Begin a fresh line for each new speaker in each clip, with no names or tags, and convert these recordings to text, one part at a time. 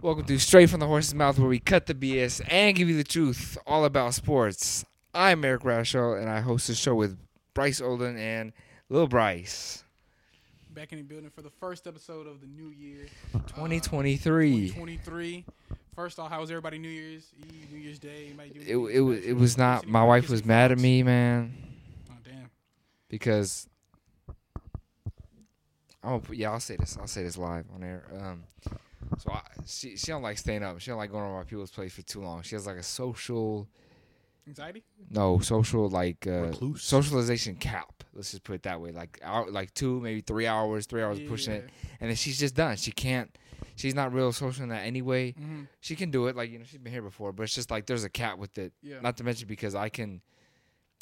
Welcome to Straight from the Horse's Mouth, where we cut the BS and give you the truth all about sports. I'm Eric Rashel, and I host the show with Bryce Olden and Lil Bryce.
Back in the building for the first episode of the new year.
2023.
23. First off, how was everybody New Year's Eve, New Year's Day? Anybody do
It,
anything
it, was,
special?
it was not.
Anybody
My wife
kiss
was
any
mad at
frogs?
me, man,
Oh, damn.
because I'm gonna put, yeah, I'll say this. I'll say this live on air. Um, so I, she she don't like staying up. She don't like going over my people's place for too long. She has like a social
Anxiety?
No, social like uh,
Recluse.
socialization cap. Let's just put it that way. Like hour, like two, maybe three hours, three hours pushing it, and then she's just done. She can't. She's not real social in that anyway.
hmm
She can do it. Like you know, she's been here before, but it's just like there's a cap with it.
Yeah.
Not to mention because I can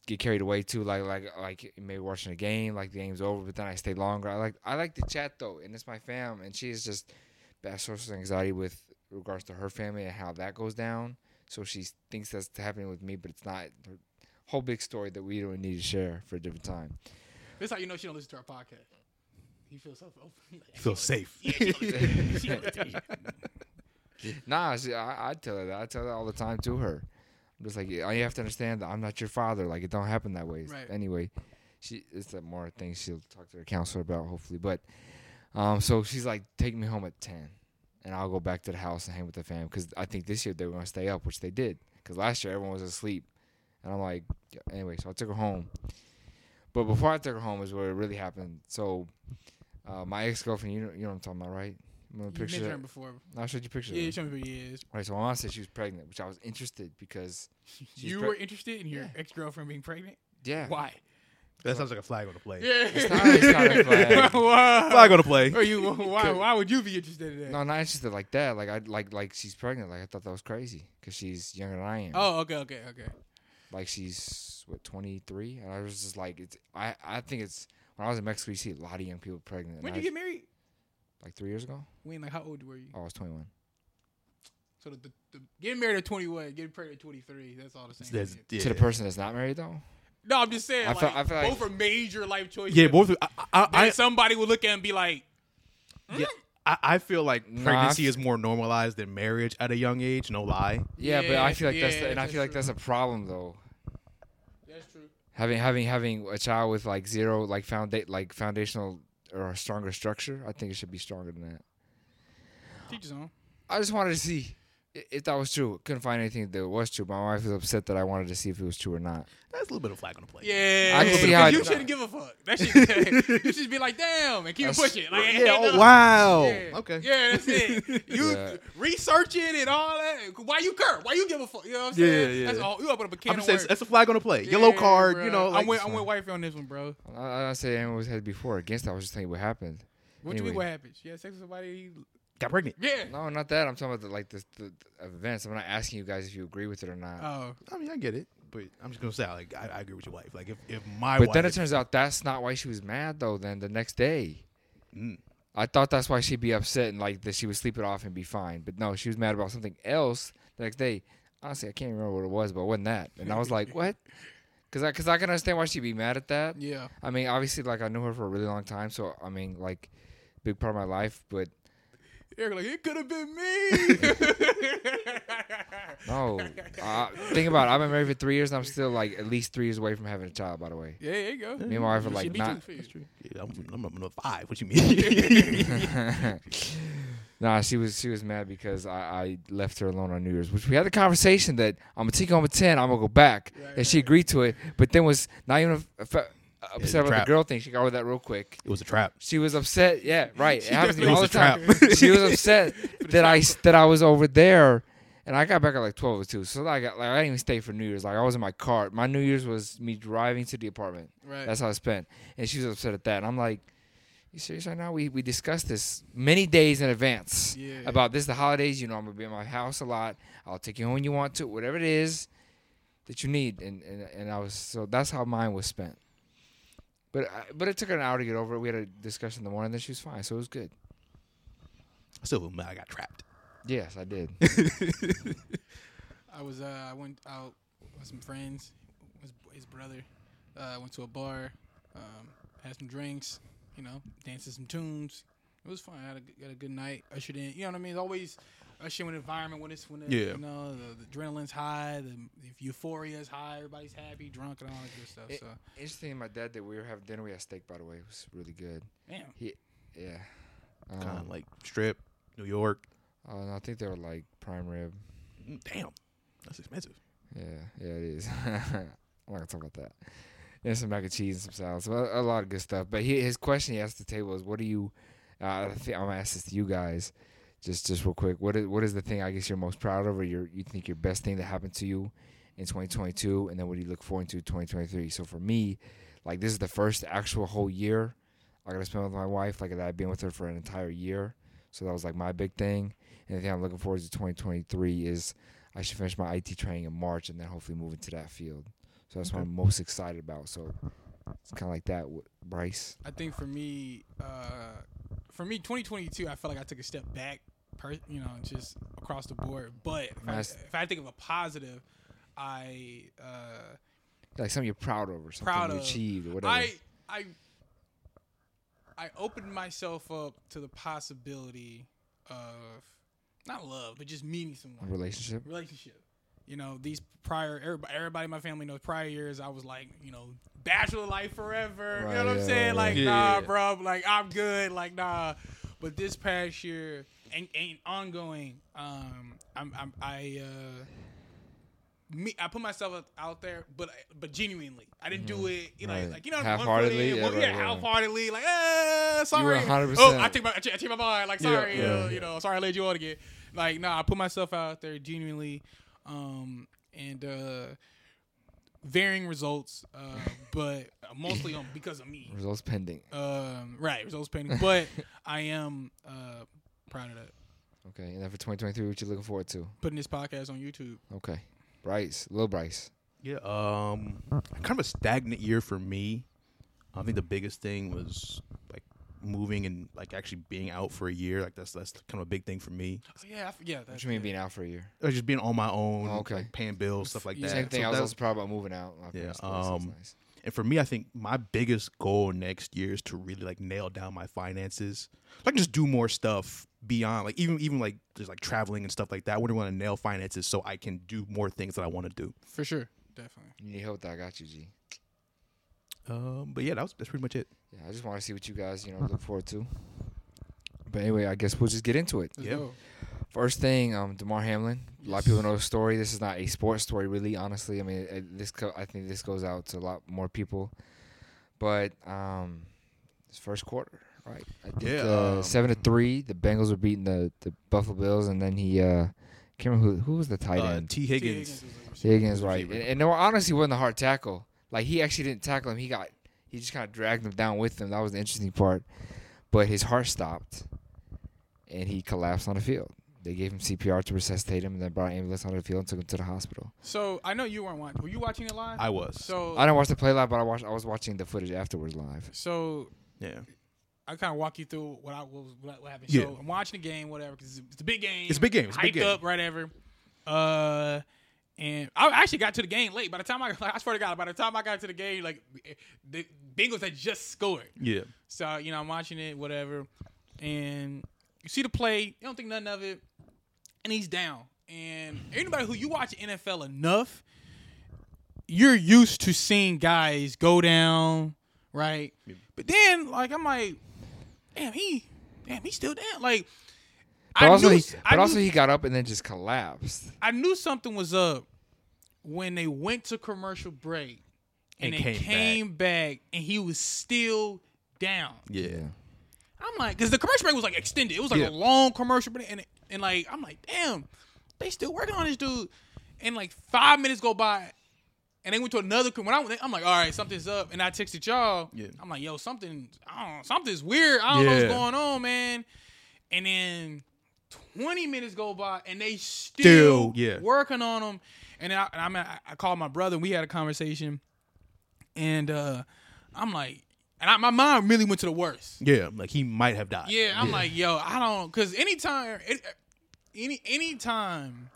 get carried away too. Like like like maybe watching a game, like the game's over, but then I stay longer. I like I like to chat though, and it's my fam, and she is just bad social anxiety with regards to her family and how that goes down. So she thinks that's happening with me, but it's not. Her whole big story that we don't need to share for a different time.
That's how you know she don't listen to our podcast. You feel so open. Like,
You feel safe.
yeah, she don't listen to- she don't listen to you.
Nah, she, I, I tell her that. I tell that all the time to her. I'm just like, yeah, you have to understand that I'm not your father. Like, it don't happen that way.
Right.
Anyway, she it's a more thing she'll talk to her counselor about, hopefully. But, um, so she's like, take me home at 10, and I'll go back to the house and hang with the fam. Because I think this year they were going to stay up, which they did. Because last year everyone was asleep. And I'm like, yeah, anyway, so I took her home. But before I took her home is where it really happened. So, uh, my ex girlfriend, you know, you know what I'm talking about, right? Remember the
You mentioned
picture?
her
that-
before.
I showed you pictures. of
Yeah,
her.
you showed me for years.
Right, so my mom said she was pregnant, which I was interested because
you
pre-
were interested in your
Yeah.
ex girlfriend being pregnant?
yeah,
Why?
That sounds like a flag on a play.
Yeah.
It's not- it's not a flag.
Why?
Flag on a play.
Are you? Why? Why would you be interested in that?
no, not interested like that. Like I like like she's pregnant. Like I thought that was crazy because she's younger than I am.
Oh, okay, okay, okay.
like she's what 23, and I was just like, it's I I think it's when I was in Mexico, you see a lot of young people pregnant. and
When
I,
did you get married?
like three years ago?
When? Like, how old were you?
Oh, I was 21.
So the, the, the getting married at 21, getting pregnant at 23, that's all the same.
That's-
shit.
yeah.
To the person that's not married though,
No, I'm just saying,
I
like,
feel- I feel like-
both are major life choices.
Yeah,
that-
both. I, I,
that
I,
somebody would look at and be like,
yeah, I, I feel like
Nah, I
pregnancy
f-
is more normalized than marriage at a young age. No lie.
yeah, but I
Yeah,
feel like that's
yeah,
the, and I
that's
feel like
true.
that's a problem though.
that's true.
Having having having a child with like zero like founda- like foundational or a stronger structure, I think it should be stronger than that.
Teach us on.
I just wanted to see i- if that was true. Couldn't find anything that was true. My wife was upset that I wanted to see if it was true or not.
That's a little bit of flag on a play.
Yeah,
I can see how
you
it-
shouldn't give a fuck. That shit, you should be like, damn, and keep
That's-
pushing. Like, ain't
Yeah. Oh,
nothing-
wow.
Yeah.
Okay.
Yeah, that's it. You
Yeah.
researching and all that. Why you cur? Why you give a fuck? You know what I'm saying?
Yeah, yeah.
That's all. You open up a can
I'm
of
just saying
worms.
that's a flag on a play. Yellow
Yeah,
card.
bruh.
You know. Like,
I went, I went wifey on this one, bro.
I, I don't say anyone was had before or against. that. I was just thinking what happened.
What do you mean?
Anyway.
What happened? She had sex with somebody.
got pregnant.
Yeah.
No, not that. I'm talking about the, like the, the, the events. I'm not asking you guys if you agree with it or not.
Oh,
I mean, I get it, but I'm just gonna say like I, I agree with your wife. Like if, if my
but
wife,
then it turns out that's not why she was mad though. Then the next day,
Mm.
I thought that's why she'd be upset and like that she would sleep it off and be fine. But no, she was mad about something else the next day. Honestly, I can't remember what it was, but it wasn't that. And I was like, what? Because I, cause I can understand why she'd be mad at that.
yeah.
I mean, obviously, like I knew her for a really long time, so I mean, like, big part of my life. But
Eric like it could have been me.
no, uh, think about it. I've been married for three years, and I'm still like at least three years away from having a child. By the way,
yeah, there you go.
me and my wife are
She
like
beat
not.
you.
That's true. Yeah, I'm, I'm up another five. What you mean?
nah, she was she was mad because I, I left her alone on New Year's, which we had the conversation that I'm gonna take you home at ten, I'm gonna go back,
Right,
and she
right.
agreed to it, but then was not even f- f- upset about
trap.
the girl thing. She got over that real quick.
it was a trap.
She was upset. Yeah, right. It happens to me
definitely
all the
was
time.
a trap.
she was upset that I that I was over there, and I got back at like twelve or two. So like, I- like I didn't even stay for New Year's. Like I was in my car. My New Year's was me driving to the apartment.
Right.
That's how I spent. And she was upset at that. And I'm like, you serious right now? We we discussed this many days in advance
Yeah.
about this. The holidays, you know, I'm gonna be in my house a lot. I'll take you home when you want to. Whatever it is that you need. And and, and I was so that's how mine was spent. But I, but it took her an hour to get over it. We had a discussion in the morning, then she was fine, so it was good.
I still, man, I got trapped.
Yes, I did.
I was uh, I went out with some friends, his, his brother. Uh, went to a bar, um, had some drinks, you know, danced to some tunes. It was fun. I had a, g- had a good night. Ushered in, you know what I mean. It's always especially when the environment when it's when the,
Yeah.
you know the, the adrenaline's high, the, the euphoria is high, everybody's happy, drunk, and all that good stuff.
It-
so
Interesting, my dad that we were having dinner. We had steak, by the way. It was really good.
damn,
Yeah.
Oh.
Kinda
Um,
like strip, New York.
uh, no, I think they were like prime rib.
Mm, Damn, that's expensive.
Yeah, yeah, it is. I'm not gonna talk about that. There's some mac and cheese and some salads, so a, a lot of good stuff. But he, his question he asked the table is, "What do you?" Uh, I think I'm gonna ask this to you guys, just just real quick. What is what is the thing I guess you're most proud of, or your you think your best thing that happened to you in 2022, and then what do you look forward to 2023? So for me, like this is the first actual whole year I got to spend with my wife. Like I've been with her for an entire year, so that was like my big thing. And the thing I'm looking forward to 2023 is I should finish my IT training in March and then hopefully move into that field. So that's what
Okay.
I'm most excited about. So it's kind of like that with Bryce.
I think for me, uh, for me, 2022, I felt like I took a step back, per, you know, just across the board. But if, I,
Nice.
if I think of a positive, I uh,
Like something you're proud of or something
Proud
you
of.
achieved or whatever.
I I I opened myself up to the possibility of not love, but just meeting
A
someone.
relationship.
relationship. You know, these prior everybody, everybody in my family knows prior years I was like, you know, bachelor life forever. you know
Right,
what I'm
yeah,
saying?
right,
Like,
right.
nah,
Yeah.
bro. Like, I'm good. Like, nah. But this past year and, and ongoing, um, I'm, I'm I uh me, I put myself out- out there, but but genuinely, I didn't do it. You know,
Mm-hmm. Right.
like you know,
Half-heartedly,
one foot in,
yeah,
one-
right,
yeah,
right, right.
half-heartedly, like uh, sorry,
were 100%.
oh, I take my I take I take my mind, like
Yeah,
sorry,
yeah,
uh,
yeah.
you know, sorry I laid you on again. Like, nah, I put myself out there genuinely, um, and uh, varying results, uh, but mostly on because of me.
Results pending.
Um, right, results painting, but I am uh, proud of that.
Okay. And then for 2023, what you looking forward to?
Putting this podcast on YouTube.
Okay. Bryce, little Bryce.
Yeah, um, kind of a stagnant year for me. I think the biggest thing was like moving and like actually being out for a year. Like that's that's kind of a big thing for me.
Oh, yeah, I, f- yeah.
What
That's
you mean
it.
being out for a year?
Or just being on my own,
Oh, okay.
like paying bills, stuff like
Yeah.
that.
Same thing.
So
I was
that-
also proud about moving out. My
Yeah,
parents' place, so it's
um,
nice.
and for me, I think my biggest goal next year is to really like nail down my finances, like just do more stuff beyond like even even like just like traveling and stuff like that. I would want to nail finances so I can do more things that I want to do.
for sure, definitely.
You need help? That I got you, G.
Um, but yeah, that was that's pretty much it.
Yeah. I just want to see what you guys, you know, look forward to. But anyway, I guess we'll just get into it.
Let's
Yeah.
go.
First thing, um, Damar Hamlin. A lot of
Yes.
people know the story. This is not a sports story, really. Honestly, I mean, uh, this co- I think this goes out to a lot more people. But um, this first quarter, right? I think,
Yeah,
uh,
um,
seven to three. The Bengals were beating the, the Buffalo Bills, and then he uh, can't remember who, who was the tight
Uh,
end.
T
T.
Higgins.
was the receiver.
Higgins,
the
right? And,
receiver.
and no, honestly, wasn't a hard tackle. Like he actually didn't tackle him. He got he just kind of dragged him down with him. That was the interesting part. But his heart stopped, and he collapsed on the field. They gave him CPR to resuscitate him, and then brought an ambulance onto the field and took him to the hospital.
So I know you weren't watching. Were you watching it live?
I was.
so
I didn't watch the play live, but I watched. I was watching the footage afterwards live.
so
yeah.
I kind of walk you through what I what, was- what happened.
Yeah.
So I'm watching the game, whatever, because it's a big game.
It's a big game. It's a
hyped
big game.
up, whatever. Uh, and I actually got to the game late. By the time I, I swear to God, by the time I got to the game, like eh, the Bengals had just scored.
Yeah.
So you know, I'm watching it, whatever, and you see the play. You don't think nothing of it, and he's down. And anybody who you watch NFL enough, you're used to seeing guys go down, right? But then, like, I'm like, damn, he, damn, he's still down. Like,
But also, he,
I
but
knew-
also he got up and then just collapsed.
I knew something was up when they went to commercial break and,
And
they
came back.
came back, and he was still down.
Yeah.
I'm like, because the commercial break was like extended. It was like
Yeah.
a long commercial break, and and like I'm like, damn, they still working on this dude. And like five minutes go by, and they went to another. com- When I went, I'm like, all right, something's up. And I texted y'all.
Yeah.
I'm like, yo, something, I don't know, something's weird. I don't know
Yeah.
what's going on, man. And then 20 minutes go by, and they
Still,
still,
yeah.
working on him. And I, and I'm, I I called my brother. and We had a conversation, and uh I'm like, and I, my mind really went to the worst.
Yeah. Like he might have died.
Yeah, I'm like, yo, I don't, cause eh, anytime, it, any anytime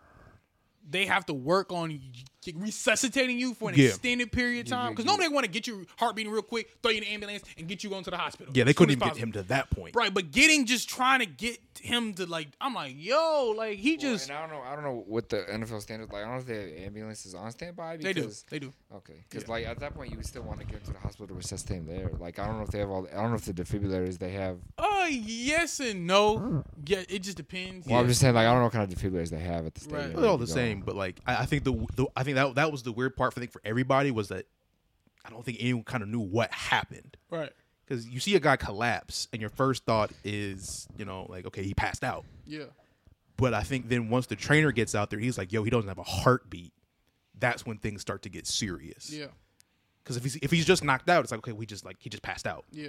they have to work on keep resuscitating you for an
Yeah.
extended period of
Yeah,
time
yeah,
because
yeah.
nobody want to get you heart beating real quick, throw you in the ambulance, and get you onto the hospital.
Yeah, they
as soon
couldn't
as
even get
possible.
him to that point.
Right, but getting just trying to get him to like, I'm like, yo, like he
Well,
just
and I don't know. I don't know what the NFL standards like. I don't know if they have ambulances on standby.
they
Because,
do, they do.
Okay, because like at that point, you would still want to get to the hospital to resuscitate him there. Like I don't know if they have all. I don't know if the defibrillators they have.
Uh, yes and no. Yeah, it just depends.
Well, I'm just saying. Like I don't know what kind of defibrillators they have at the stadium.
Right.
where
They're all
you
the
go.
same, but like I, I think the, the I think that that was the weird part for think for everybody was that I don't think anyone kind of knew what happened
Right.
because you see a guy collapse and your first thought is you know like okay he passed out,
Yeah.
but I think then once the trainer gets out there he's like yo he doesn't have a heartbeat, that's when things start to get serious.
Yeah.
Because if he's if he's just knocked out it's like okay we just like he just passed out,
Yeah.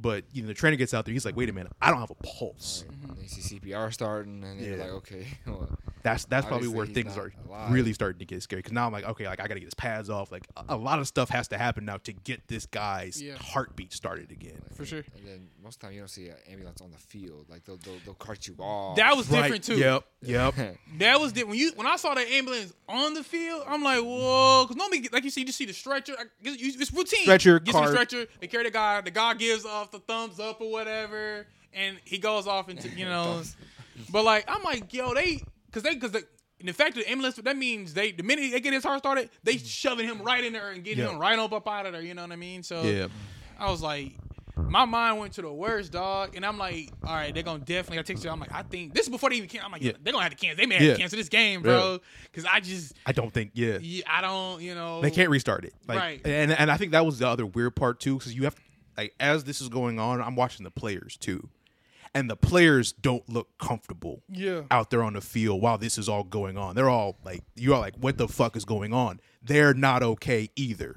but you know the trainer gets out there he's like wait a minute I don't have a pulse.
They see CPR starting, and they're
Yeah.
like, okay, well,
That's that's probably
Obviously,
where
he's
things
not
are
alive.
really starting to get scary. Because now I'm like, okay, like I gotta get his pads off. Like a, a lot of stuff has to happen now to get this guy's
Yeah.
heartbeat started again.
For sure.
And then most of the time you don't see an ambulance on the field. Like they'll they'll, they'll cart you off.
That was
Right.
different too.
Yep. Yep.
That was different. When you when I saw that ambulance on the field, I'm like, whoa, because normally, like you see, you just see the stretcher. I guess you- It's routine.
Stretcher,
gets the
cart.
stretcher. They carry the guy. The guy gives off the thumbs up or whatever, and he goes off into you know.
Thumbs
but like I'm like, yo, they because they because the fact that the ambulance that means they the minute they get his heart started, they shoving him right in there and getting
Yeah.
him right up up out of there. You know what I mean? So
yeah.
I was like, my mind went to the worst, dog. And I'm like, all right, they're gonna definitely. I text you. I'm like, I think this is before they even can. I'm like,
Yeah.
they're gonna have to cancel. They may have
Yeah.
to cancel this game, bro. Because I just,
I don't think. Yeah.
yeah, I don't, you know,
They can't restart it. Like,
Right.
And and I think that was the other weird part too, because you have like as this is going on, I'm watching the players too, and the players don't look comfortable.
Yeah.
Out there on the field while this is all going on, they're all like, you are like, what the fuck is going on? They're not okay either.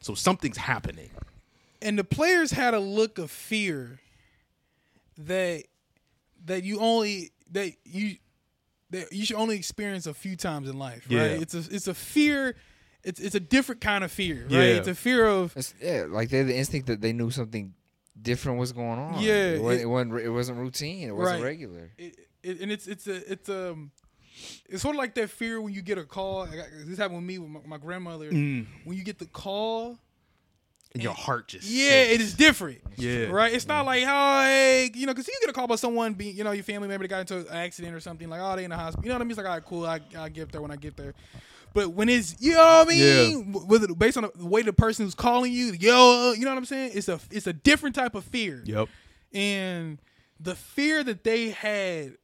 So something's happening.
And the players had a look of fear that that you only that you that you should only experience a few times in life,
Yeah. right?
It's a it's a fear. It's it's a different kind of fear, right?
Yeah. It's a
fear of
It's, yeah, like they had the instinct that they knew something different was going on.
Yeah,
it, wa-
it-
it wasn't. re- It wasn't routine. It wasn't
Right.
regular.
it, it, and it's it's a it's um it's sort of like that fear when you get a call. I got, this happened with me with my, my grandmother. When you get the call,
And your heart just
yeah,
sinks.
it is different.
Yeah.
right. It's not like oh, hey, you know, because you get a call about someone being, you know, your family member that got into an accident or something. Like oh, they in the hospital. You know what I mean? It's like all right, cool. I I get there when I get there. But when it's you know what I mean, yeah. with it based on the way the person who's calling you, yo, you know what I'm saying? It's a it's a different type of fear
Yep.
and the fear that they had,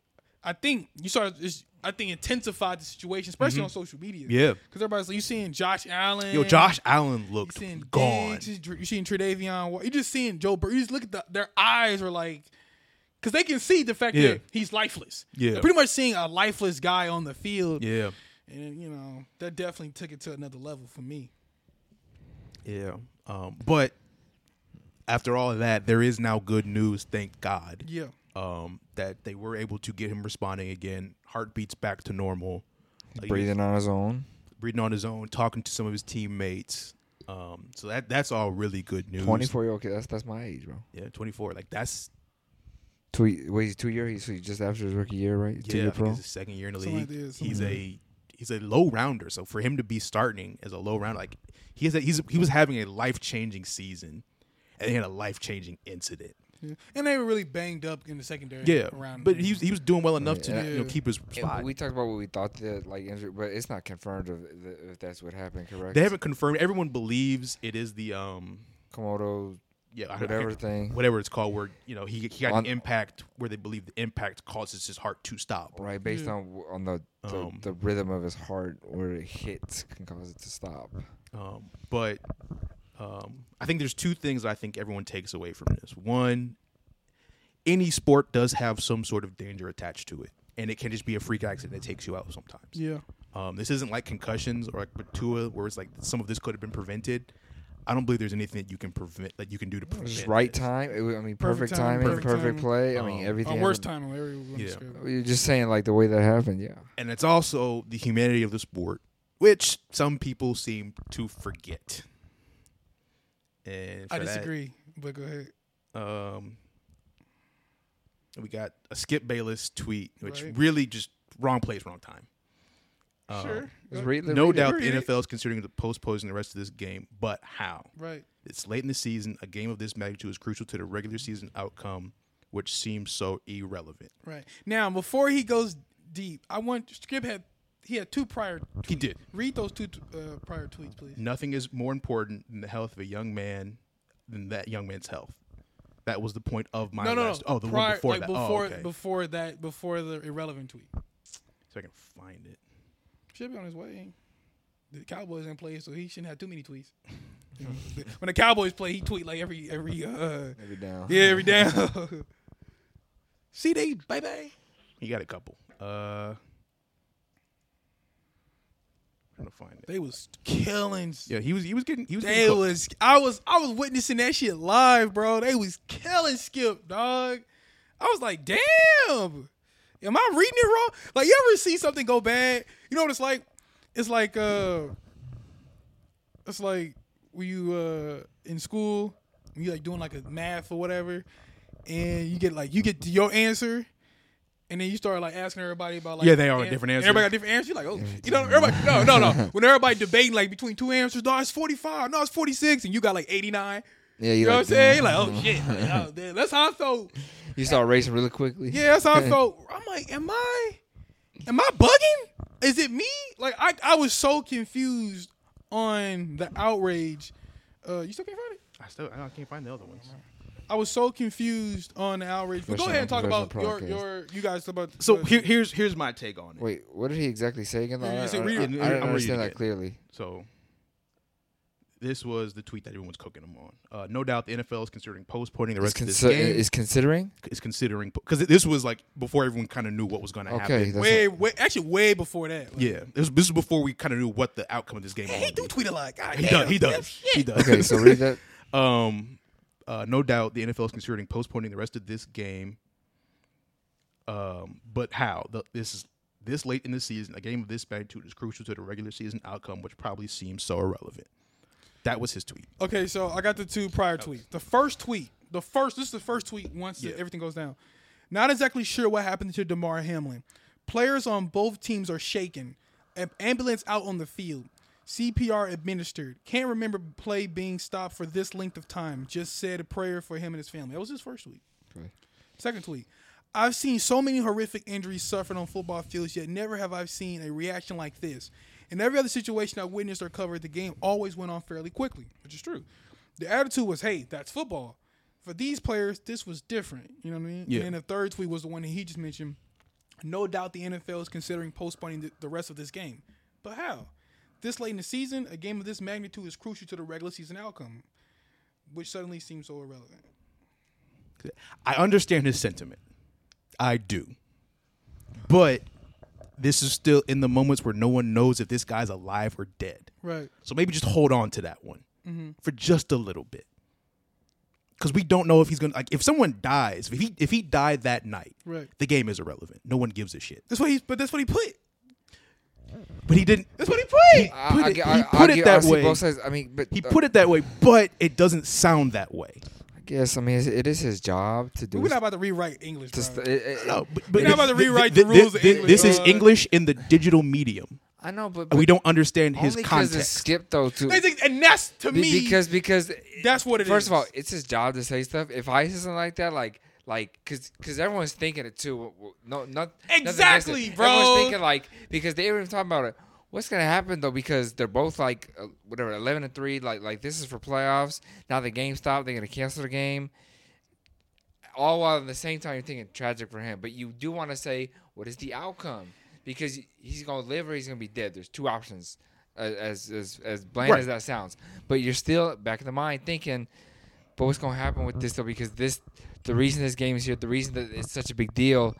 I think you saw. It's, I think intensified the situation, especially on social media.
Mm-hmm. Yeah.
because everybody's like, you seeing Josh Allen,
Yo, Josh Allen
you
looked
seeing
gone.
Diggs, you you seeing Tre'Davion, Wa- you just seeing Joe Burrow. You just look at the, their eyes are like, because they can see the fact
Yeah.
that he's lifeless.
Yeah.
They're pretty much seeing a lifeless guy on the field,
Yeah.
and you know that definitely took it to another level for me.
Yeah. Um, but after all of that, there is now good news, thank God.
Yeah,
Um, that they were able to get him responding again. Heartbeats back to normal. Like,
Breathing on his own.
breathing on his own, talking to some of his teammates. Um, so that that's all really good news.
Twenty four year old kid. That's that's my age, bro.
Yeah, twenty four. Like that's
Two wait, he's two year. He's so he's just after his rookie year, right? Two
yeah, I
year
think
pro.
it's his second year in the
Something like
league.
that, something
he's
like
a he's a low rounder. So for him to be starting as a low rounder, like he has a, he's he was having a life changing season, and he had a life changing incident.
yeah. and they were really banged up in the secondary.
Yeah,
around
but he was he was doing well enough to
Yeah.
you know, keep his
And
spot.
we talked about what we thought that like injury, but it's not confirmed if, if that's what happened. Correct.
they haven't confirmed. Everyone believes it is the um
Komodo
yeah I- I-
whatever thing.
whatever it's called where you know he he got
On-
an impact where they believe the impact causes his heart to stop.
Right, based
Yeah.
on on the the,
Um,
the rhythm of his heart, where it hits can cause it to stop.
Um, but um, I think there's two things I think everyone takes away from this. One, any sport does have some sort of danger attached to it, and it can just be a freak accident that takes you out sometimes.
yeah,
Um, this isn't like concussions or like with Tua, where it's like some of this could have been prevented. I don't believe there's anything that you can prevent that you can do to prevent.
Just right
this.
time. It, wa- I mean, perfect,
timing,
timing,
perfect
perfect,
timing.
play. I mean,
Um,
everything.
our worst
happened.
time. whatever you wanna
Yeah.
describe it.
You're just saying like the way that happened. Yeah.
and it's also the humanity of the sport, which some people seem to forget. And
I
for that,
disagree, but go ahead.
um, we got a Skip Bayless tweet, which
Right.
really just wrong place, wrong time. Uh,
sure.
Let's read- let's
No
read it.
doubt the
Read it.
NFL is considering the postposing the rest of this game, but how?
Right.
It's late in the season. A game of this magnitude is crucial to the regular season outcome, which seems so irrelevant.
Right. Now, before he goes deep, I want Skip had he had two prior. Tweets.
He did.
Read those two uh, prior tweets, please.
Nothing is more important than the health of a young man than that young man's health. That was the point of my
No, no, no.
last. Oh, the
prior,
one before
like
that.
Before,
oh, okay.
before that, before the irrelevant tweet.
so I can find it.
Should be on his way. The Cowboys ain't play, so he shouldn't have too many tweets. You know, when the Cowboys play, he tweet like every every uh
Every down.
yeah every down. See they baby.
You got a couple. Uh, trying to find it.
They was killing.
Yeah, he was. He was getting. He was.
They
Getting cooked.
was I was I was witnessing that shit live, bro. They was killing Skip, dog. I was like, damn. Am I reading it wrong? Like you ever see something go bad? You know what it's like? It's like uh it's like when you uh in school, when you like doing like a math or whatever, and you get like you get to your answer. And then you start like asking everybody about like
Yeah, they are
an-
different answers.
Everybody got different answers. You're like, oh, you know, everybody. No, no, no. When everybody debating like between two answers, no, it's 45, no, it's 46, and you got like 89.
Yeah, you,
You know
like,
what I'm saying? You're
damn.
like, oh shit. Like, oh, damn. That's how I felt.
You start racing really quickly.
Yeah, that's how I felt. I'm like, am I, am I bugging? Is it me? Like, I, I was so confused on the outrage. Uh, you still can't find it?
I still. I can't find the other ones.
I was so confused on the outrage. But go
Professional-
ahead and talk about your,
professional podcast.
your, you guys about.
So
uh,
here, here's here's my take on it.
Wait, what did he exactly say again?
Yeah,
I,
you
I,
said
I,
read it.
I
I'm
didn't
reading
understand
it.
that clearly.
So this was the tweet that everyone's cooking them on. Uh, no doubt the NFL is considering postponing the
Is,
rest of this
consi-
game. Is,
is considering?
considering because this was like before everyone kind of knew what was going to
Okay,
happen.
that's
way, way, actually, way before that. Like,
Yeah, this, this is before we kind of knew what the outcome of this game. was
He
gonna
do
be.
tweet a lot. God
He
damn,
does. He
that's
does. He does.
okay. So read that.
Um, uh, no doubt the NFL is considering postponing the rest of this game. Um, but how? The, this is this late in the season. A game of this magnitude is crucial to the regular season outcome, which probably seems so irrelevant. That was his tweet.
Okay, so I got the two prior tweets. The first tweet, the first, this is the first tweet once the-
Yeah.
everything goes down. Not exactly sure what happened to DeMar Hamlin. Players on both teams are shaken. Am- ambulance out on the field. CPR administered. Can't remember play being stopped for this length of time. Just said a prayer for him and his family. That was his first tweet.
Okay.
Second tweet. I've seen so many horrific injuries suffered on football fields, yet never have I seen a reaction like this. In every other situation I witnessed or covered, the game always went on fairly quickly, which is true. The attitude was, hey, that's football. For these players, this was different. You know what I mean?
Yeah.
And then the third tweet was the one that he just mentioned. No doubt the NFL is considering postponing the, the rest of this game. But how? This late in the season, a game of this magnitude is crucial to the regular season outcome, which suddenly seems so irrelevant.
I understand his sentiment. I do. But this is still in the moments where no one knows if this guy's alive or dead.
Right.
So maybe just hold on to that one
Mm-hmm.
for just a little bit. Because we don't know if he's gonna like if someone dies if he if he died that night
Right.
the game is irrelevant no one gives a shit
That's what he's. But that's what he put.
but he didn't
That's what he played.
I,
Put
I,
it-
get-
he
I,
put
I
it
get-
that
I see
way.
Both sides. I mean, but
he
uh,
put it that way but it doesn't sound that way
I guess I mean it's- it is his job to do.
We're not
s-
about to rewrite English.
to
bro.
st- it- it-
no but,
You're not about to
thi- thi-
rewrite
thi-
the rules
thi-
of
thi-
English, uh,
this is
dog.
English in the digital medium
I know, but,
and we
but
don't understand his
only 'cause it's
context
Skip though too.
They think- and that's to
Be-
me
because because
that's what it is.
first of all, it's his job to say stuff. If I say something like that, like like because because everyone's thinking it too. W- w- No, not nothing against
Exactly,
it.
bro.
Everyone's thinking like because they were even talking about it. What's gonna happen though? Because they're both like uh, whatever eleven and three. Like like this is for playoffs. Now the game stopped. They're gonna cancel the game. All while at the same time you're thinking tragic for him, but you do want to say what is the outcome because he's gonna live or he's gonna be dead. There's two options, uh, as as as bland
Right.
as that sounds. But you're still back in the mind thinking, but what's gonna happen with this though? Because this, the reason this game is here, the reason that it's such a big deal,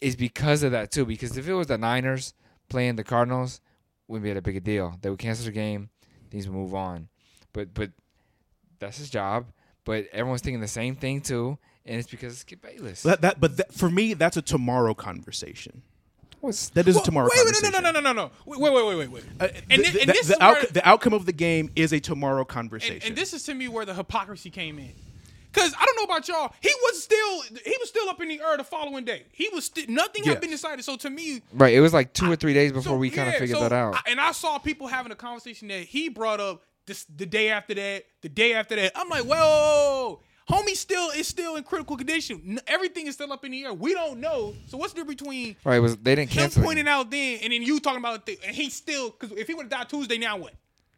is because of that too. Because if it was the Niners playing the Cardinals, wouldn't be that big a deal. They would cancel the game, things would move on. But but that's his job. But everyone's thinking the same thing too, and it's because of Skip Bayless.
that, that but that, for me that's a tomorrow conversation
What's
that is
Whoa,
a tomorrow
Wait, wait,
conversation
no, no, no, no, no, no. Wait, wait, wait, wait, wait.
Uh,
and
the,
thi- and
the-
this
the
is where-
outco- the outcome of the game is a tomorrow
and,
conversation
and this is to me where the hypocrisy came in. Cause I don't know about y'all, he was still he was still up in the air the following day. He was still nothing
Yes.
had been decided. So to me,
Right. It was like two or three days before
so,
we kind of
yeah,
figured
so
that out.
I- and I saw people having a conversation that he brought up this the day after that, the day after that. I'm like, whoa, homie, still is still in critical condition. N- everything is still up in the air. We don't know. So what's the difference between
right. It was they didn't
him
cancel. it.
pointing out then and then you talking about it, th- and he still because if he would have died Tuesday, now what?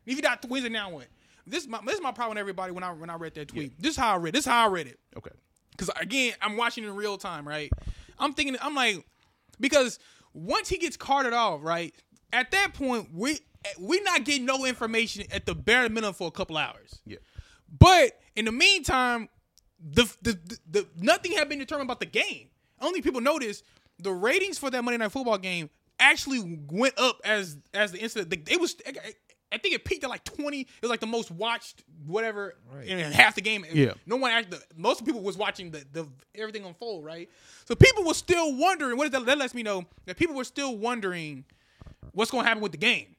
If he died Wednesday, now what? This is my this is my problem. with Everybody, when I when I read that tweet, this is how I read. This is how I read it
Okay.
because again, I'm watching in real time, right? I'm thinking, I'm like, because once he gets carted off, right? At that point, we we not getting no information at the bare minimum for a couple hours.
Yeah.
But in the meantime, the the, the, the nothing had been determined about the game. Only people noticed the ratings for that Monday Night Football game actually went up as as the incident. Like, It was. I think it peaked at like twenty. It was like the most watched, whatever, in half the game.
Yeah.
no one actually. Most people was watching the, the everything unfold, right? So people were still wondering. What is that? That lets me know that people were still wondering what's going to happen with the game.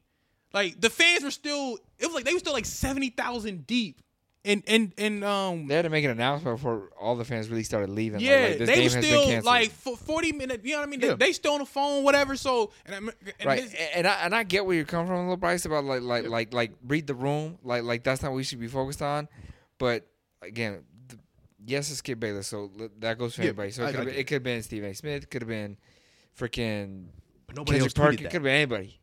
Like the fans were still. It was like they were still like seventy thousand deep, and and and um
They had to make an announcement before all the fans really started leaving.
yeah,
like, like, this
they
game
were
has been
still
canceled.
like for forty minutes. You know what I mean? They,
Yeah.
they still on the phone, whatever. So and, I'm, and
right,
this-
A- and I and I get where you're coming from, little Bryce, about like like like like read the room, like like that's not what we should be focused on. But again, the, yes, it's Skip Bayless, so l- that goes for
Yeah,
anybody. So
I-
it could
I
have been,
get
it could have been Stephen A. Smith, could have been freaking
But nobody
Kendrick
else
Perkins,
tweeted
could
that.
have been anybody.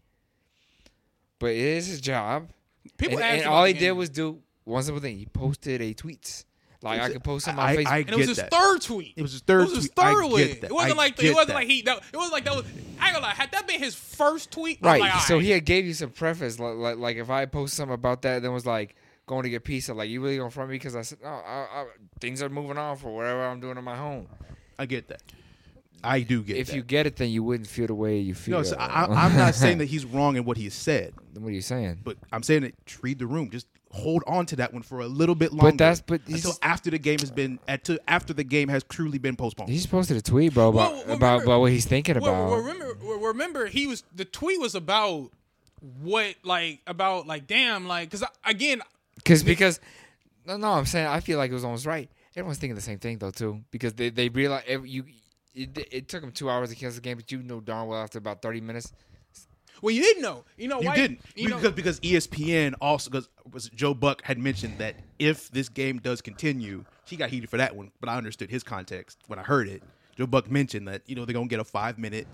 But it is his job,
people
and,
asked
and
about
all
the
he did
game.
was do one simple thing: he posted a tweet. Like I could post on my
I,
Facebook.
I
and it was
get
his
that.
third tweet.
It was his third
It was his
tweet. I
third
get
tweet.
that.
It wasn't
I
like it
get
wasn't
that.
like he. That, it wasn't like that was. I ain't gonna lie. Had that been his first tweet, I'm
Right.
Like,
so
alright.
he had gave you some preface, like like, like if I post something about that, then was like going to get pizza, like you really gonna front me because I said, oh, I, I, things are moving on for whatever I'm doing in my home.
I get that. I do get
if
that.
you get it, then you wouldn't feel the way you feel.
no, so I, I- I'm not saying that he's wrong in what he said,
Then what are you saying?
but I'm saying that just read the room. Just hold on to that one for a little bit longer.
that's- but he's-
until after the game has been at to, after the game has truly been postponed.
He's posted a tweet, bro, about
Well, well,
about,
remember-
about what he's thinking
Well,
about.
well, remember, well, remember, he was the tweet was about what, like about like damn, like because again,
Cause, because no, no, I'm saying I feel like it was almost right. Everyone's thinking the same thing though too, because they they realize every, you. It, it took them two hours to cancel the game, but you know darn well after about thirty minutes,
well, you didn't know, you know,
you
why,
didn't
you know,
because because E ESPN also because was it Joe Buck had mentioned that if this game does continue, he got heated for that one. But I understood his context when I heard it. Joe Buck mentioned that you know they're gonna get a five minute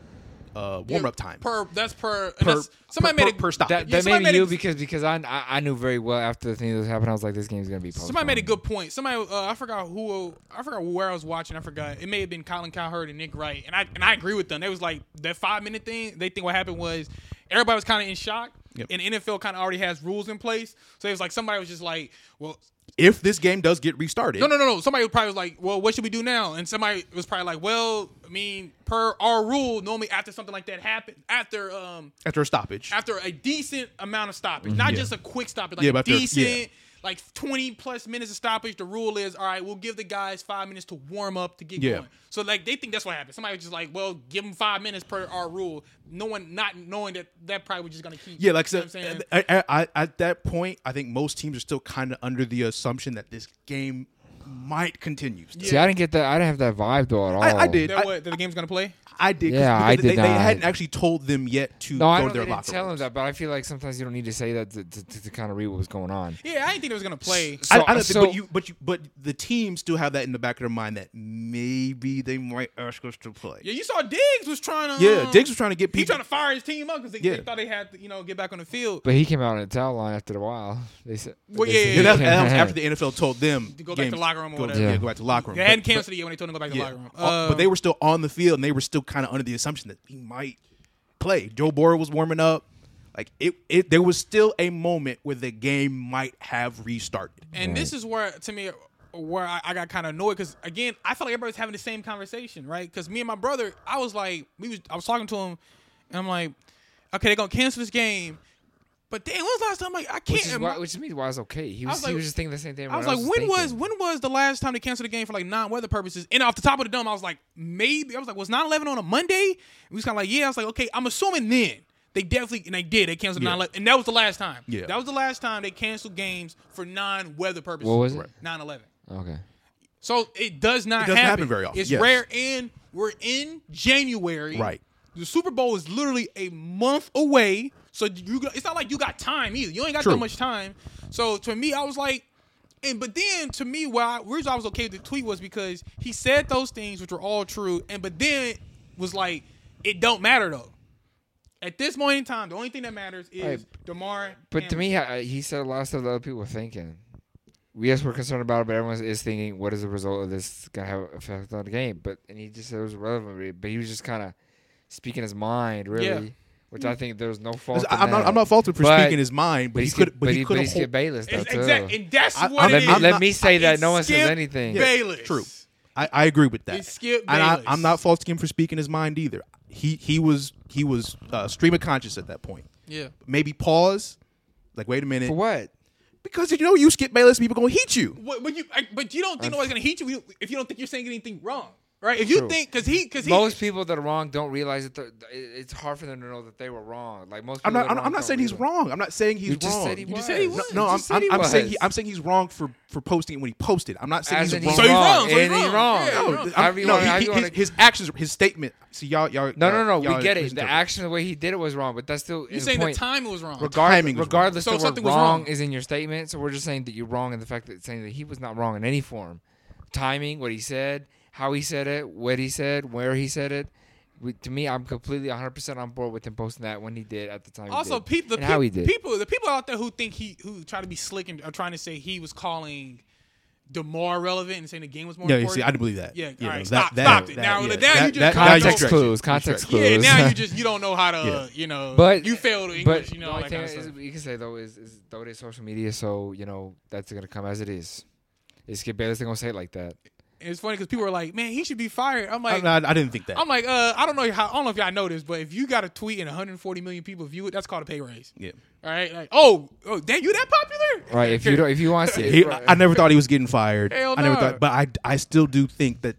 uh, warm up time
per that's per, and
per,
that's, somebody
per,
made
per,
a
per stop.
That,
Yeah,
that
somebody
made
made
me you
a-
because because I, I I knew very well after the thing that happened I was like this game's gonna be postponed.
Somebody made a good point. Somebody, uh, I forgot who, I forgot where I was watching. I forgot. It may have been Colin Cowherd and Nick Wright, and I and I agree with them. They was like that five minute thing. They think what happened was everybody was kind of in shock,
Yep.
and NFL kind of already has rules in place. So it was like somebody was just like, well,
if this game does get restarted,
no, no, no, no. Somebody was probably was like, well, what should we do now? And somebody was probably like, well, I mean, per our rule, normally after something like that happened, after um
after a stoppage,
after a decent amount of stoppage, not just a quick stoppage, like
Mm-hmm. Yeah,
a
but after-
decent,
yeah.
like twenty plus minutes of stoppage. The rule is, all right, we'll give the guys five minutes to warm up to get
Yeah.
going. So like they think that's what happened. Somebody was just like, well, give them five minutes per our rule, no one not knowing that that probably was just gonna keep.
yeah, like I
you know
said, uh,
what I'm saying.
I, I, I, at that point, I think most teams are still kind of under the assumption that this game might continue. still.
See, I didn't get that. I didn't have that vibe though at all.
I did.
That what that the game's gonna play?
I did. 'cause-
Yeah, I
because
did
they, they
not.
hadn't actually told them yet to
No, I
go
don't
to their
they didn't
locker
tell him
rooms.
that, but I feel like sometimes you don't need to say that to, to, to, kind of read what was going on.
Yeah, I didn't think it was gonna play.
S-
I,
So-
I don't
so-
think, but you, but you, but the team still have that in the back of their mind that maybe they might ask us to play.
Yeah, you saw Diggs was trying to.
Yeah,
um,
Diggs was trying to get
He
people.
trying to fire his team up because they, they
Yeah.
thought they had to, you know, get back on the field.
But he came out in a towel line after a while. They said,
Well,
they
yeah,
said
yeah,
he
yeah, that,
came
that was
out.
after the NFL told them
go back to
games-
locker room or
go-
whatever.
Yeah,
Yeah.
go back to locker room.
They hadn't
But- but-
canceled it yet when they told him to go back to the
yeah.
locker room.
Uh, but
Um,
they were still on the field and they were still kind of under the assumption that he might play. Joe Burrow was warming up. Like it, it there was still a moment where the game might have restarted.
And this is where, to me, where I, I got kind of annoyed because again, I felt like everybody's having the same conversation, right? Because me and my brother, I was like, we was, I was talking to him, and I'm like, okay, they're gonna cancel this game, but damn, when was the last time? Like, I can't.
which is why, which means why it's okay. He was,
was like-
he was just thinking the same thing.
I was like, when was when was the last time they canceled the game for like non-weather purposes? And off the top of the dome, I was like, maybe I was like, was 9-11 on a Monday? And we was kind of like, yeah. I was like, okay, I'm assuming then they definitely and they did. They canceled 9-11, and that was the last time.
Yeah.
that was the last time they canceled games for non-weather purposes.
What was it? Right.
9-11.
okay.
So it does not
It doesn't
happen.
happen very often,
It's
yes.
rare, and we're in January.
Right.
The Super Bowl is literally a month away, so you got, it's not like you got time either. You ain't got
True.
that much time. So to me, I was like, and but then to me, why the reason I was okay with the tweet was because he said those things which were all true, and but then was like, it don't matter though. At this point in time, the only thing that matters is
Right.
Demar.
But to
Hamlin.
me, I, he said a lot of stuff that other people are thinking. Yes, we're concerned about it, but everyone is thinking, what is the result of this going to have an effect on the game? But and he just said it was relevant, but he was just kind of speaking his mind, really, which I think there was no fault.
I- I'm not, I'm not faulting for speaking his mind, but, he could, but he could
he's
have.
Bayless though
it's
too.
exact, and that's
I-
what
let
it
I'm-
is.
me uh, let
not-
me say
I-
that
it's
no one says
Skip
anything.
Bayless.
True. I, I agree with that.
It's Skip
and I,
Bayless.
I'm not faulting him for speaking his mind either. He he was he was uh, stream of conscious at that point.
Yeah.
Maybe pause, like wait a minute,
For what?
because you know you skip Bayless, people gonna hit you.
What, but you, I, but you don't think nobody's gonna hate you if you don't think you're saying anything wrong, right? If you
True.
think, because he, because he,
Most people that are wrong don't realize that they're- it- it's hard for them to know that they were wrong. Like most, people
I'm
that are
not I'm, not-
wrong
I'm not
don't
saying he's
realize.
wrong. I'm not saying he's
You just
wrong.
said he was.
just said he
No,
was.
no,
You
I'm,
just said
I'm,
he
I'm saying
was.
he, I'm saying he's wrong for for posting it when he posted. I'm not saying
As in
he's
he's
So
wrong.
he's wrong, so he's
and he's
wrong.
wrong.
Yeah,
No,
wrong.
I'm-
However you
no,
wanna-
he-
how you
he-
wanna-
his, his actions, his statement. See y'all, y'all.
No, no, no.
y'all-
We get
y'all
it. The
misinterpret.
action, the way he did it, was wrong. But that's still
you're
his
saying
point.
the timing was wrong.
Regardless,
timing was
regardless
wrong. So
the word
something was
wrong,
wrong.
is in your statement. So we're just saying that you're wrong in the fact that saying that he was not wrong in any form. Timing, what he said, how he said it, what he said, where he said it. We, to me, I'm completely 100 percent on board with him posting that when he did at the time. he
also,
did,
peop the
and how
peop-
he did.
people, the people out there who think he, who try to be slick and are trying to say he was calling Demar relevant and saying the game was more
Yeah, you
important.
see, I didn't believe that.
Yeah,
you
all right,
know,
stop- stop it. Now, now you just-
that-
Context
now you just-
clues, context
Correct.
yeah, now
was.
you just you don't know how to,
Yeah.
you know,
But
you failed English,
but
you know,
the
all
only
that
thing
kind of
is,
stuff.
you can say though is, is though it is social media, so you know that's gonna come as it is. Is Skip Bayless gonna say it like that?
And it's funny because people are like, man, he should be fired. I'm like,
I'm not- I didn't think that.
I'm like, uh, I don't know how, I don't know if y'all know this, but if you got a tweet and 140 million people view it, that's called a pay raise.
Yeah.
All right, like, oh, oh, damn, you that popular?
Right? If you don't, if you want to see, it,
He,
right.
I never thought he was getting fired.
Hell
I never
no.
thought, but I, I still do think that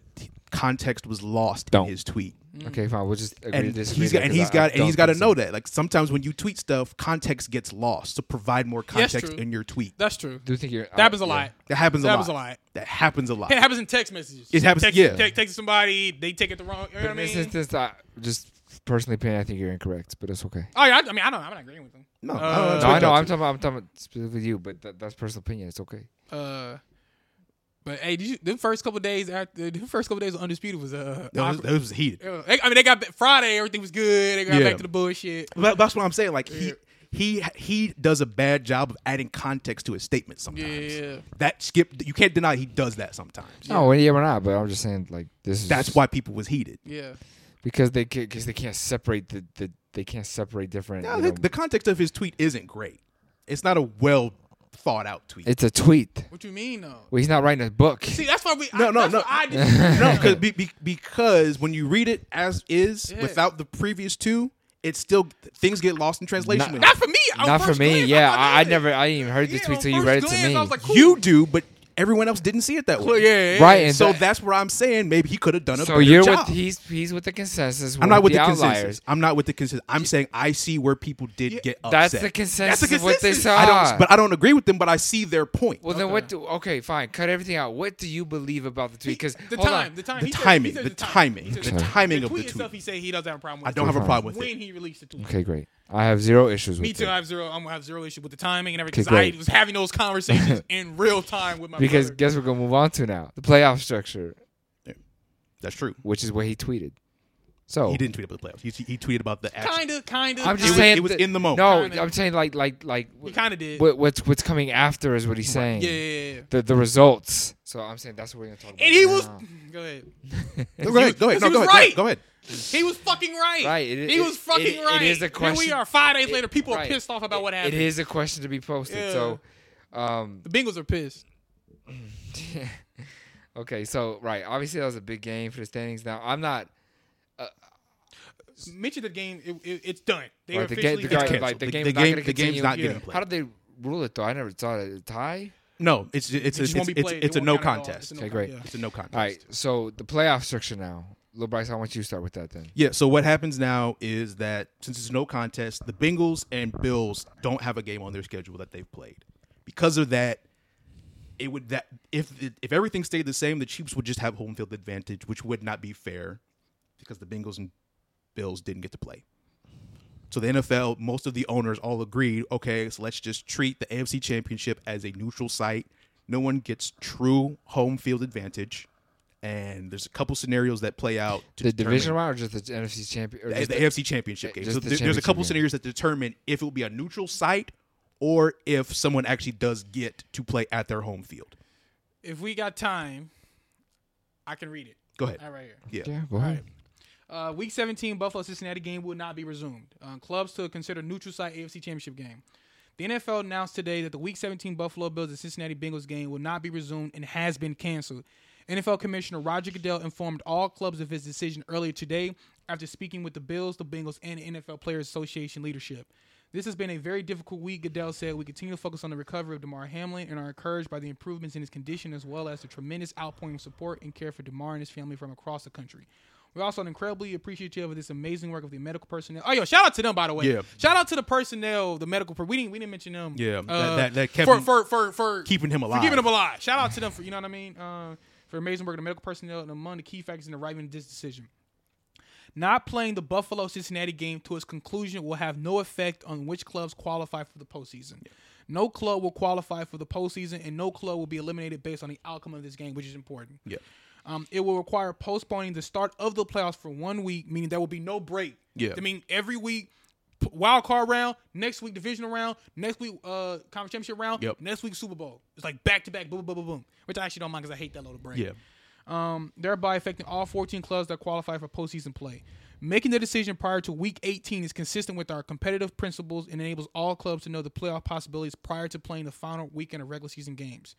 context was lost
Don't.
in his tweet,
okay, fine. We'll just agree to
and
disagree.
he's
then,
got and
'cause
he's
I- I
got and
don't
he's got to
think so.
know that. Like sometimes when you tweet stuff, context gets lost. So provide more context
true.
in your tweet.
That's true.
Do you think you're?
That happens a
yeah.
lot.
That happens a
That
lot.
happens a lot.
That happens a lot.
It happens in text messages.
It happens-
Text,
yeah.
te- text somebody, they take it the wrong. You know
But
what I
in this
mean?
instance, I just personally opinion, I think you're incorrect, but it's okay.
Oh yeah, I, I mean, I don't. I'm not agreeing with them.
No, I don't
uh,
No, I
expect
know.
y'all
I'm
to.
talking. About, I'm talking about specifically you, but that, that's personal opinion. It's okay.
uh, but hey, did you? The first couple days after the first couple days of undisputed was uh,
That was,
awkward.
that was heated.
It was- I mean, they got back- Friday. Everything was good. They got
Yeah.
back to the bullshit.
But that's what I'm saying. Like he he he does a bad job of adding context to his statements sometimes.
Yeah.
That skip you can't deny he does that sometimes.
No, Oh, yeah, we're not. But I'm just saying, like this is
That's
just-
why people was heated.
Yeah.
because they can't because they can't separate the, the they can't separate different.
No,
you
the,
know,
the context of his tweet isn't great. It's not a well thought out tweet.
it's a tweet.
What you mean though?
Well, he's not writing a book.
See, that's why we.
No,
I,
no,
that's
no.
What I did.
no, because be, be, because when you read it as is
Yeah.
without the previous two, it's still things get lost in translation.
Not-
with
Not for me. On
not for
first
me.
glance,
yeah,
thought
I, I
that.
never. I didn't even heard the
Yeah,
tweet
on
till you
first
read it
glance,
to me.
I was like, cool.
you do, but everyone else didn't see it that
Well,
way.
yeah, yeah.
right, and
So
that-
that's where I'm saying maybe he could have done a
so
better
you're
job.
with he's he's with the consensus.
I'm not with the,
outliers.
consensus. I'm not with the consensus. I'm saying I see where people did get upset.
That's the consensus.
That's the
of what they
consensus.
saw.
I don't, but I don't agree with them. But I see their point.
Well, then what do? Okay, fine. Cut everything out. What do you believe about the tweet? Because
the time, the time,
The
he said- he
timing,
said
the
He
timing,
said
the timing
the
of the
tweet itself.
tweet.
He said he doesn't have a problem with.
I
it.
don't have a problem with
when
it.
he released the tweet.
Okay, great. I have zero issues with
Me too.
it.
I have zero. I'm gonna have zero issue with the timing and everything.
Okay,
'cause I
great.
was having those conversations in real time with my
Because
brother.
guess what we're gonna move on to now the playoff structure,
That's true.
which is what he tweeted. So
He didn't tweet about the playoffs. He, he tweeted about the action.
Kinda, kinda.
I'm
kinda.
just saying
it was
that-
in the moment.
No,
Kinda.
I'm saying like like like
He kinda did.
what, what's what's coming after is what he's saying.
Yeah, yeah, yeah.
The the results. So I'm saying that's what we're gonna talk about.
And he was.
now.
Go ahead.
Go ahead. Go ahead.
Because he
No, go
was
ahead. go ahead,
right.
Go ahead.
He was fucking right.
Right, it-
he
it-
was fucking
it- it
right.
is the
Here we
question-
are, five days later. People
Right.
are pissed off about what
It
happened.
is a question to be posted.
Yeah.
So, um,
The Bengals are pissed.
okay, so right, obviously that was a big game for the standings. Now I'm not.
Mention the game. It, it, it's done. They
Right,
are
the game,
officially
the,
done.
guy-
canceled.
like, the,
The-
game,
the
is not
game-
gonna
the game's
continue.
not getting played.
How did they rule it though? I never thought it. A tie.
No, it's it's
It
it's
just won't
it's,
be
it's,
played.
it's
It
a
won't count
no
at all. It's
contest.
a no
Okay, great.
count, yeah.
It's a no contest.
All right, so the playoff structure now. Lil Bryce, I want you to start with that then.
Yeah. So what happens now is that since it's no contest, the Bengals and Bills don't have a game on their schedule that they've played. Because of that, it would that if it, if everything stayed the same, the Chiefs would just have home field advantage, which would not be fair because the Bengals and Bills didn't get to play. So the NFL, most of the owners all agreed, okay, so let's just treat the AFC Championship as a neutral site. No one gets true home field advantage, and there's a couple scenarios that play out. To
The
determine-
division round or just the NFC champion? Or
the,
just
the
the-
AFC Championship game.
just
So
the
there- there's a couple
championship
scenarios that determine if it will be a neutral site or if someone actually does get to play at their home field.
If we got time, I can read it.
Go ahead.
All right here.
yeah, go ahead.
Uh, week 17 Buffalo Cincinnati game will not be resumed. Uh, clubs to consider neutral site AFC Championship game. The NFL announced today that the Week 17 Buffalo Bills and Cincinnati Bengals game will not be resumed and has been canceled. NFL Commissioner Roger Goodell informed all clubs of his decision earlier today after speaking with the Bills, the Bengals, and the NFL Players Association leadership. This has been a very difficult week, Goodell said. We continue to focus on the recovery of DeMar Hamlin and are encouraged by the improvements in his condition as well as the tremendous outpouring of support and care for DeMar and his family from across the country. We're also incredibly appreciative of this amazing work of the medical personnel. Oh, yo, shout out to them, by the way.
Yeah.
Shout out to the personnel, the medical. Per- we didn't we didn't mention them.
Yeah, that-
uh,
that- that kept
for,
him-
for for for
Keeping him
for
alive.
keeping him alive. Shout out to them for you know what I mean. Uh, for amazing work of the medical personnel and among the key factors in arriving at this decision. Not playing the Buffalo Cincinnati game to its conclusion will have no effect on which clubs qualify for the postseason. No club will qualify for the postseason, and no club will be eliminated based on the outcome of this game, which is important.
yeah.
Um, it will require postponing the start of the playoffs for one week, meaning there will be no break.
Yeah.
I mean, every week, p- wild card round, next week divisional round, next week uh conference championship round,
Yep.
next week Super Bowl. It's like back to back, boom, boom, boom, boom. Which I actually don't mind because I hate that load of break
Yeah.
thereby affecting all 14 clubs that qualify for postseason play. Making the decision prior to Week 18 is consistent with our competitive principles and enables all clubs to know the playoff possibilities prior to playing the final weekend of regular season games.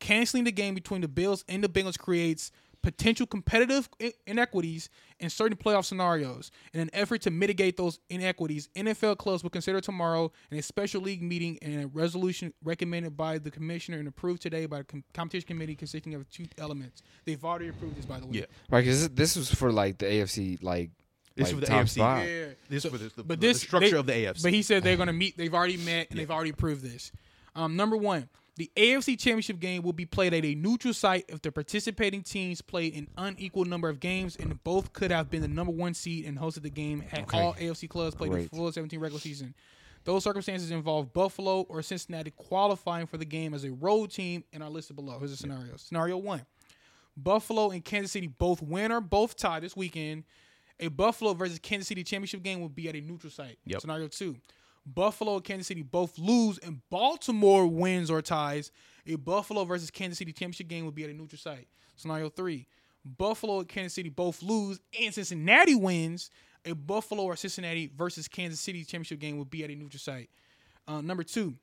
Canceling the game between the Bills and the Bengals creates potential competitive i- inequities in certain playoff scenarios. In an effort to mitigate those inequities, NFL clubs will consider tomorrow in a special league meeting and a resolution recommended by the commissioner and approved today by the com- competition committee consisting of two elements. They've already approved this, by the way.
Yeah.
Right, because this was for like the AFC, like,
This
like
was the
top
AFC.
spot.
Yeah.
This
So-
for the, the-
but
the
this
structure
they-
of the AFC.
But he said they're going to meet. They've already met and they've already approved this. Um, number one, the AFC Championship game will be played at a neutral site if the participating teams played an unequal number of games and both could have been the number one seed and hosted the game had
Okay.
all AFC clubs played the
Great.
full 17 regular season. Those circumstances involve Buffalo or Cincinnati qualifying for the game as a road team and are listed below. Here's the scenario. Scenario one. Buffalo and Kansas City both win or both tie this weekend. A Buffalo versus Kansas City championship game will be at a neutral site.
Yep.
Scenario two. Buffalo and Kansas City both lose and Baltimore wins or ties. A Buffalo versus Kansas City championship game will be at a neutral site. Scenario three. Buffalo and Kansas City both lose and Cincinnati wins. A Buffalo or Cincinnati versus Kansas City championship game will be at a neutral site. Uh, number two,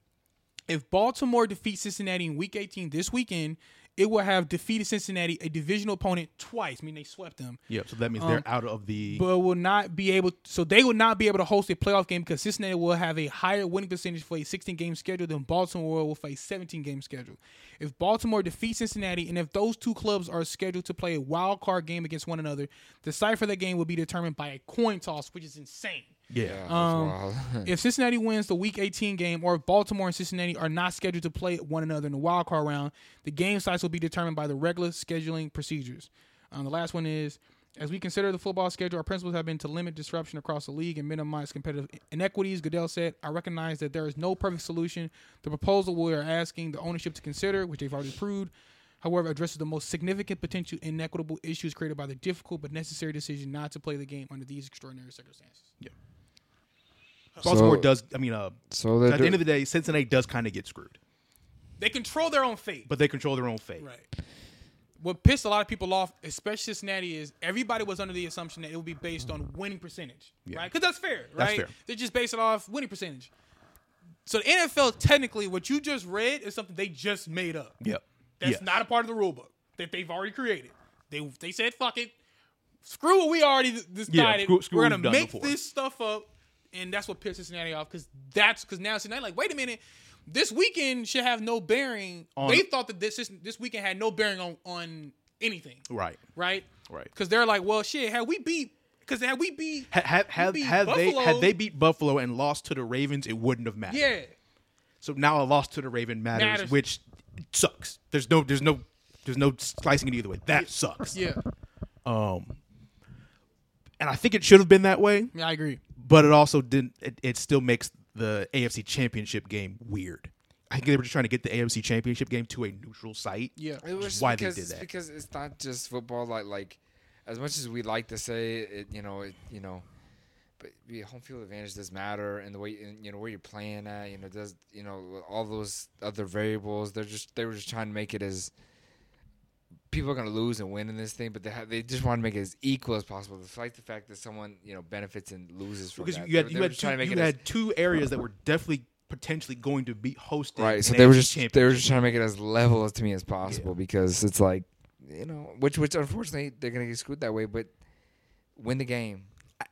if Baltimore defeats Cincinnati in Week 18 this weekend, it will have defeated Cincinnati, a divisional opponent, twice. I mean, they swept them,
yeah. So that means they're out of the.
Um, but will not be able. So they will not be able to host a playoff game because Cincinnati will have a higher winning percentage for a 16 game schedule than Baltimore will for a 17 game schedule. If Baltimore defeats Cincinnati, and if those two clubs are scheduled to play a wild card game against one another, the site for that game will be determined by a coin toss, which is insane.
Yeah,
yeah.
that's wild.
If Cincinnati wins the Week 18 game, or if Baltimore and Cincinnati are not scheduled to play one another in the wild card round, the game sites will be determined by the regular scheduling procedures. Um, the last one is, as we consider the football schedule, our principles have been to limit disruption across the league and minimize competitive inequities. Goodell said, "I recognize that there is no perfect solution. The proposal we are asking the ownership to consider, which they've already approved." However, addresses the most significant potential inequitable issues created by the difficult but necessary decision not to play the game under these extraordinary circumstances.
Baltimore
So-
does. I mean, uh,
so
at
they're
the end of the day, Cincinnati does kind of get screwed,
They control their own fate.
but they control their own fate.
Right. What pissed a lot of people off, especially Cincinnati, is everybody was under the assumption that it would be based on winning percentage,
Yeah.
right? Because that's fair, right?
That's fair.
They just based it off winning percentage. So the NFL, technically, what you just read is something they just made up.
Yep.
That's
yeah.
not a part of the rule book that they've already created. They they said, "Fuck it, screw what we already d- decided.
screw- screw
We're
what
gonna
we've done
make
before."
this stuff up," and that's what pissed Cincinnati off because that's because now Cincinnati like, wait a minute, this weekend should have no bearing.
On-
they thought that this is- this weekend had no bearing on on anything,
right.
right?
Right.
Because they're like, well, shit, had we beat, because had we beat,
Ha- Have have
beat
have they
Buffalo.
had they beat Buffalo and lost to the Ravens, it wouldn't have mattered.
yeah,
So now a loss to the Raven matters,
Matters.
which sucks. There's no there's no there's no slicing it either way. That sucks.
Yeah,
Um and I think it should have been that way,
yeah, I agree.
but it also didn't it, it still makes the AFC championship game weird. I think they were just trying to get the AFC championship game to a neutral site.
Yeah,
It was
why they
because,
did
it's
that.
Because it's not just football. Like like, as much as we like to say it, you know, it, you know, but the home field advantage does matter, and the way and, you know where you're playing at, you know, does you know all those other variables. They're just they were just trying to make it as people are going to lose and win in this thing, but they ha- they just want to make it as equal as possible. Despite the fact that someone you know benefits and loses from
Because
that.
you had
They-
you
they were
had
just
two,
trying to make
you
it as-
had two areas that were definitely potentially going to be hosting
Right. So
an
they were
AFC
just they were
championship.
just trying to make it as level as to me as possible because it's like you know which which unfortunately they're gonna get screwed that way, but win the game.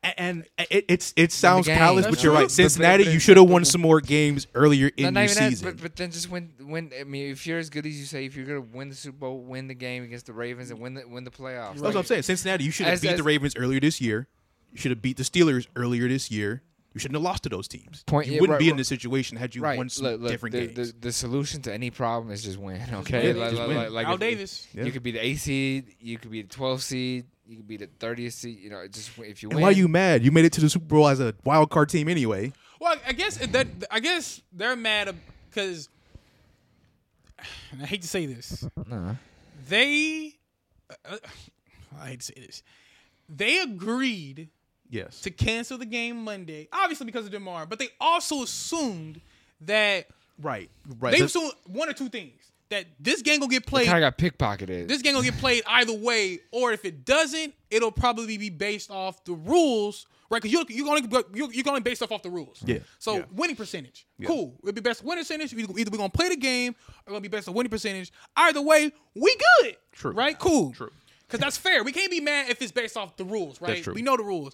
A- and it it's, it sounds
game.
callous,
That's
but you're
true.
right.
But-
Cincinnati,
but-
you should have won
but-
some more games earlier in
Not
your
even that,
season.
but, but then just win win. I mean, if you're as good as you say, if you're gonna win the Super Bowl, win the game against the Ravens and win the win the playoffs.
That's what I'm
Like,
saying. Cincinnati, you should have
As-
beat
as-
the Ravens earlier this year. You should have beat the Steelers earlier this year. You shouldn't have lost to those teams.
Point-
you
yeah,
wouldn't
right,
be in
right.
this situation had you
Right.
won some
Look, look,
different
the,
games.
the, the solution to any problem is just win. Okay.
win.
Like-
Just
like-
win.
like- like
Al
if- if
Davis.
Yeah.
You could be the eighth seed. You could be the 12th seed. You could be the 30th seed. You know, it just if you
and
win.
why are you mad? You made it to the Super Bowl as a wild card team anyway.
Well, I guess that I guess they're mad because I hate to say this.
Nah.
They, uh, I hate to say this. They agreed
Yes.
to cancel the game Monday, obviously because of Demar, but they also assumed that
Right. Right.
they
That-
assumed one or two things: that this game gonna get played,
Kind of got pickpocketed.
this game gonna get played either way, or if it doesn't, it'll probably be based off the rules, right? Because you you're gonna you're, you're gonna based off off the rules.
Yeah.
So
Yeah.
winning percentage,
Yeah.
cool. It'll be best winning percentage. We- Either we're gonna play the game, or gonna be best on winning percentage. Either way, we good.
True.
Right. Cool.
True.
Because that's fair. We can't be mad if it's based off the rules, right?
true.
We know the rules.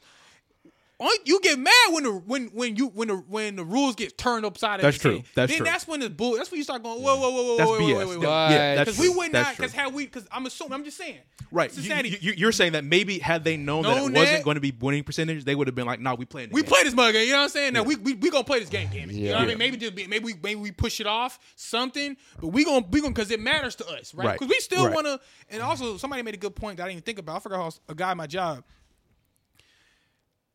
Only- You get mad when the when when you when the when the rules get turned upside.
That's
everything.
true. That's
then
true.
that's when the bull. That's when you start going whoa whoa whoa whoa
that's
whoa, whoa,
BS.
whoa, whoa, whoa.
That-
Yeah, that's
Because we
true.
would
That's
not.
true.
Because how we? Because I'm assuming. I'm just saying.
Right. You-
Cincinnati.
You, you, are saying that maybe had they known that
Known
it
that-
wasn't going to be winning percentage, they would have been like, nah, we playing the
we
game.
play this mug. You know what I'm saying? Now we, we we gonna play this game. Damn it. You know
Yeah.
what I mean? Maybe just be, maybe we maybe we push it off something, but we gonna we gonna because it matters to us, right?
Right.
Because we still
Right.
wanna. And also, somebody made a good point that I didn't even think about. I forgot how a guy at my job.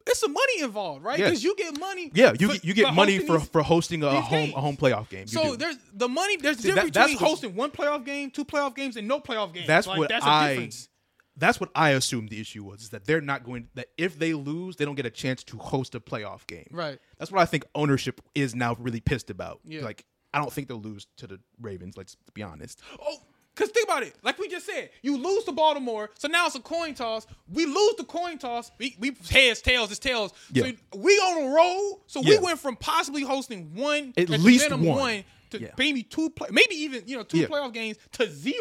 It's some money involved, right?
Yes.
Because you get money.
Yeah, you,
for-
get- you get money
hosting
for,
these-
for hosting a
these
home a
games.
home playoff game. You
So
do.
there's the money. There's a
that-
difference
that's
between
what-
hosting one playoff game, two playoff games, and no playoff games.
That's
Like,
what
that's
I.
a difference.
That's what I assumed the issue was is that they're not going that if they lose, they don't get a chance to host a playoff game.
Right.
That's what I think ownership is now really pissed about.
Yeah.
Like I don't think they'll lose to the Ravens. Let's be honest.
Oh, because think about it. Like we just said, you lose to Baltimore, so now it's a coin toss. We lose the coin toss. We, we heads, tails, it's tails.
Yeah.
So we on a roll. So we
Yeah.
went from possibly hosting one,
At
the
least
minimum
one.
to
Yeah.
maybe two, play, maybe even you know two
Yeah.
playoff games to zero.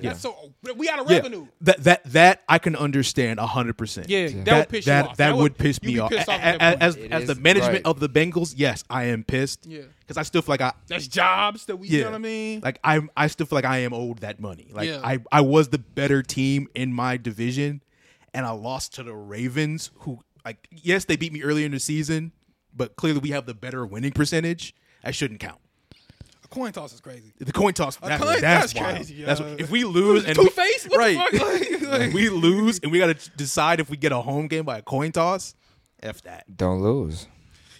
That's so we out of
Yeah.
revenue.
That that that I can understand hundred percent.
Yeah, that would piss you
that,
off.
That,
That
would,
would-
piss
you'd
me
be
off.
pissed off
A-
at
a-
that
as
point.
as
It
the
is-
management
right.
of the Bengals, yes, I am pissed.
Yeah.
Because I still feel like I
That's jobs that we.
Yeah.
You know what I mean?
Like I'm I still feel like I am owed that money. Like
Yeah.
I, I was the better team in my division and I lost to the Ravens who like yes, they beat me earlier in the season, but clearly we have the better winning percentage. That shouldn't count.
a coin toss is crazy.
The coin toss that,
coin
that's,
toss
wild.
crazy,
That's
yeah.
if we lose and
Two face. What
right.
The fuck? Like, like-
we lose and we got to decide if we get a home game by a coin toss. F that.
Don't lose.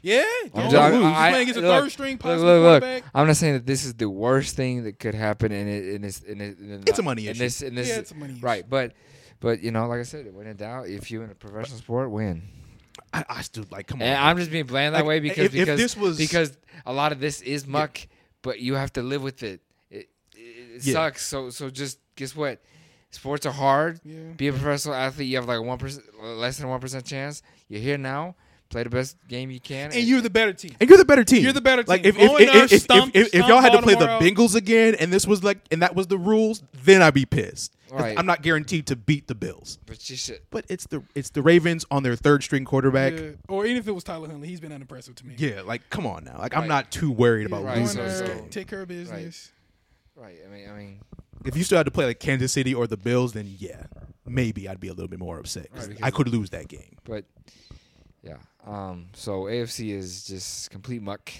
yeah.
I'm
don't
just-
lose.
I-
He's
I-
Oh, playing against a
look,
third string
look,
possible
look, look.
quarterback.
I'm not saying that this is the worst thing that could happen, and it, and it's, and it, and
It's a money
and
issue.
This, and this,
Yeah, it's a money issue.
Right, but but you know, like I said, when in doubt, if you in a professional sport, win.
I, I still like come on.
And I'm just being bland that
Like,
way because
if- if
because
this was-
because a lot of this is muck, but you have to live with it. It, it, it
Yeah.
sucks. So so just guess what? Sports are hard.
Yeah.
Be a professional athlete. You have like a one percent, less than one percent chance. You're here now. Play the best game you can.
And you're the better team.
and you're the better team.
You're the better
Like
team.
if if,
Going
if,
up,
if, if,
stomp-
if- if
stomp
y'all had to play the
Baltimore out.
Bengals again and this was like and that was the rules, then I'd be pissed. 'Cause
Right.
I'm not guaranteed to beat the Bills.
but you should.
But it's the it's the Ravens on their third string quarterback. Yeah,
Yeah. Or even if it was Tyler Huntley, he's been unimpressive to me.
like come on now. Like
Right.
I'm not too worried about
Right,
losing
so-
this
so-
game.
Take care of business.
Right. I mean. I mean.
If you still had to play like Kansas City or the Bills, then yeah, maybe I'd be a little bit more upset. 'cause
Right, because-
I could lose that game.
But yeah. Um. So AFC is just complete muck.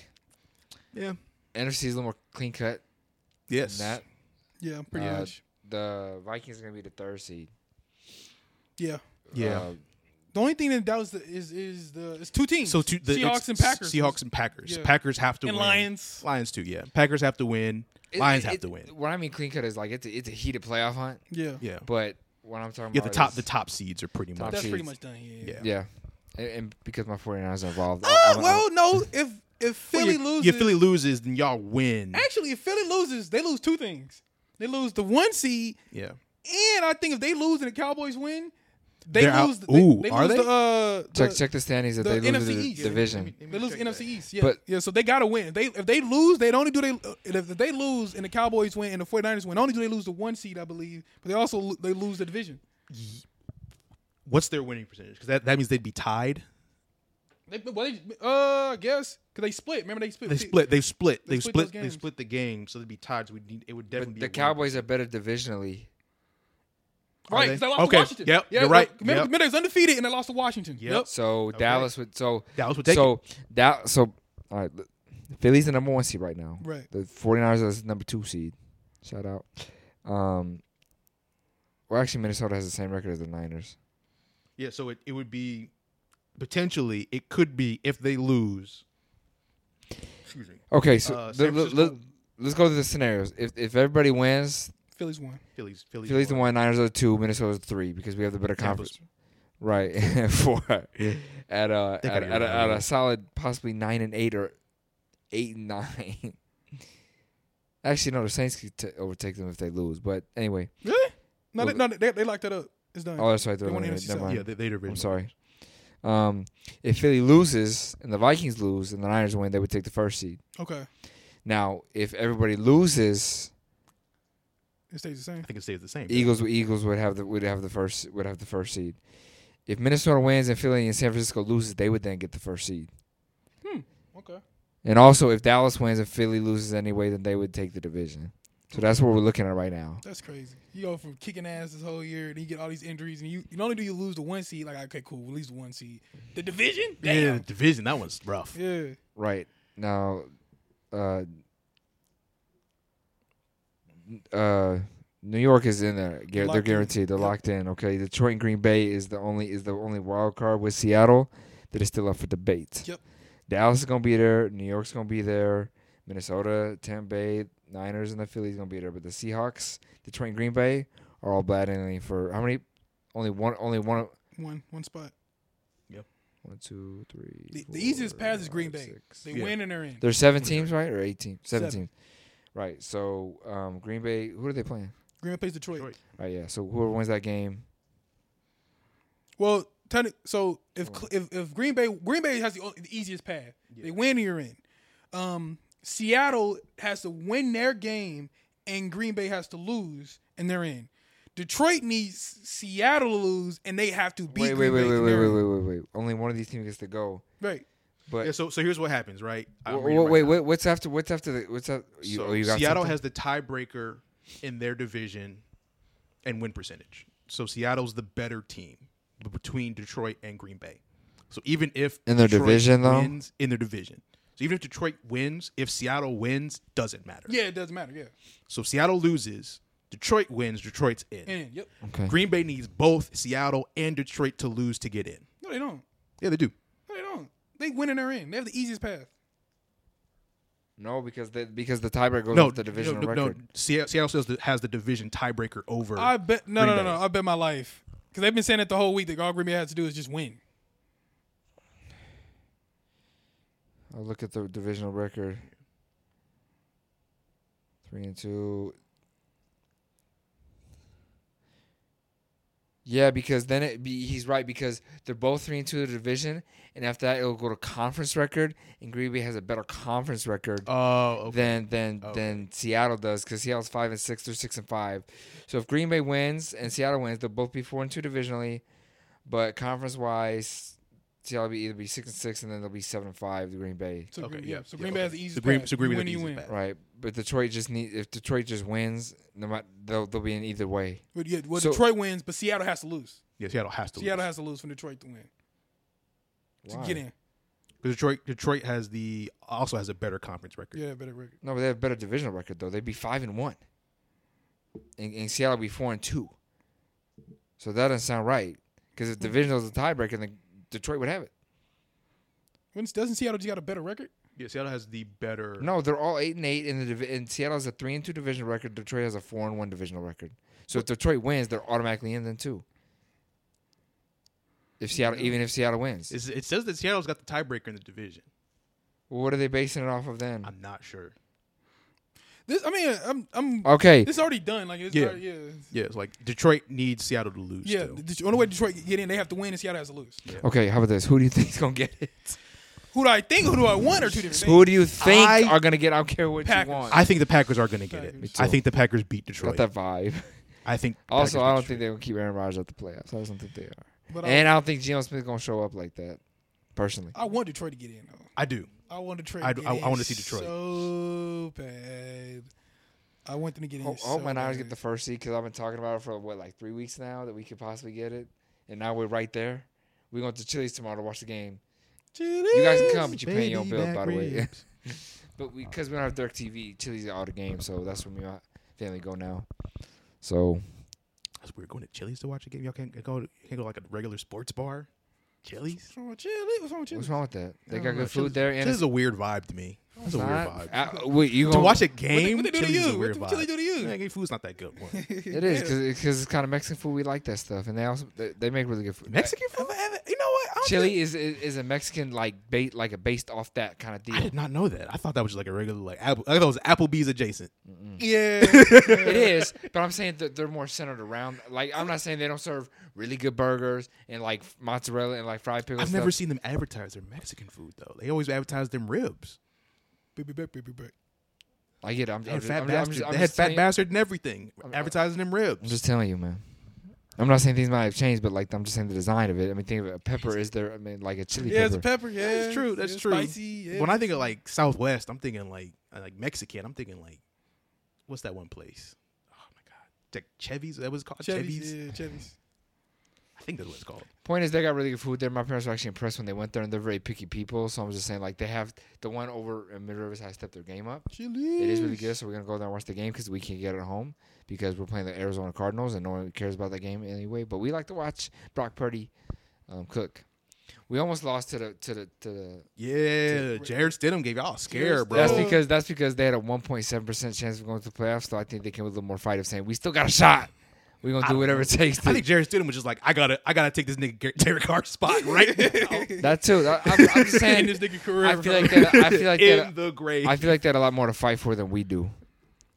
Yeah.
NFC is a little more clean cut
Yes.
than that.
Yeah, pretty
Uh,
much.
The Vikings are gonna be the third seed.
Yeah.
Yeah.
Uh,
The only thing that that was the, is is the it's two teams.
So to the
Seahawks
it's
and Packers.
Seahawks and Packers.
Yeah.
Packers have to
And
win.
Lions.
Lions too. Yeah. Packers have to win.
it-
Lions
it-
have
it-
to win.
What I mean clean cut is like it's a, it's a heated playoff hunt,
Yeah.
Yeah.
but what I'm talking
Yeah. The
about
top
is-
the top seeds are pretty
Top
much.
That's pretty
Jeez.
much done. Yeah.
Yeah.
yeah, and, and because my 49ers are involved.
Oh,
I-
Ah,
I'm- I'm-
well, no. If if
Well,
Philly
yeah,
loses,
Yeah, Philly loses, then y'all win.
Actually, if Philly loses, they lose two things. They lose the one seed,
Yeah.
and I think if they lose and the Cowboys win, they
They're out-
lose. the- they-
Ooh,
they
are
lose
they?
The, uh, the-
check check the standings if
the
they lose
NFC
the
East.
division.
They lose NFC East, yeah,
But-
yeah. So they gotta win. They if they lose, they only do they if they lose and the Cowboys win and the 49ers win, only do they lose the one seed, I believe. But they also lo- they lose the division.
What's their winning percentage? Because that, that means they'd be tied.
They, well, they, uh, I guess because they split. Remember they split.
They split. They've split.
They
They've
split those
split. They've
games.
split the game, so they'd be tied. So we'd need, it would
But
definitely
the
be a win.
Cowboys are better divisionally.
Are
right?
they?
'cause They lost
Okay,
to Washington.
yep,
Yeah,
you're right,
Remember,
yep.
remember they was undefeated and they lost to Washington.
Yep.
So Dallas would so
Dallas would take it.
so that so all right. look, Philly's the number one seed right now.
Right.
The 49ers are the number two seed. Shout out. Um, well, actually, Minnesota has the same record as the Niners.
Yeah, so it, it would be potentially it could be if they lose. Excuse me.
Okay, so
Uh,
the,
San
let,
Francisco,
let, us go through the scenarios. If if everybody wins,
Phillies won.
Phillies, Phillies,
Philly's the
won.
one, Niners are the two, Minnesota's the three because we have the better
Tampa's-
conference. Right, four at a
They
at,
gotta
at, a,
get
at
out of
a solid possibly nine and eight or eight and nine. Actually, no, the Saints could t- overtake them if they lose. But anyway,
Really? No,
Well,
they, no, they, they locked that up. It's done.
oh, that's right, they're
They won the
eliminated.
NFC
Never
South.
mind.
Yeah, they, they
I'm sorry. Um, if Philly loses and the Vikings lose and the Niners win, they would take the first seed.
Okay,
Now, if everybody loses,
it stays the same.
I think it stays the same.
Eagles Eagles would have the would have the first would have the first seed. If Minnesota wins and Philly and San Francisco loses, they would then get the first seed.
Okay.
And also, if Dallas wins and Philly loses anyway, then they would take the division. So that's what we're looking at right now.
That's crazy. You go from kicking ass this whole year, and you get all these injuries, and you not only do you lose the one seed, like okay, cool, we lose the one seed, the division,
Yeah,
damn,
the division that one's rough.
yeah,
Right now, uh, uh, New York is in there. Gar-
Locked
they're
in.
guaranteed. They're
Yep.
locked in. Okay, Detroit and Green Bay is the only is the only wild card with Seattle that is still up for debate.
Yep.
Dallas is gonna be there. New York's gonna be there. Minnesota, Tampa Bay, Niners, and the Phillies gonna be there. But the Seahawks, Detroit, and Green Bay are all battling for how many? Only one. Only one.
one one spot.
One, two, three.
The- the easiest
four,
path is Green
five,
Bay.
six.
They
Yeah.
win and they're in.
There's seven teams, right, or eight teams? Seven,
Seven.
teams, right? So um, Green Bay, who are they playing?
Green Bay plays Detroit.
Detroit.
Right, yeah. So whoever wins that game,
Well, techni- so if, Cl- if if Green Bay Green Bay has the, o- the easiest path, they win and you're in. Um, Seattle has to win their game, and Green Bay has to lose, and they're in. Detroit needs Seattle to lose, and they have to beat
wait, wait,
Green
wait,
Bay.
wait,
and
wait,
they're
wait,
in.
wait, wait, wait. Only one of these teams gets to go. But
Yeah, so so here's what happens, right? I'm
Wha-
reading
wha-
right
wait,
now.
wait, what's after? What's after the? What's up? You,
So
oh, you got
Seattle
something?
has the tiebreaker in their division and win percentage. So Seattle's the better team b- between Detroit and Green Bay. So even if
In their
Detroit
division, though?
wins in their division. So even if Detroit wins, if Seattle wins, doesn't matter.
Yeah, it doesn't matter. Yeah,
So if Seattle loses, Detroit wins, Detroit's in.
and in. Yep.
Okay.
Green Bay needs both Seattle and Detroit to lose to get in.
No, they don't.
Yeah, they do.
No, they don't. They win and they're in. They have the easiest path.
No, because the because the tiebreaker goes
No,
off the divisional
no, no,
record.
no. Se- Seattle says that has the division tiebreaker over.
I bet. No,
Green
no,
Bay.
no, no. I bet my life because they've been saying it the whole week that all Green Bay has to do is just win.
I'll look at the divisional record. Three and two. Yeah, because then it be he's right because they're both three and two in the division, and after that it'll go to conference record, and Green Bay has a better conference record
Oh, okay.
than than than Seattle does because Seattle's five and six, they're six and five. So if Green Bay wins and Seattle wins, they'll both be four and two divisionally, but conference wise, Seattle will be either be six and six, and then they'll be seven and five. The Green Bay,
So
Okay,
Green,
yeah,
yeah. So
yeah,
Green Bay
okay.
has the easiest
So Green-
path.
so Green
You
Bay
win,
has
you
the
win.
easiest path.
right? But Detroit just need if Detroit just wins, no matter they'll they'll be in either way.
But yeah, well,
So-
Detroit wins, but Seattle has to lose.
yeah, Seattle has to.
Seattle
lose.
has to lose for Detroit to win to get in.
Because Detroit, Detroit has the also has a better conference record.
Yeah, better record.
No, but they have a better divisional record though. They'd be five and one. and, and Seattle will be four and two. So that doesn't sound right because if division was a tiebreaker, then Detroit would have it.
When's- Doesn't Seattle just got a better record?
Yeah, Seattle has the better.
No, they're all eight and eight in the divi- and Seattle has a three and two divisional record. Detroit has a four and one divisional record. So if Detroit wins, they're automatically in then two. If Seattle, even if Seattle wins,
It's- it says that Seattle's got the tiebreaker in the division.
well, what are they basing it off of then?
I'm not sure.
This, I mean, I'm, I'm.
Okay,
This already done. Like, it's
Yeah.
yeah, already, yeah,
Yeah, it's like Detroit needs Seattle to lose.
yeah.
still.
The only way Detroit can get in, they have to win, and Seattle has to lose.
okay. How about this? Who do you think's gonna get it?
Who do I think? Who do I want? Or two different
Who
things?
do you think
I-
are gonna get? I don't care what
Packers.
you want.
I think the Packers are going to get
Me
it.
too.
I think the Packers beat Detroit.
got that vibe.
I think. the
Also, I
Packers beat
don't think
Detroit.
they're gonna keep Aaron Rodgers at the playoffs. I just don't think they are.
But I,
And I don't think Geno Smith's gonna show up like that. Personally,
I want Detroit to get in though.
I do.
I want Detroit.
I
to
do-
get
I-
in
I wanna see Detroit.
so bad. I want them to get in.
I hope,
so
Oh, I hope my Niners
bad.
get the first seed because I've been talking about it for what like three weeks now that we could possibly get it, and now we're right there. We're going to Chili's tomorrow to watch the game. You guys can come, but you're paying your own
Baby
bill, by the way.
back ribs.
but we because we don't have Direct TV, Chili's is out of game, so that's when me and my family go now. So
That's weird. Going to Chili's to watch a game. Y'all can't go. Can't go to like a regular sports bar. Chili's.
What's wrong with Chili? What's wrong with Chili?
what's wrong with that? They
I
got
don't know.
good food
Chili's-
there, and
Chili's
it's
is a weird vibe to me. That's a weird
not.
vibe.
I- wait, you
to
gonna
watch a
What they-
game.
what they do to
Chili's is
you?
a
What
weird
the Chili
vibe.
do to you?
Man, food's not that good. One.
It is
Yeah.
because it's kind of Mexican food. We like that stuff, and they also they, they make really good food.
Mexican food. You know what? I don't think-
Chili is, is is a Mexican like bait like a based off that kind of
I
deal.
did not know that. I thought that was just like a regular like apple. I thought it was Applebee's adjacent.
Yeah.
it is, but I'm saying that they're more centered around. Like I'm not saying they don't serve really good burgers and like mozzarella and like fried pickles.
I've never seen them advertise their Mexican food though. They always advertise them ribs.
Baby back, baby back.
I get. It. I'm,
They
I'm
had
just,
fat
I'm,
bastard.
just, I'm,
they
just
had fat
telling,
bastard and everything. Advertising them
I'm
ribs.
just telling you, man. I'm not saying things might have changed, but like I'm just saying the design of it. I mean, think of it. A pepper is there. I mean, like a chili
Yeah, it's a
pepper.
pepper. Yeah,
That's true. That's
it's
true.
Spicy. Yeah.
When I think of like Southwest, I'm thinking like uh, like Mexican. I'm thinking like, what's that one place? Oh my god, like Chevy's. That was called Chevy's.
Chevy's, yeah, Chevy's.
I think that's what it's called.
Point is, they got really good food there. My parents were actually impressed when they went there, and they're very picky people. So I'm just saying, like they have the one over in Mid Rivers has stepped their game up.
Chili.
It is really good, so we're gonna go there and watch the game because we can't get it at home because we're playing the Arizona Cardinals and no one cares about that game anyway. But we like to watch Brock Purdy um, cook. We almost lost to the to the to the.
Yeah, Jared Stidham gave y'all a scare,
Jared
bro.
That's
Stidham.
because that's because they had a 1.7 percent chance of going to the playoffs. So I think they came with a little more fight of saying we still got a shot. We're gonna do whatever it takes.
I
To.
think Jared Stidham was just like, I gotta, I gotta take this nigga Gar- Derek Carr's spot right now.
That too. I, I'm, I'm just
And
saying.
this nigga career.
I feel like that. I feel like
in
that.
the grave.
I feel like they had a lot more to fight for than we do,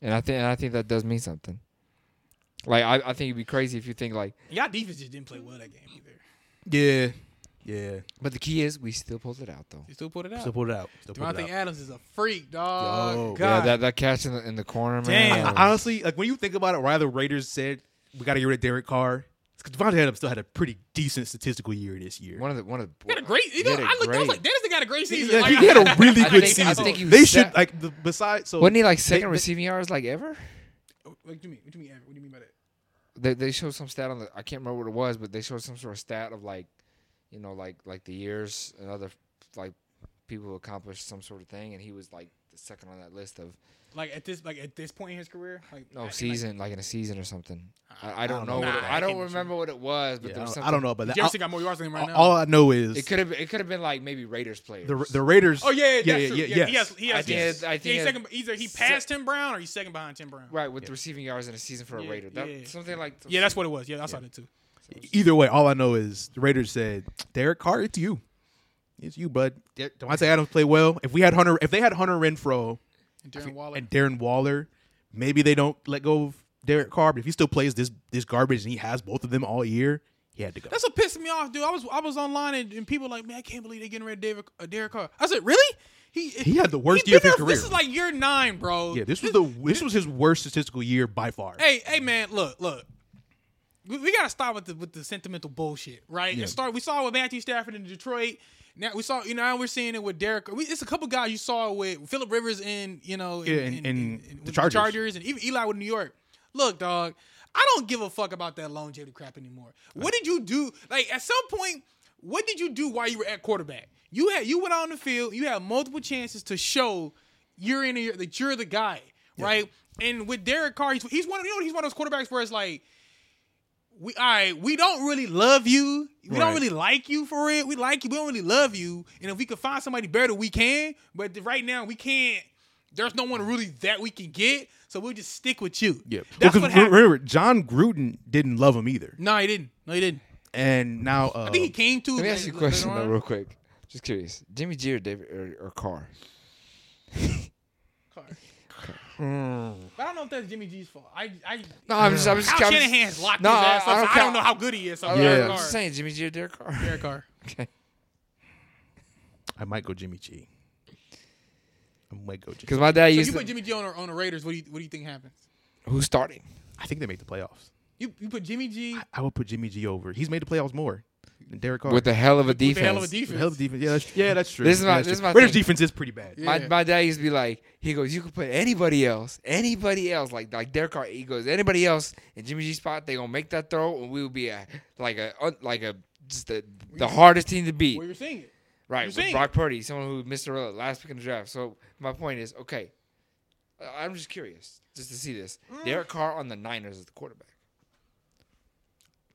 and I think and I think that does mean something. Like I, I think it'd be crazy if you think like
y'all defense just didn't play well that game either.
yeah, yeah.
But the key is we still pulled it out though.
You still pulled it out.
Still pulled it out. Still pulled
Devontae
it out.
Adams is a freak, dog.
Yo.
Yeah,
God.
that, that catch in the in the corner, man.
Damn.
that
I-
was-
honestly, like when you think about it, why the Raiders said we gotta get rid of Derek Carr. Because Devontae Adams still had a pretty decent statistical year this year.
one of the one of the
he had a great. You
He
know,
had a
I looked. I was
great-
like, Dennis got a great season.
Yeah,
like,
he had a really
I
good
think- I
season.
think he was
they should
set-
like the, besides. So
wasn't he like second
they-
receiving yards like ever?
What do you mean? What do you mean? Evan? What do you mean by that?
They they showed some stat on the I can't remember what it was, but they showed some sort of stat of like, you know, like like the years and other like people who accomplished some sort of thing, and he was like the second on that list of
Like at this, like at this point in his career, like
no
Oh,
I- like,
Oh, season like, in a season or something. I, I don't
don't
know.
know.
what it-
Nah,
I
I
don't
can't-
remember what it was, but
Yeah, I,
there was
don't,
something.
I don't know about that.
Jefferson got more yards than him right
all,
now.
all I know is
It could have it could have been like maybe Raiders players.
the the Raiders.
oh yeah, yeah,
yeah,
that's true.
yeah,
yeah,
yes.
He has, he
I
has,
think it's- I
yeah,
think
he's
it's-
second. Either he passed Tim Brown or he's second behind Tim Brown.
right with receiving yards in a season for a
Yeah,
Raider. That,
yeah.
Something like
Yeah, that's what it was. Yeah, I saw that too.
Either way, all I know is the Raiders said Derek Carr, it's you, it's you, bud. De- Devontae Adams played well. If we had Hunter, if they had Hunter Renfro
And Darren Waller.
and Darren Waller, maybe they don't let go of Derek Carr. But if he still plays this this garbage and he has both of them all year, he had to go.
That's what pissed me off, dude. I was I was online and, and people like, man, I can't believe they're getting rid of David, uh, Derek Carr. I said, really? He
He had the worst
he's
year of
been
his
there-
career.
This is like year nine, bro.
yeah, this was the this was his worst statistical year by far.
Hey, hey, man, look, look. We, we gotta stop with the with the sentimental bullshit, right?
Yeah.
And start. We saw it with Matthew Stafford in Detroit. Now we saw, you know, now we're seeing it with Derek. We, it's a couple guys you saw with Philip Rivers in, you know, in,
Yeah, in-
in-
in
in-
the
with
Chargers.
and even Eli with New York. Look, dog, I don't give a fuck about that longevity crap anymore. What did you do? Like at some point, what did you do while you were at quarterback? You had you went out on the field. You had multiple chances to show year in and year that you're the guy, right? And with Derek Carr, he's, he's one of you know he's one of those quarterbacks where it's like we all right, we don't really love you. We don't
Right.
really like you for it. We like you. We don't really love you. And if we could find somebody better, we can. But right now, we can't. There's no one really that we can get. So we'll just stick with you.
Yep.
That's
Because
what happened.
remember, John Gruden didn't love him either,
no, he didn't. No, he didn't.
and now uh,
I think he came to.
Oh. Let me ask you a
later
question though,
on.
real quick. Just curious. Jimmy G or David or, or Carr? Hmm.
But I don't know if that's Jimmy G's fault. I, I
No, I'm just. I'm just.
Kyle
I'm just-
Shanahan's locked
No,
his
I-
ass up. so
I
I
don't
don't,
count-
know how good he is. So
I'm
yeah, Derek
just
Carr.
saying, Jimmy G or Derek Carr.
Derek Carr.
Okay.
uh, I might go Jimmy G. I might go Jimmy.
Because my dad
So
used
you put
to.
Jimmy G on, the- on the Raiders. What do you what do you think happens?
Who's starting?
I think they make the playoffs.
You you put Jimmy G
I would put Jimmy G over. He's made the playoffs more than Derek Carr.
With a hell of a
with
defense.
the hell of a
With the
defense.
hell of a defense. Yeah, that's, yeah, that's true.
This is my-
Yeah, that's
this is
true.
my
Raiders
thing.
defense is pretty bad.
Yeah.
My, my dad used to be like, he goes, you can put anybody else, anybody else, like like Derek Carr. He goes, anybody else in Jimmy G spot, they gonna make that throw, and we will be a like a un- like a just the, the hardest team to beat,
Well, you're seeing it.
right?
you're
With
saying-
Brock Purdy, someone who missed the road last pick in the draft. So my point is, okay, I- I'm just curious just to see this. Derek Carr on the Niners as the quarterback.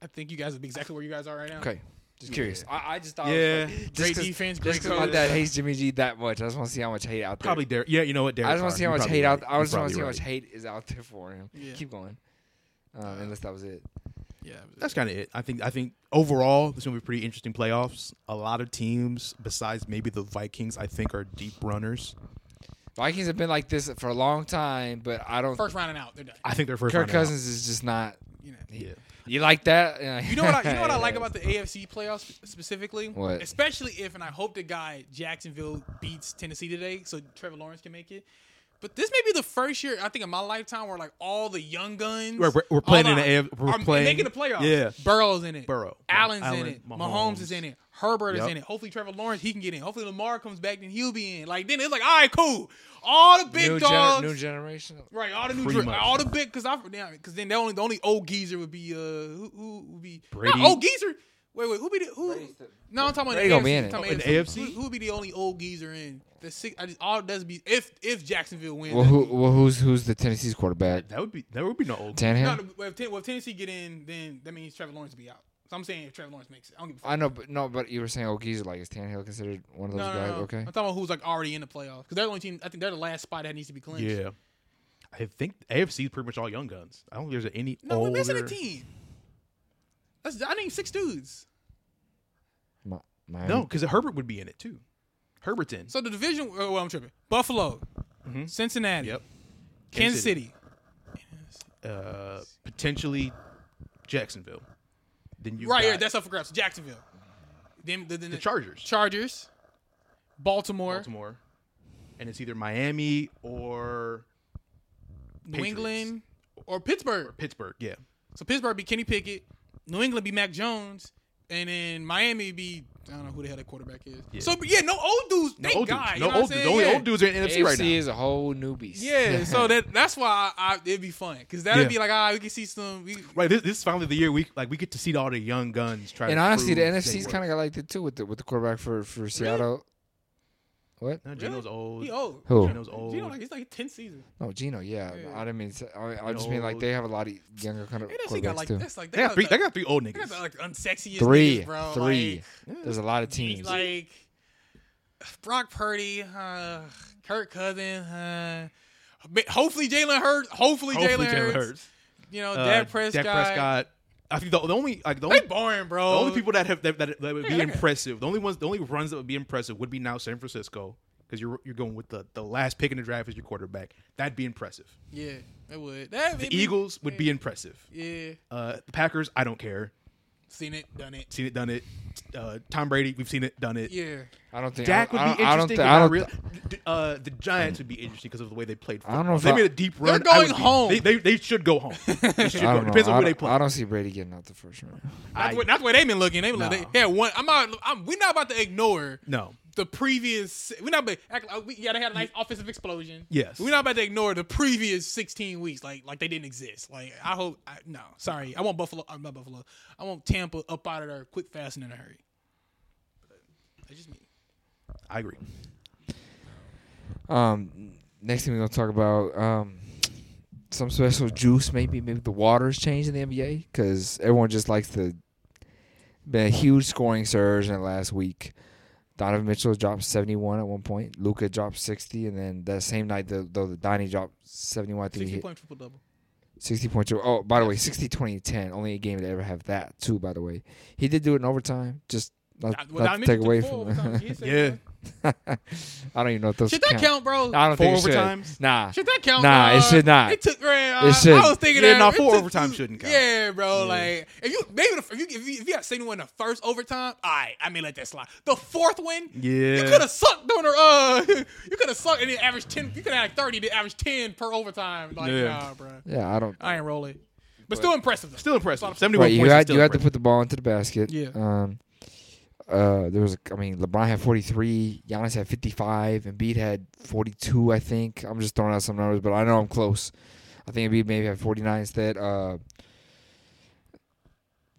I think you guys are exactly where you guys are right now.
Okay, just curious. I, I just thought, it
Yeah.
was funny. Just
Great
'cause-
defense,
just
great
'cause my
coach.
dad hates Jimmy G that much. I just want to see how much hate out there.
Probably Derek. Yeah, you know what? Derek
I just want
Carr.
to see
You're
how much
probably
hate out.
right.
I
You're
just want to see
probably
how much
right.
hate is out there for him.
Yeah. Uh,
Keep going. Um, unless that was it.
Yeah.
That's kind of it. I think. I think overall, this is gonna be pretty interesting playoffs. A lot of teams, besides maybe the Vikings, I think are deep runners.
Vikings have been like this for a long time, but I don't.
First round and out. They're done.
I think they're first.
Kirk
round out.
Cousins is just not.
You know.
Yeah.
You like that?
You know what I, you know what I like about the AFC playoffs sp- specifically?
What?
Especially if, and I hope the guy Jacksonville beats Tennessee today, so Trevor Lawrence can make it. But this may be the first year I think in my lifetime where like all the young guns
We're- we're- we're
all
playing in
the-
the AF we're
are
playing-
making the playoffs.
Yeah.
Burrow's in it.
Burrow.
Allen's
Allen,
in it. Mahomes.
Mahomes.
is in it. Herbert is
Yep.
in it. Hopefully Trevor Lawrence he can get in. Hopefully Lamar comes back then he'll be in. Like then it's like all right cool. All the big
new, gener-
dogs.
new generation?
Right, all the new,
Pretty
dri-
much.
all the big, because I, because then the only, the only old geezer would be, uh, who, who would be,
Brady.
not old geezer. Wait, wait, who be the, who? No, I'm talking about
Brady
the
gonna
AFC.
be in it.
I'm talking
Oh, in
about
the AFC?
Who, who would be the only old geezer in the six? I just all does be if if Jacksonville wins.
Well, who, well, who's who's the Tennessee's quarterback?
That would be. That would be no old.
No,
Tannehill.
no, well, if, Ten- well, if Tennessee get in, then that means Trevor Lawrence be out. So I'm saying if Trevor Lawrence makes it, I don't give a fuck.
I know, but no, but you were saying Okies like is Tannehill considered one of those
No, no,
guys?
no.
Okay.
I'm talking about who's like already in the playoffs because they're the only team. I think they're the last spot that needs to be clinched.
Yeah. I think AFC is pretty much all young guns. I don't think there's any.
No, we're missing a
older-
team. That's I named six dudes.
Mi- Miami.
No, because Herbert would be in it too. Herbert's in.
So the division. Oh, well, I'm tripping. Buffalo, Cincinnati,
Mm-hmm. Yep.
Kansas City.
Uh, potentially Jacksonville. Then you
Right here,
got
that's up for grabs. Jacksonville. Then the, then
the
the
Chargers,
Chargers, Baltimore,
Baltimore, and it's either Miami or
New
Patriots.
England, or Pittsburgh.
Pittsburgh. Yeah,
So Pittsburgh be Kenny Pickett, New England be Mac Jones, and then Miami be I don't know who the hell that quarterback is.
Yeah.
So but yeah, no old dudes.
no
Thank
old
God.
dudes.
you know
No
what I'm
old dudes. The
saying?
only
Yeah.
old dudes are in
AFC
NFC right now.
is a whole new beast.
Yeah, so that that's why I, I- it'd be fun because that'd
Yeah.
be like ah, we can see some. We,
Right, this, this is finally the year we like we get to see all the young guns try.
and
to
honestly, the
prove they
NFC's
work.
kind of got like that too with the with the quarterback for for Seattle. What?
No, Gino's
Really?
old.
he old.
Who?
Gino's old.
You know, like he's like ten season.
No, Gino. Yeah,
Yeah.
I didn't mean. To, I, I just mean like
No.
they have a lot of younger kind of
NFC
quarterbacks
got like
too.
that's like
they got
got
three.
the-
They got three old
They got
niggas.
the, like unsexiest
Three,
niggas, bro.
three.
Yeah.
There's a lot of
Like, he's
teams.
like Brock Purdy, uh, Kirk Cousins. Uh, but hopefully Jalen Hurts. Hopefully, Jalen
Hopefully Jalen
Hurts.
Hurts.
You know,
Uh,
Dak Prescott.
Dak Prescott. I think the, the only like the
They
only,
boring,
the
bro.
only people that have that, that, that would be
Yeah, okay.
impressive. The only ones, the only runs that would be impressive would be now San Francisco because you're you're going with the the last pick in the draft as your quarterback. That'd be impressive.
Yeah, they would. That,
The Eagles would be impressive.
Yeah,
Uh, the Packers, I don't care.
seen it, done it.
Seen it, done it. Uh, Tom Brady, we've seen it, done it.
Yeah,
I don't think. I,
Dak would be
don't-
interesting.
I don't. thi-
but
I
not
don't.
real-
thi-
D- uh, the Giants would be interesting because of the way they played.
I don't
football.
know if
they
I-
made a deep run.
They're
I
going
would be-
home.
They, they, they should go home. They should
I
go.
don't know.
Depends on
I
who they
don't-
play.
I don't see Brady getting out the first round.
that's,
I-
what, that's where they've been looking. They've been
Nah.
looking. They had one. I'm not. I'm, we're not about to ignore
no.
the previous. We're not. But act like, we, yeah, they had a nice offensive explosion.
Yes.
we're not about to ignore the previous 16 weeks, like like they didn't exist. Like I hope. I, no, sorry, I want Buffalo. I'm not Buffalo. I want Tampa up out of there quick, fast, and in a hurry. But That's just me.
I agree.
Um, next thing we're gonna talk about. Um, some special juice, maybe maybe the water's changed in the NBA because everyone just likes the been a huge scoring surge in the last week. Donovan Mitchell dropped 71 at one point. Luca dropped 60, and then that same night, the, though the Donnie dropped 71, I think he
Sixty
hit
point triple double.
60 point. two- Oh, by the way, 60, 20, 10. Only a game to ever have that too. By the way, he did do it in overtime. Just not,
Uh,
not
Well, Donovan
to
Mitchell
take
took
away
four
from.
overtimes. He said-
Yeah.
I don't even know if those
Should that count, bro?
I don't
Four
think it should.
overtimes?
Nah,
Should that count?
Nah, it
dog?
should not.
It took man,
It
I,
should.
I was thinking
Yeah,
that.
nah,
it
four
took-
overtime shouldn't count.
Yeah, bro. Like if you maybe the, if you if you, if you got same one in the first overtime, all right, I may let that slide. The fourth one, you
Yeah.
could have sucked on her. Uh, you could have sucked and then averaged ten. You could have had thirty, then average ten per overtime. Like
Yeah.
nah, bro.
yeah, I don't.
I ain't rolling. But, still impressive. Though.
Still impressive. Seventy-one
Right, you
points. is
had
still
you had to
impressive.
put the ball into the basket.
Yeah.
Um. Uh, there was, a, I mean, LeBron had 43, Giannis had 55, Embiid had 42, I think. I'm just throwing out some numbers, but I know I'm close. I think Embiid maybe had 49 instead. Uh,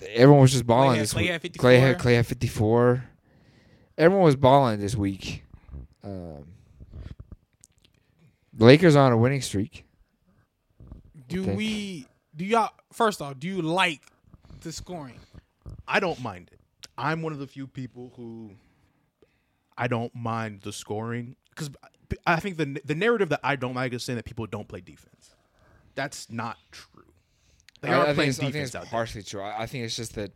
everyone was just balling
had-
this
Clay
week.
had 54.
Clay had Clay had 54. Everyone was balling this week. Um, Lakers on a winning streak.
Do
think.
we? Do y'all? First off, do you like the scoring?
I don't mind it. I'm one of the few people who I don't mind the scoring because I think the the narrative that I don't like is saying that people don't play defense. That's not true. They
I, I
are
think
playing
it's, I think
defense
it's
out there.
partially true. I, I think it's just that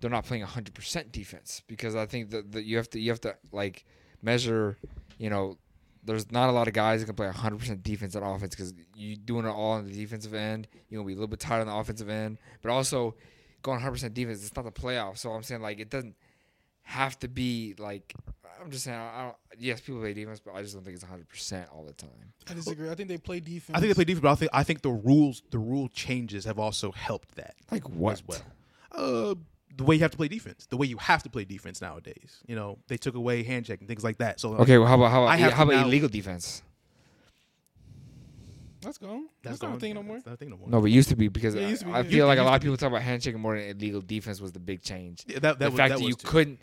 they're not playing 100% defense because I think that, that you have to you have to like measure, you know, there's not a lot of guys that can play 100% defense and offense because you doing it all on the defensive end, you're gonna be a little bit tired on the offensive end, but also going 100% defense. It's not the playoffs, so I'm saying like it doesn't have to be like I'm just saying I don't. Yes, people play defense, but I just don't think it's 100 percent all the time.
I disagree. I think they play defense.
I think they play defense, but I think I think the rules the rule changes have also helped that
Like what?
as well. Uh, the way you have to play defense, the way you have to play defense nowadays. You know, they took away hand check and things like that. So like,
Okay, well, how about how
I
about,
have
how
to
about
now-
illegal defense?
That's gone.
that's
That's, not a
going-
thing no more.
That's not a thing no more.
No, but it used to be because
Yeah, it
I,
used to be,
I
yeah.
feel like a lot of people talk about handshaking more than illegal defense was the big change.
Yeah, that, that
the
was,
fact
that
that,
was
you
too.
couldn't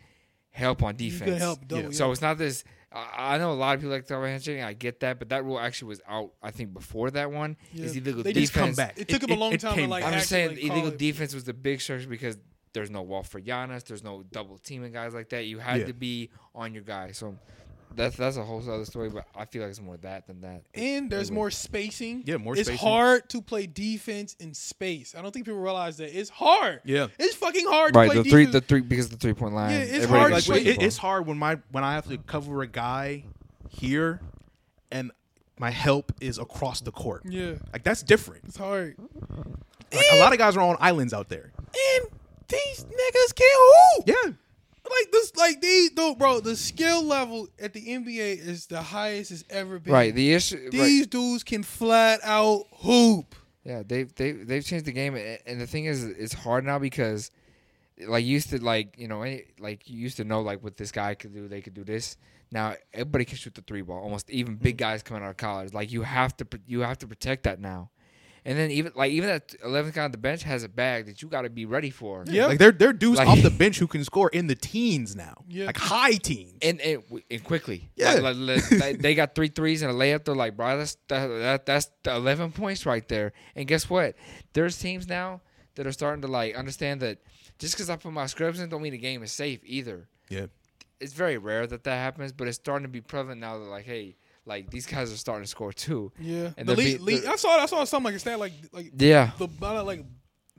help on defense.
You could help double.
Yeah.
So it's not this. I I know a lot of people like to talk about handshaking. I get that, but that rule actually was out. I think before that one is
Yeah.
illegal
They
defense.
just come back.
It took 'em a long time to,
came
like,
back.
I'm just saying
actually, like, call
illegal
it.
defense was the big stretch because there's no wall for Giannis. There's no double teaming guys like that. You had
Yeah.
to be on your guy. So that's that's a whole other story. But I feel like it's more that than that.
And there's
Anyway.
more spacing.
Yeah, more
It's
spacing.
hard to play defense in space. I don't think people realize that. It's hard.
Yeah.
It's fucking hard
Right,
to play
the three, the
defense.
three, because the three point line.
Yeah, it's
everybody
hard
can
to
like
shoot
play
the
it,
ball.
it's hard when my when I have to cover a guy here and my help is across the court.
yeah.
Like that's different.
It's hard.
Like, a lot of guys are on islands out there.
And these niggas can't hoop.
Yeah.
Like this like these dude, bro, the skill level at the NBA is the highest it's ever been.
Right. The issue.
These
Right.
dudes can flat out hoop.
Yeah. They they they've changed the game, a- and the thing is, it's hard now because, like, you used to like you know any, like you used to know like what this guy could do, they could do this. Now everybody can shoot the three ball. Almost even
Mm-hmm.
big guys coming out of college. Like you have to pr- you have to protect that now. And then even like even that eleventh guy on the bench has a bag that you got to be ready for.
Yeah.
Like they're they're dudes
Like-
off the bench who can score in the teens now.
Yeah.
Like high teens.
and and, w- and quickly.
Yeah.
Like, like, like, they- they got three threes and a layup. They're like, bro, that's that, that, that's the eleven points right there. And guess what? There's teams now that are starting to like understand that just because I put my scrubs in, don't mean the game is safe either.
yeah.
It's very rare that that happens, but it's starting to be prevalent now. That like, hey, like these guys are starting to score too.
Yeah.
And
the
they're
lead,
be-
lead, I saw I saw something like a stat like like
Yeah.
the amount of, like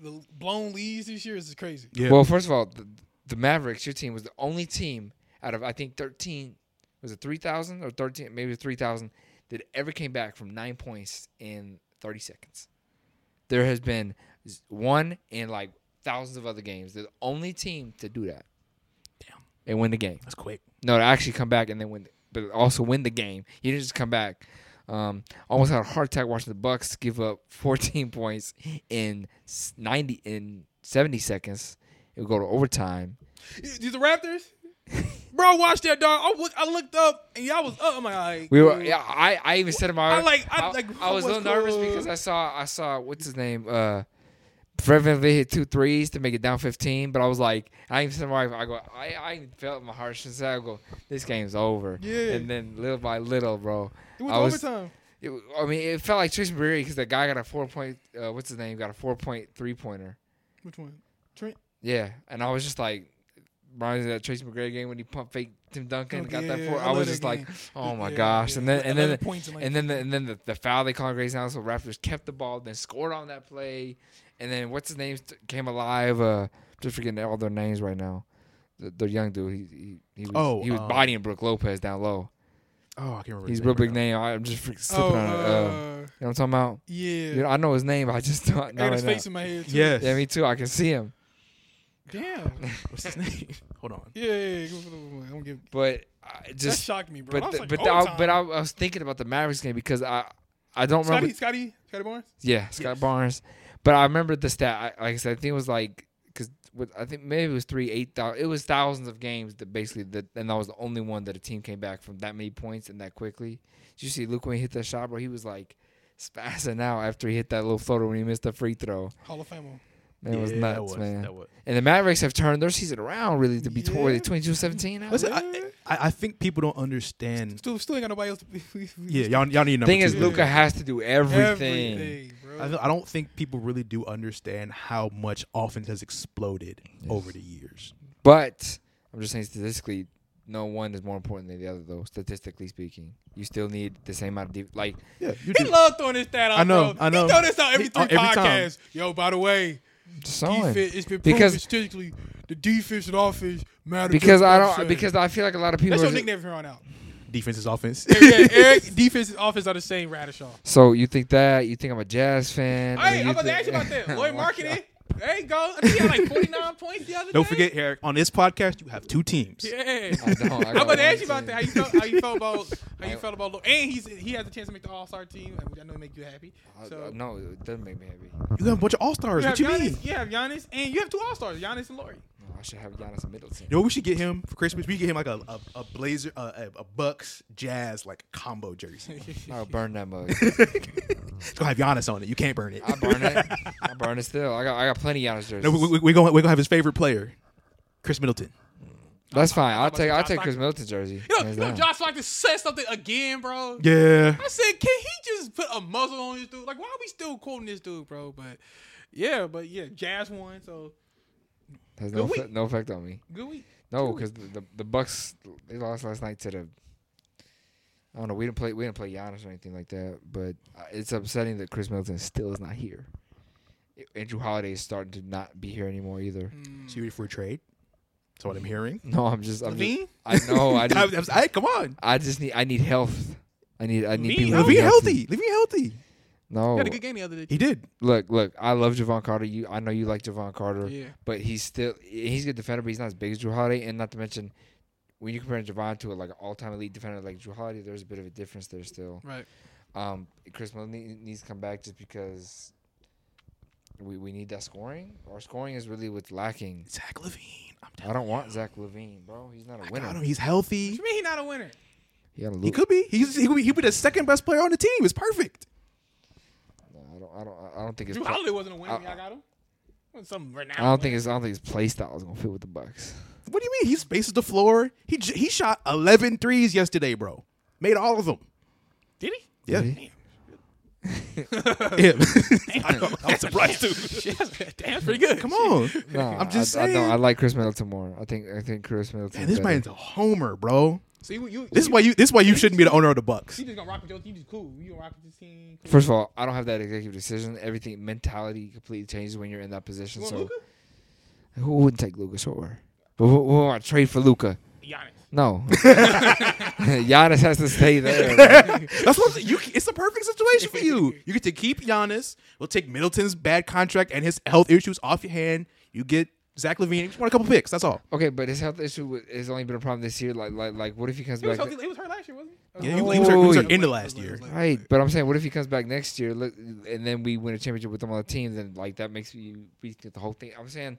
the blown leads this year is crazy.
Yeah.
Well, first of all, the, the Mavericks, your team was the only team out of I think thirteen was it three thousand or thirteen maybe three thousand that ever came back from nine points in thirty seconds. There has been z- one in like thousands of other games. They're the only team to do that.
Damn.
And win the game.
That's quick.
No, to actually come back and then win, but also win the game. He didn't just come back. Um, almost had a heart attack watching the Bucks give up 14 points in s- 90 in 70 seconds. It would go to overtime.
Did the Raptors? Bro, watch that dog. I, look, I looked up and y'all was up. I'm like, all right,
We were.
cool.
Yeah, I, I even said in my.
I like- I like-
I was a little
what's
nervous
going-
because I saw I saw what's his name. Uh, Fred VanVleet hit two threes to make it down 15, but I was like, I even said to my wife, I go, I, I even felt my heart since I go, this game's over.
Yeah.
And then little by little, bro,
It went
I
to
was-
overtime.
It, I mean, it felt like Tristan Berry because the guy got a four point. Uh, what's his name? Got a four point three pointer.
Which one? Trent.
Yeah, and I was just like, reminds me of that Tracy McGrady game when he pumped fake Tim Duncan and
Oh,
got
yeah,
that four.
yeah, I
I, was
love
just
that
like,
game.
oh my
Yeah,
gosh!
yeah.
and then
With
and
11
then
points in, like, oh,
and then the, and then the, the foul they called Grayson Allen, so Raptors kept the ball, then scored on that play, and then what's his name t- came alive. Uh, just forgetting all their names right now. The, the young dude, he he, he was,
Oh,
he was
um,
bodying Brooke Lopez down low.
Oh, I can't remember.
He's
his
a real
right
big
now.
name. I'm just freaking slipping
Oh,
on it. Uh,
uh,
you know what I'm talking about?
yeah.
You know, I know his name, I just don't
I
know.
got his
Right now.
face in my head. Too.
Yes.
Yeah, me too. I can see him.
Damn.
What's his name? Hold on.
Yeah, yeah, yeah. go for the one. I'm gonna give.
But I
That
just
shocked me, bro. I
but
was
the-
like,
but
oh,
the- I,
time.
but I, I was thinking about the Mavericks game because I I don't
Scotty,
remember.
Scotty, Scotty Barnes.
Yeah, Scott
Yes.
Barnes. But I remember the stat. I, like I said, I think it was like because I think maybe it was three eight thousand. It was thousands of games that basically that and that was the only one that a team came back from that many points and that quickly. Did you see Luke when he hit that shot, bro? He was like spazzing out after he hit that little floater when he missed the free throw.
Hall of Famer.
Man, it was
Yeah,
nuts,
that was,
man.
That was.
And the Mavericks have turned their season around really to be
Yeah.
toward 22-17 now.
Listen, I, I I think people don't understand.
Still, still ain't got nobody else. To
Yeah, y'all, y'all need
The
number
thing
two.
is,
two.
Luca has to do everything.
everything, bro.
I, don't- I don't think people really do understand how much offense has exploded over the years.
But I'm just saying statistically, no one is more important than the other, though. Statistically speaking, you still need the same amount of def- like.
Yeah, you
he love throwing this stat out.
I know,
bro.
I know.
He throw this out every
He-
three
oh,
uh, every time.
podcasts. Yo, by the way,
Someone.
defense. It's been proven
Because-
statistically the defense and offense matter. just
Because I
one
don't.
percent.
Because I feel like a lot of people.
that's your
are just-
nickname from here on out.
defense is offense.
yeah, Eric, defense and offense are the same. Radishaw.
so you think that you think I'm a jazz fan? and
Hey,
you
I'm about to
think-
ask you about that.
Oh
Lloyd
my
marketing. There you go. I think he had like 49 points the other day.
don't forget, Eric, on this podcast, you have two teams.
Yeah.
God. I don't, I
I'm
got
about to
one
ask you about
team.
that. How you felt? How you felt about? How you
I-
felt about? Lo- And he's he has a chance to make the All Star team, which I know make you happy.
I-
So
Uh, no, it doesn't make me happy.
You got a bunch of all stars.
you have
What you
Giannis,
mean?
you have Giannis, and you have two All Stars, Giannis and Laurie.
No, I should have Giannis Middleton.
You know what we should get him for Christmas? We get him like a a, a blazer, uh, a, a Bucks Jazz like combo jersey.
I'll burn that mug.
it's gonna have Giannis on it. You can't burn it.
I burn it. I burn it still. I got I got plenty of Giannis jerseys.
no, we, we, we're gonna we're gonna have his favorite player, Chris Middleton.
That's fine. I'll
about
take
the
I'll
Josh
take Chris
Stockton?
Middleton jersey.
You know,
hands
you know
down.
Josh like to said something again, bro.
Yeah.
I said, can he just put a muzzle on this dude? Like, why are we still quoting this dude, bro? But yeah, but yeah, Jazz won, so
Has no
Good
fe- no effect on me.
good week.
No,
Two
because the, the the Bucks they lost last night to the. I don't know. We didn't play. We didn't play Giannis or anything like that. But uh, it's upsetting that Chris Middleton still is not here. A- Andrew Holiday is starting to not be here anymore either.
Mm.
So you ready for a trade? That's what I'm hearing.
No, I'm just. I'm just
Levine?
I know. I
I,
just,
was- hey, come on.
I just need. I need health. I need. I need
Levine
people. to
healthy.
be
Levine healthy. Levine healthy.
He
No.
had a good game the other day.
Oh. He did.
Look, look. I love Javon Carter. You. I know you like Javon Carter.
Yeah.
But he's still. He's a good defender, but he's not as big as Drew Holiday. And not to mention, when you compare Javon to a, like an all-time elite defender like Drew Holiday, there's a bit of a difference there still.
Right.
Um, Chris Middleton nee- needs to come back just because we, we need that scoring. Our scoring is really what's lacking.
Zach Levine. I'm telling
I don't want Zach Levine, bro. He's not a
you. I got him.
winner.
He's
What
healthy.
you mean he not a winner?
He had a
He
loop.
could be. He's he could be, he'd be the second best player on the team. It's perfect.
No, I don't. I don't. I don't think it's.
Drew
pla-
Holiday wasn't a winner.
I-
Y'all got him. Wasn't Some renowned.
I don't think it's. I don't think his play style is gonna fit with the Bucks.
What do you mean? He spaces the floor. He j- he shot 11 threes yesterday, bro. Made all of them.
did he?
Yeah.
Did he?
yeah. I know. I'm surprised too.
Shit, that's- damn, that's pretty good.
Come on.
No,
I'm
I-
just
I, I,
saying.
don't, I like Chris Middleton more. I think. I think Chris Middleton.
Man, this
better.
man's a homer, bro.
So you, you,
This is
you,
why you this is why you shouldn't be the owner of the Bucks.
you just gonna rock with your you just cool. You gonna rock with this team. Cool.
First of all, I don't have that executive decision. Everything mentality completely changes when you're in that position.
You want
so
Luka?
who wouldn't take Luca Shore? But who, who I trade for Luca?
Giannis.
No. Giannis has to stay there. man.
That's what I'm saying. You, it's the perfect situation for you. You get to keep Giannis. We'll take Middleton's bad contract and his health issues off your hand. You get Zach Levine. Just want a couple picks. That's all.
Okay, but his health issue wa- has only been a problem this year. Like, like, like, what if he comes
He was,
back?
healthy, he was hurt last year, wasn't he? Oh.
Yeah, he
was-
he was hurt- he was
hurt
end of last year.
ne- right, but I'm saying, what if he comes back next year, let- and then we win a championship with them on the team? Then, like, that makes me rethink the whole thing. I'm saying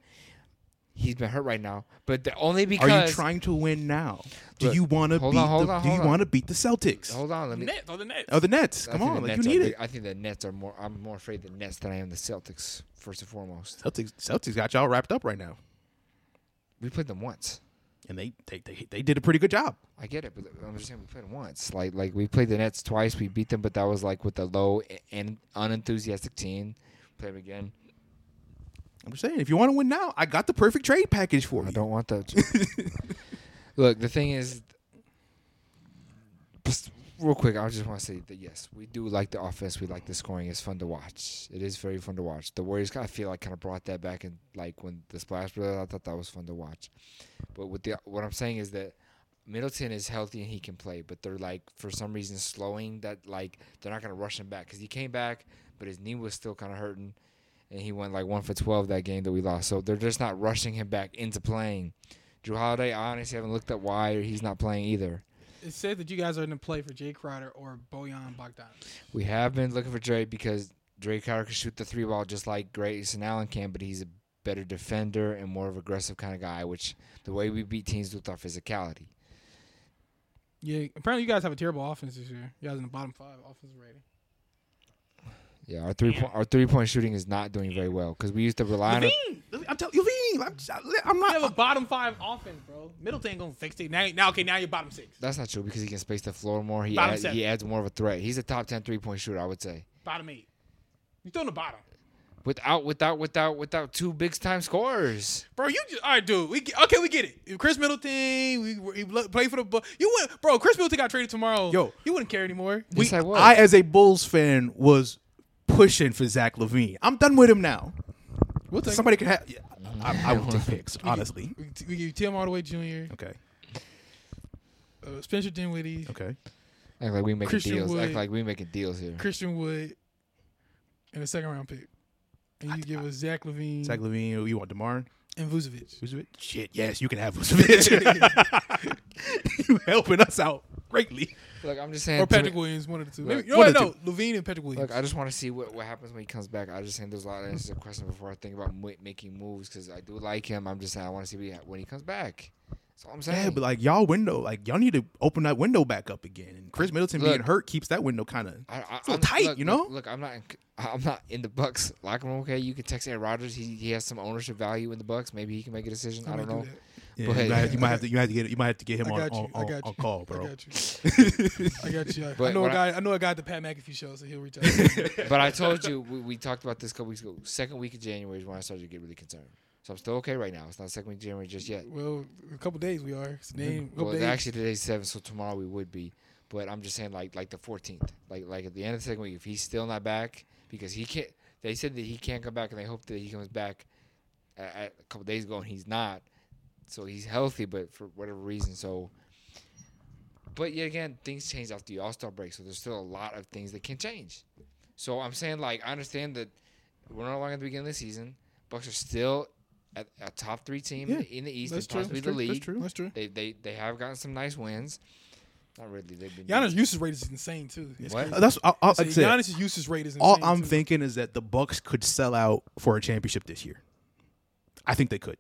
he's been hurt right now, but the only because
Are you trying to win now? Do
Look,
you want to
hold
beat?
on, hold
the,
on,
do you
hold on.
want to beat the Celtics?
Hold on, let me.
Nets on the Nets.
Oh, the Nets.
I
Come
think
on,
the
like you
Nets
need
are,
it.
big- I think the Nets are more. I'm more afraid of the Nets than I am the Celtics. First and foremost,
Celtics. Celtics got y'all wrapped up right now.
we played them once.
and they they they, they did a pretty good job.
I get it, but I'm just saying we played once. Like like we played the Nets twice. We beat them, but that was like with a low and unenthusiastic team. Play them again.
I'm just saying, if you want to win now, I got the perfect trade package for
I
you.
don't want that. Look, the thing is, just real quick, I just want to say that yes, we do like the offense. We like the scoring. It's fun to watch. It is very fun to watch. The Warriors, I feel like, kind of brought that back, and like when the Splash Brothers, I thought that was fun to watch. But with the what I'm saying is that Middleton is healthy and he can play, but they're like for some reason slowing that. Like they're not gonna rush him back because he came back, but his knee was still kind of hurting, and he went like one for twelve that game that we lost. So they're just not rushing him back into playing. Drew Holiday, I honestly haven't looked up why he's not playing either.
It said that you guys are in the play for Jay Crowder or Bojan Bogdan.
We have been looking for Dre because Dre Carter can shoot the three ball just like Grayson Allen can, but he's a better defender and more of aggressive kind of guy, which the way we beat teams with our physicality.
Yeah, apparently you guys have a terrible offense this year. You guys in the bottom five offensive rating.
Yeah, our three point our three point shooting is not doing very well because we used to rely on. it.
Levine, I'm telling Levine, I'm, I'm
You have a
not.
bottom five offense, bro. Middleton ain't gonna fix it. Now, now okay, now you're bottom six.
That's not true because he can space the floor more. He
Bottom
add,
seven.
he adds more of a threat. He's a top 10 three point shooter, I would say.
Bottom eight. You throw in the bottom.
Without without without without two big time scorers.
Bro, you just all right, dude. We get, okay, we get it. Chris Middleton, we, we lo- play for the Bu- you wouldn't, bro. Chris Middleton got traded tomorrow.
Yo.
you wouldn't care anymore.
Yes, I was.
I, as a Bulls fan, was pushing for Zach Levine. I'm done with him now.
We'll take
Somebody could have. Yeah, I, I would take picks, honestly.
We, t- we give you Tim Hardaway Jr.,
Okay.
uh, Spencer Dinwiddie,
Okay.
Act like we making
Christian
deals.
Wood.
Act like we making deals here.
Christian Wood, and a second round pick. And you give us Zach Levine
Zach Levine, you want Demar?
and Vucevic.
Vucevic? Shit, yes, you can have Vucevic. you helping us out greatly.
Look, I'm just saying.
Or
to me-
Patrick Williams, one of the two.
Look,
Maybe, no,
one
no,
of the
no, Levine and Patrick Williams.
Look, I just want to see what, what happens when he comes back. I just think there's a lot of answers to question before I think about mo- making moves because I do like him. I'm just saying I want to see what he ha- when he comes back. That's all I'm saying.
Yeah, but like y'all window, like y'all need to open that window back up again. And Chris Middleton being
Look.
hurt keeps that window kind of.
I, I,
it's a little
I'm-
tight,
look,
you
look-
know?
Look, I'm not. In, c- I'm not in the Bucks locker room. Okay, you can text Aaron Rodgers. He he has some ownership value in the Bucks. Maybe he can make a decision. I don't
might do
know.
that.
Yeah,
Go
you,
ahead.
might have, you might have to you might have to get you might have to get him
I
on,
got you.
on,
I
on,
got you.
on call, bro.
I got you. I got you. I
But
know a
when I-
guy. I, know a guy at the Pat McAfee show, so he'll reach out.
But I told you we, we talked about this a couple weeks ago. Second week of January is when I started to get really concerned. So I'm still okay right now. It's not second week of January just yet.
well, a couple days we are. It's name. a couple
Well,
days.
actually, today's seven, so tomorrow we would be. But I'm just saying, like, like the 14th, like, like at the end of the second week, if he's still not back, because he can't. They said that he can't come back, and they hope that he comes back a, a couple days ago, and he's not. So he's healthy, but for whatever reason, so. But yet again, things change after the All Star break, so there's still a lot of things that can change. So I'm saying, like, I understand that we're no longer at the beginning of the season. Bucks are still a, a top three team in,
Yeah,
the, in the East,
that's
and
true,
possibly
that's
the league.
true, that's true.
That's true.
They they they have gotten some nice wins. Not really. They've been
Giannis' usage rate is insane too. It's
What?
crazy.
Uh, That's I'll, I'll,
So
I'd say-
Giannis' usage rate is insane.
all I'm
too.
thinking is that the Bucks could sell out for a championship this year. I think they could.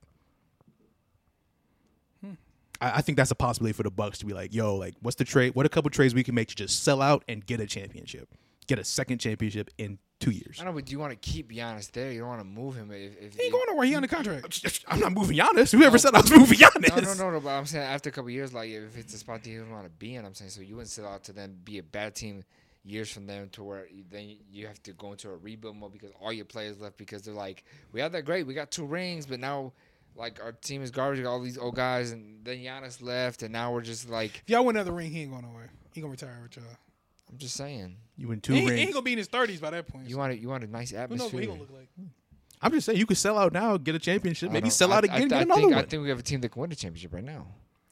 I, I think that's a possibility for the Bucks to be like, yo, like, what's the trade? What a couple trades we can make to just sell out and get a championship, get a second championship in two years.
I don't know, but do you want to keep Giannis there? You don't want to move him. If, if
he ain't going nowhere. He under contract.
I'm not moving Giannis. Whoever said I was moving Giannis?
no, no, no, no. But I'm saying after a couple years, like if it's a spot that you don't want to be in, I'm saying so you wouldn't sell out to them, be a bad team years from them to where you- then you have to go into a rebuild mode because all your players left because they're like, we had that great, we got two rings, but now like our team is garbage, we got all these old guys, and then Giannis left, and now we're just like,
If y'all win another ring, he ain't going nowhere. He gonna retire with y'all.
I'm just saying,
You win two
He, ain't- he
rings.
ain't gonna be in his thirties by that point.
you want a, you want a nice
Who knows what he
atmosphere.
gonna look like?
I'm just saying you could sell out now, get a championship,
I
maybe
don't-
sell
I-
out
I-
again,
I
get another
think-
one.
I think we have a team that can win the championship right now.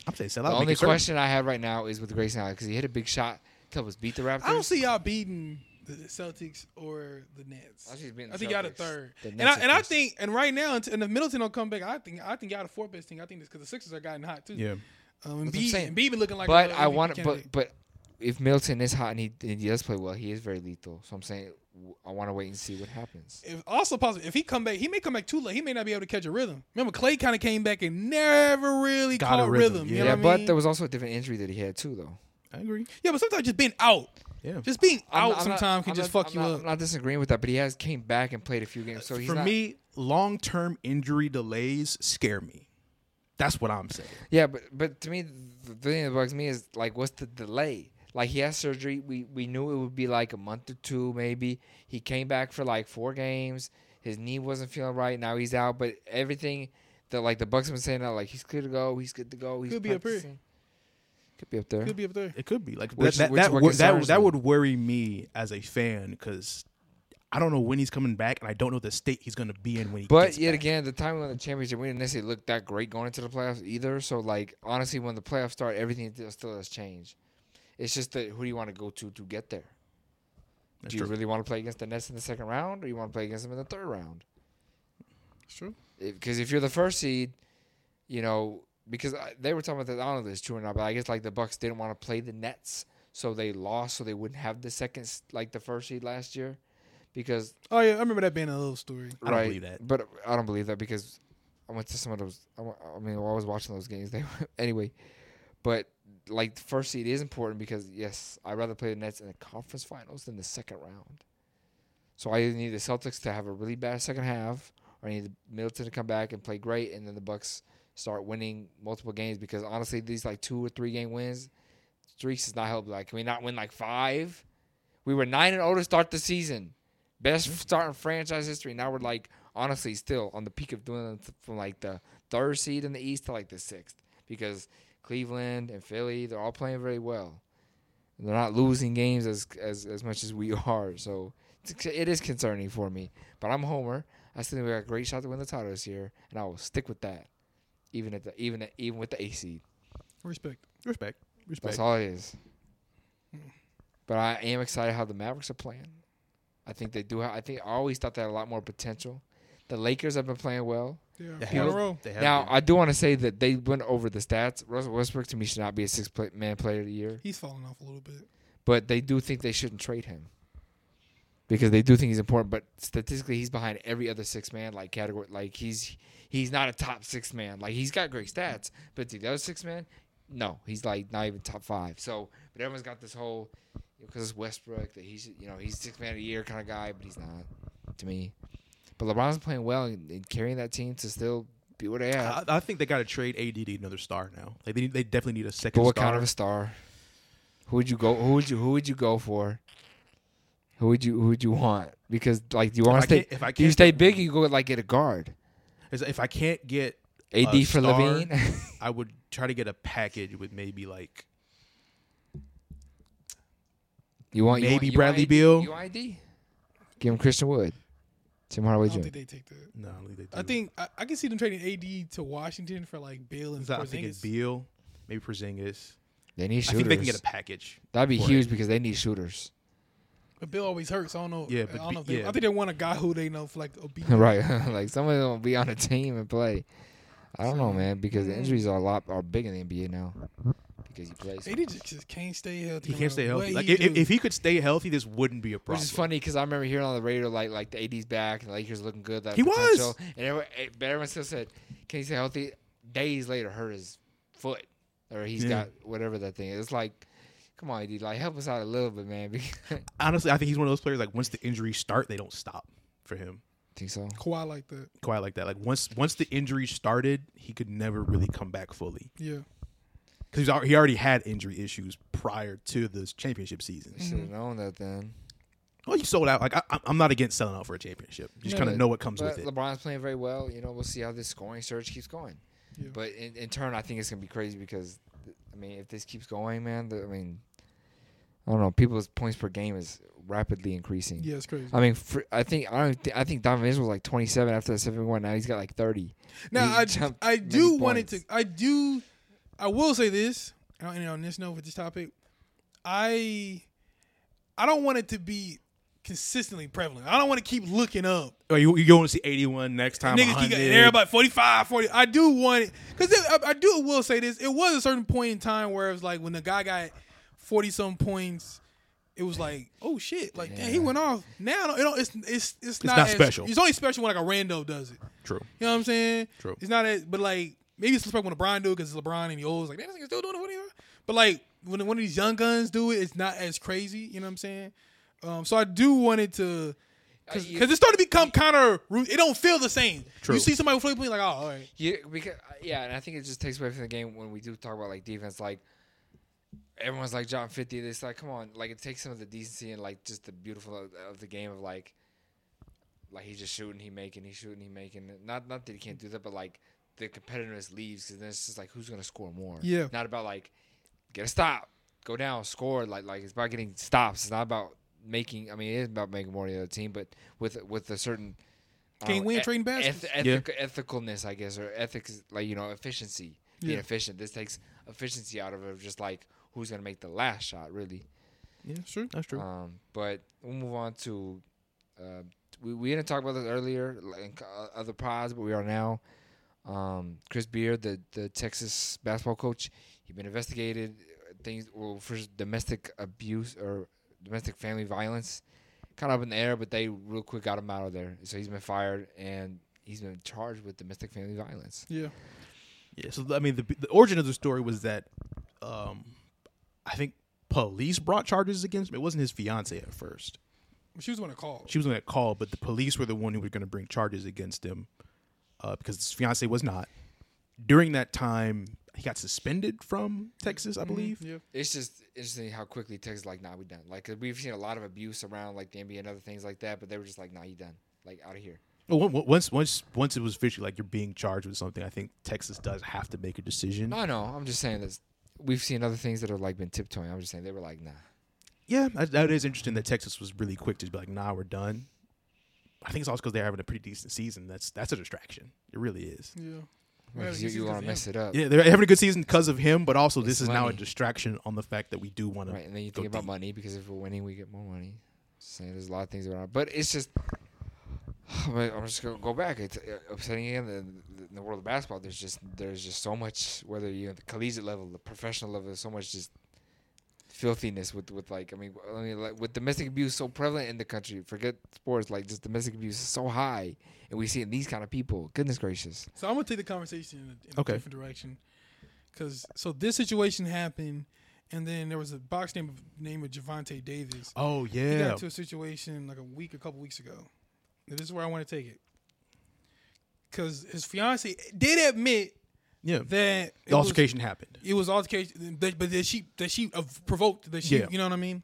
I'm saying sell
The
out.
only
make it certain.
question I have right now is with Grayson Allen because he hit a big shot to help us beat the Raptors.
I don't see y'all beating the Celtics or the Nets.
I see us beating the
I think y'all the
Celtics.
third.
The
and I
Nets are
and I
first.
think and right now and if Middleton don't come back, I think I think y'all the fourth best team. I think this because the Sixers are gotten hot too.
Yeah.
Um, and
That's what I'm
B
saying.
and B been looking like.
but
a
I
MVP
want,
candidate.
but but if Milton is hot and he, and he does play well, he is very lethal. So I'm saying w- I want to wait and see what happens.
If also possible, if he come back, he may come back too late. He may not be able to catch a rhythm. Remember, Clay kind of came back and never really
Got a
caught
rhythm,
rhythm.
yeah.
You know
yeah,
what I
but
mean?
there was also a different injury that he had too, though.
I agree.
yeah, but sometimes just being out,
Yeah.
just being
I'm-
out
I'm not-
sometimes can
I'm
just
not-
fuck
I'm
you
not-
up.
I'm not disagreeing with that, but he has came back and played a few games. So he's
for
not-
me, long term injury delays scare me. That's what I'm saying.
Yeah, but but to me, the thing that bugs me is like, what's the delay? Like he had surgery. We we knew it would be like a month or two, maybe. He came back for like four games. His knee wasn't feeling right. Now he's out. But everything that like the Bucks have been saying now, like he's clear to go. He's good to go. He's
Could be up here.
practicing. Could be up there.
He'll be up there.
It could be like
Which is-
that.
which
That,
is
that,
what
wor- that,
concerns
that
me.
would worry me as a fan because I don't know when he's coming back, and I don't know the state he's going to be in when he.
But
gets
yet
back.
again, at the time we won the championship, we didn't necessarily look that great going into the playoffs either. So, like, honestly, when the playoffs start, everything still- still has changed. It's just that who do you want to go to to get there?
That's
do you
true.
really want to play against the Nets in the second round, or you want to play against them in the third round?
It's true.
Because if you're the first seed, you know, because I, they were talking about that. I don't know if it's true or not, but I guess like the Bucks didn't want to play the Nets, so they lost, so they wouldn't have the second, s- like the first seed last year, because
Oh yeah, I remember that being a little story.
I don't believe that.
But I don't believe that because I went to some of those. I wa- I mean, while I was watching those games, they were, anyway. But like the first seed is important because yes, I'd rather play the Nets in the conference finals than the second round. So I either need the Celtics to have a really bad second half, or I need the Middleton to come back and play great, and then the Bucks start winning multiple games because honestly, these like two or three game wins streaks is not helped. Like, can we not win like five? We were nine and zero to start the season, best start in franchise history. Now we're like honestly still on the peak of doing it from like the third seed in the East to like the sixth because Cleveland and Philly they're all playing very well. And they're not losing games as as as much as we are, so it's- it is concerning for me. But I'm a Homer. I still think we got a great shot to win the title this year, and I will stick with that, even at the even at, even with the A seed.
Respect.
Respect. Respect.
That's all it is. But I am excited how the Mavericks are playing. I think they do. Have, I think I always thought they had a lot more potential. The Lakers have been playing well.
Yeah.
They
Two in a
have-
row.
they have
now
been.
I do want to say that they went over the stats. Russell Westbrook to me should not be a six play, man player of the year,
He's falling off a little bit.
but they do think they shouldn't trade him because they do think he's important. But statistically, he's behind every other six man like category. Like he's he's not a top six man. Like he's got great stats, but the other six man, no, he's like not even top five. So, but everyone's got this whole because it's Westbrook that he's you know he's six man a year kind of guy, but he's not to me. But LeBron's playing well and, and carrying that team to still be what they are.
I, I think they got to trade AD to another star now. Like they, need- they definitely need a second.
But what
star.
kind of a star? Who would you go? Who would you? Who would you go for? Who would you? Who would you want? Because like, do you want
I
to stay?
can't- if I
do you
can't-
stay big? You go with, like get a guard,
Is if I can't get
AD
a
for
star,
Levine.
I would try to get a package with maybe like
you want you want-
Maybe
you want
Bradley
AD?
Beal.
You want AD? Give him Christian Wood, Tim Hardaway
I don't
Jr.
think they take that.
no. I don't think they do.
I think I, I can see them trading AD to Washington for like Bill and
So I'm thinking
Porzingis.
Beal, maybe Porzingis.
They need
I think they can
shooters.
get a package.
That'd be
for it.
huge because they need shooters.
But Bill always hurts. I don't know.
Yeah,
I
but
don't know. If
Be-
they,
yeah.
I think they want a guy who they know for like a beat.
right? like someone gonna be on a team and play. I don't know, man, because the injuries are a lot are big in the NBA now because he plays.
AD just, just can't stay healthy.
He
no
can't
matter
stay healthy.
what
Like
he
if, if-
do.
if he could stay healthy, this wouldn't be a problem.
Which is funny because I remember hearing on the radio like like the AD's back and the Lakers looking good. That
He was.
potential. and everyone, eh, but everyone still said, "Can he stay healthy?" Days later, hurt his foot or he's
Yeah.
got whatever that thing. is. It's like, come on, AD, like help us out a little bit, man. because-
Honestly, I think he's one of those players like once the injuries start, they don't stop for him.
Think so?
Kawhi like that.
Quite like that. Like once once the injuries started, he could never really come back fully
Yeah.
because he already had injury issues prior to this championship season.
They
Mm.
should have known that then.
Well, you sold out. Like I, I'm- I'm not against selling out for a championship. You just
Yeah,
kind of
but-
know what comes
But
with it.
LeBron's playing very well. You know, we'll see how this scoring surge keeps going.
Yeah.
But in, in turn, I think it's gonna be crazy because, th- I mean, if this keeps going, man, the, I mean, I don't know. People's points per game is rapidly increasing.
Yeah, it's crazy.
I mean, fr I think I don't. Th- I think Donovan Mitchell was like 27 after that 71. Now he's got like 30.
Now
He
I
jumped
I
many
do want it to
points.
I do I will say this and I'll end it on this note with this topic. I I don't want it to be consistently prevalent. I don't want to keep looking up.
Oh, you you going to see 81 next time?
Niggas keep
100.
getting everybody 45, 40. I do want it because I, I do will say this. It was a certain point in time where it was like when the guy got 40 some points. It was like, oh shit! Like, damn, he went off. Now it don't, it's it's it's not,
not
as-
special.
It's only special when like a rando does it.
True.
You know what I'm saying?
True.
It's not that, but like maybe it's respect when LeBron do it because it's LeBron and the old. It's like that nigga still doing it. What are you? But like when one of these young guns do it, it's not as crazy. You know what I'm saying? Um, so I do want it to because
you-
it's starting to become kind of it don't feel the same.
True.
You see somebody with 40 points, like oh, all right.
Yeah, because uh, yeah, and I think it just takes away from the game when we do talk about like defense. Like everyone's like John fifty. It's like come on, like it takes some of the decency and like just the beautiful of, of the game of like, like he's just shooting, he making, he's shooting, he making. Not not that he can't do that, but like the competitiveness leaves because then it's just like who's gonna score more.
Yeah.
not about like get a stop, go down, score. Like like it's about getting stops. It's not about making. I mean, it is about making more than the other team, but with with a certain I don't
Can't
know,
win
e-
trading baskets.
eth-
Yeah.
ethic- ethicalness, I guess, or ethics, like you know, efficiency, being
Yeah.
efficient. This takes efficiency out of it, just like who's gonna make the last shot, really.
Yeah, sure. That's true.
Um, but we'll move on to. Uh, we we didn't talk about this earlier, like in co- uh, other pods, but we are now. Um, Chris Beard, the the Texas basketball coach, he's been investigated uh, things well, for domestic abuse or domestic family violence, kind of up in the air, but they real quick got him out of there. So he's been fired and he's been charged with domestic family violence.
Yeah,
Yeah. So I mean, the, the origin of the story was that, um, I think police brought charges against him. It wasn't his fiance at first.
she was the one to call.
She was on that call, but the police were the one who were going to bring charges against him, uh, because his fiance was not. During that time, he got suspended from Texas,
Mm-hmm.
I believe.
Yeah,
It's just interesting how quickly Texas is like, nah, we done. Like we we've seen a lot of abuse around like the NBA and other things like that, but they were just like, nah, you done. Like out of here.
Well, on- on- once once once it was officially like you're being charged with something, I think Texas does have to make a decision.
No, no, I'm just saying this. We've seen other things that have like been tiptoeing. I'm just saying they were like, nah.
Yeah, that- that is interesting that Texas was really quick to be like, "Nah, we're done." I think it's also because they're having a pretty decent season. That's that's a distraction. It really is.
yeah.
Well,
Yeah,
'cause
you
you
see
you
this
want to
in-
mess it up,
Yeah, they're having a good season because of him, but also this
Uh, It's
is now a
money.
distraction on the fact that we do want
right?
to.
And then you
Go
think about
deep.
money because if we're winning, we get more money. Just saying there's a lot of things around, but it's just. But I'm just gonna go back. It's uh, upsetting again. The, in the world of basketball, there's just there's just so much. Whether you at the collegiate level, the professional level, there's so much just filthiness with with like I mean, I mean like with domestic abuse so prevalent in the country. Forget sports, like just domestic abuse is so high, and we see it in these kind of people. Goodness gracious.
So I'm gonna take the conversation in a, in a
Okay.
different direction, because so this situation happened, and then there was a box name name of Javante Davis.
Oh
He got
yeah,
into a situation like a week, a couple weeks ago. Now, this is where I want to take it, because his fiance did admit
yeah.
that it
The
was-
altercation happened.
It was altercation, that, but that she that she uh, provoked that she,
Yeah.
you know what I mean.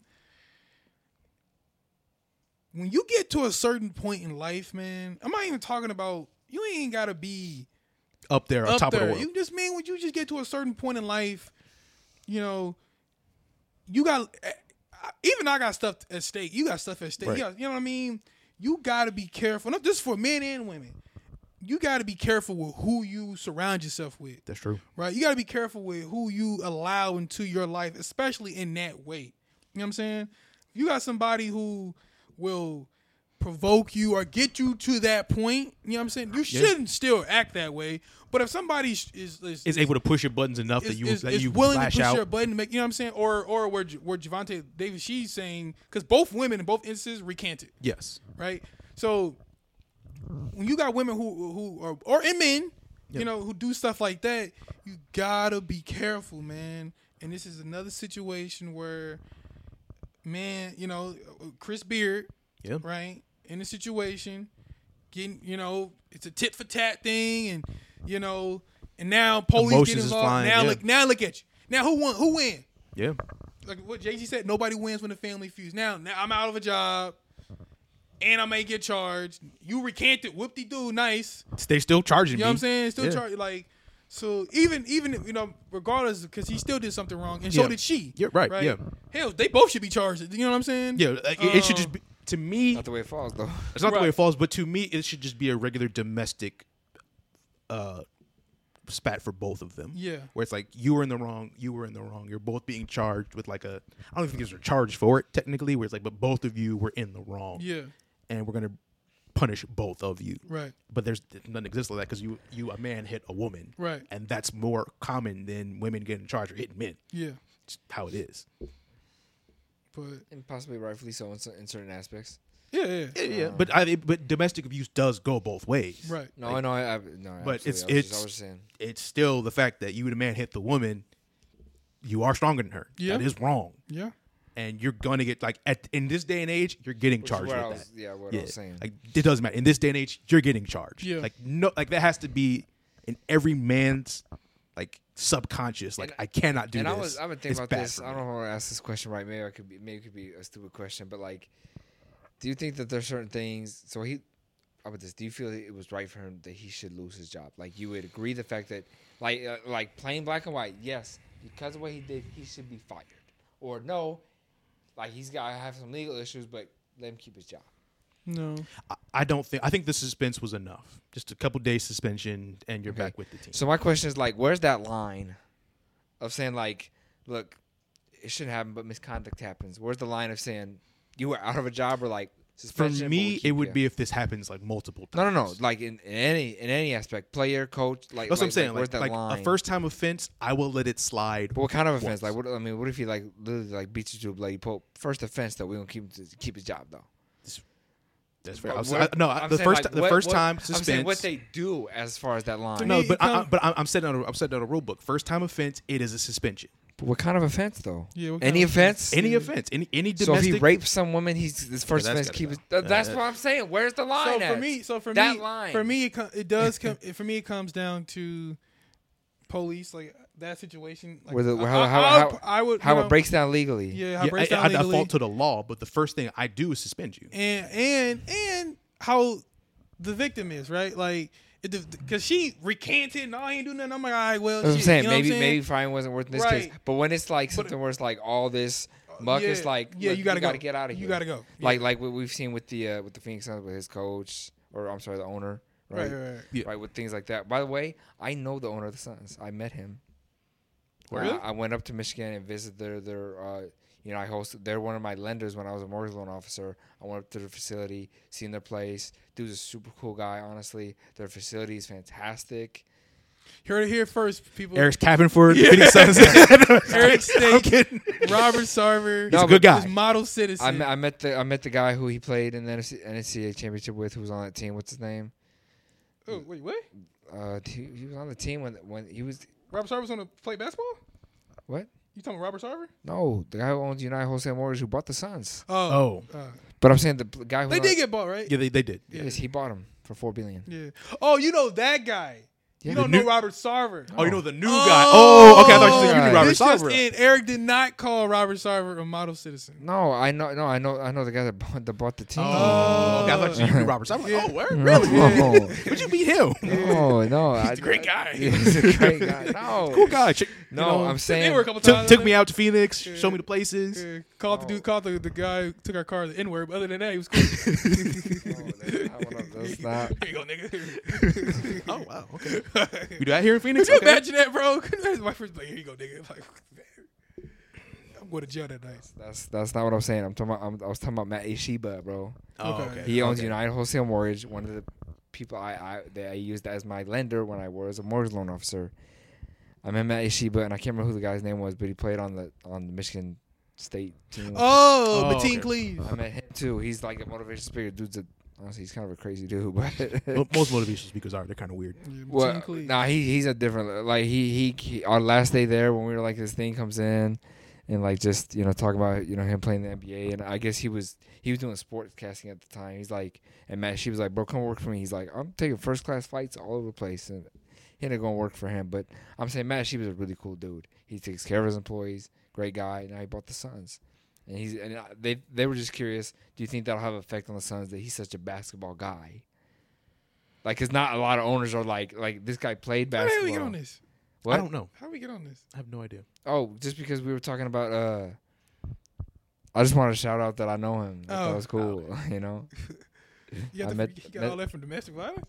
When you get to a certain point in life, man, I'm not even talking about you ain't gotta be
Up there, on
up
top
there.
of the world.
You just mean when you just get to a certain point in life, you know, you got eh, I- even I got stuff at stake. You got stuff at stake.
Right.
You, got- you know what I mean? You got to be careful. No, this is for men and women. You got to be careful with who you surround yourself with,
That's true.
right? You got to be careful with who you allow into your life, especially in that way. You know what I'm saying? You got somebody who will provoke you or get you to that point. You know what I'm saying? You shouldn't still act that way. But if somebody is is, is,
Is able to push your buttons enough that
is-
you
is-
that
is
you
willing to
lash
push
out.
your button to make, you know what I'm saying? Or or where J- where Javante Davis she's saying because both women in both instances recanted,
yes.
right? So when you got women who who are or and men, you know, who do stuff like that, you gotta be careful, man. And this is another situation where, man, you know, Chris Beard,
Yeah.
right, in a situation, getting, you know, it's a tit for tat thing, and you know, and now police get
Emotions is
involved.
flying,
now
yeah.
look, now look at you. Now who won? Who win?
Yeah.
Like what Jay Z said, nobody wins when the family feuds. Now, now I'm out of a job, and I may get charged. You recanted, whoop de doo, nice.
They still
You
charging me.
know what I'm saying? Still
Yeah.
charged, like. So even even if, you know regardless because he still did something wrong and so
Yeah.
did she.
Yeah, right, yeah.
Hell, they both should be charged. You know what I'm saying?
Yeah. like, it, it should
Um,
just be to me.
Not the way it falls though.
It's not the way
Right.
it falls, but to me, it should just be a regular domestic uh, spat for both of them.
Yeah.
Where it's like, you were in the wrong, you were in the wrong. You're both being charged with like a, I don't even think there's a charge for it technically, where it's like, but both of you were in the wrong.
Yeah.
And we're going to punish both of you.
Right.
But there's none exists like that because you, you, a man hit a woman.
Right.
And that's more common than women getting charged or hitting men.
Yeah.
It's how it is.
But
and possibly rightfully so in, cer- in certain aspects.
yeah, yeah.
Yeah.
Uh,
yeah. But I, but domestic abuse does go both ways.
Right.
No, no, I, I no.
But
absolutely.
it's-
I was just- I
it's-
was saying
it's still the fact that you the man hit the woman, you are stronger than her.
Yeah.
That is wrong.
Yeah.
and you're gonna get like at in this day and age, you're getting
Which is
charged
what
with
I
that.
was- yeah, what I
yeah.
was saying.
Like it doesn't matter. In this day and age, you're getting charged.
Yeah.
Like no, like that has to be in every man's like subconscious. Like
And-
I cannot do
and
this.
I was I've been thinking
It's
about
bad
this.
for
I
me.
don't want to ask this question right. Maybe I could be maybe it could be a stupid question, but like, do you think that there's certain things? So he, how about this? Do you feel it was right for him that he should lose his job? Like you would agree the fact that like uh, like plain black and white, yes, because of what he did, he should be fired, or no, like he's got to have some legal issues, but let him keep his job.
No.
I- I don't think. I think the suspense was enough. Just a couple days suspension, and you're
Okay.
back with the team.
So my question is like, where's that line of saying like, look, it shouldn't happen, but misconduct happens? Where's the line of saying you were out of a job or like
for
suspension? but we'll
me,
keep
it would
you?
be if this happens like multiple times.
no, no, no. Like in, in any in any aspect, player, coach, like
That's what I'm
like-
saying.
where's that
Like, like
line?
a first time offense, I will let it slide.
But what kind of offense?
once.
Like, what I mean, what if he like literally like beats you to a bloody pulp? First offense though, we gonna keep him to keep his job though.
That's fair. I
But
was,
what-
I- no, I-
I'm
the
saying,
first
like,
the
what-
first
what-
time
I'm saying
suspense.
what they do as far as that line.
no,
me,
but
it
I, I,
come-
but I'm, I'm setting out a, I'm setting out a rule book. First time offense, it is a suspension.
But what kind of offense though?
Yeah, what
any
kind of
offense?
Any offense, any any
So if
domestic.
he rapes some woman, he's his first
that's
offense.
gotta
Keep
go.
his, th-
Yeah,
that's
that-
what I'm saying. Where's the line?
So for
at?
me, so for
that
me,
line
for me, it, com- it does come. for me, it comes down to police, like that situation. Like,
Where the-
I-
how-
I,
how-
I would-
how-
I would,
how
you know,
it breaks down legally.
Yeah, how
yeah,
it breaks
I,
down
I, I
legally.
fault to the law, but the first thing I do is suspend you.
and and and how the victim is, right? Like, because she recanted, no, I ain't do nothing. I'm like, all right, well,
That's what I'm
shit,"
saying.
you know
maybe
what I'm saying?
maybe Fine wasn't worth it in this case.
Right. Uh,
But when it's like something where it's like all this muck, it's like
yeah,
look,
you gotta go.
get out of here.
You gotta go. Yeah.
Like like what we've seen with the uh, with the Phoenix Suns with his coach or I'm sorry, the owner. Right.
right,
Right,
right, right.
Yeah.
with things like that. By the way, I know the owner of the Suns. I met him. When
Really?
I, I went up to Michigan and visited their their uh, you know I hosted they're one of my lenders when I was a mortgage loan officer. I went up to their facility, seen their place. Dude's a super cool guy. Honestly, their facility is fantastic.
You heard it here first, people.
Eric's capping for Phoenix Suns.
Eric
Eric, I'm
State,
kidding.
Robert Sarver,
No,
He's a
but
good
his
guy.
model
I
citizen.
met, I met the I met the guy who he played in the NC NCAA championship with, who was on that team. What's his name?
oh, wait, what?
Uh, he, he was on the team when when he was
Robert Sarver's on to play basketball?
what?
You talking about Robert Sarver?
No, the guy who owns United Wholesale Mortgage who bought the Suns.
Oh,
Oh,
uh,
But I'm saying the pl- guy who
they
owned-
did get bought, right?
yeah, they, they did.
yes, he bought him for four billion.
Yeah. Oh, you know that guy.
Yeah.
You don't
The
know
new-
Robert Sarver.
Oh, you know the new guy. Oh, okay. I thought you said you knew
Right.
Robert
this just
Sarver.
in, Eric did not call Robert Sarver a model citizen.
No, I know, no, I know, I know the guy that bought, that bought the team.
Oh, okay. I thought you knew Robert. Sarver. I'm like, oh, where?
No,
Really? Would you meet him?
no, no, I-
He's a great guy.
He's a great guy. No,
cool guy. Ch-
No,
you know,
I'm
They
saying.
were a couple
took,
times.
took me out to Phoenix, showed me the places.
Yeah, called the dude, called the, the guy who took our car the N word. But other than that, he was cool.
No, that's not one of those- not-
Here you go, nigga.
Oh wow, okay. We do that here in Phoenix.
Could you
Okay.
imagine that, bro? Could you imagine my first like, here you go, nigga. Like, man, I'm going to jail that night.
That's that's not what I'm saying. I'm talking about. I'm, I was talking about Matt Ishiba, bro.
Oh,
Okay.
okay.
He owns
okay.
United Wholesale Mortgage, one of the people I, I that I used as my lender when I was a mortgage loan officer. I met Matt Ishiba, and I can't remember who the guy's name was, but he played on the on the Michigan State team.
Oh,
Oh,
Mateen
okay.
Cleaves.
I met him too. He's like a motivational speaker. Dude's a, honestly, he's kind of a crazy dude,
Mo-
but
Most motivational speakers are. They're kind of weird.
Yeah,
well,
Mateen Cleaves.
nah, he he's a different like he, he he our last day there when we were like this thing comes in. And like just you know talk about you know him playing the NBA and I guess he was he was doing sports casting at the time. He's like and Matt she was like bro come work for me. He's like I'm taking first class flights all over the place and he ended up going to work for him. But I'm saying Matt she was a really cool dude. He takes care of his employees, great guy. Now he bought the Suns and he's and I- they they were just curious. Do you think that'll have an effect on the Suns that he's such a basketball guy? Like, cause not a lot of owners are like, like this guy played
How the hell we get
basketball.
on this?
What?
I don't know.
How we get on this?
I have no idea.
Oh, just because we were talking about. uh I just wanted to shout out that I know him. I thought it
Oh.
was cool. You know,
You,
I
got the,
met-
you got
met-
all that from domestic violence?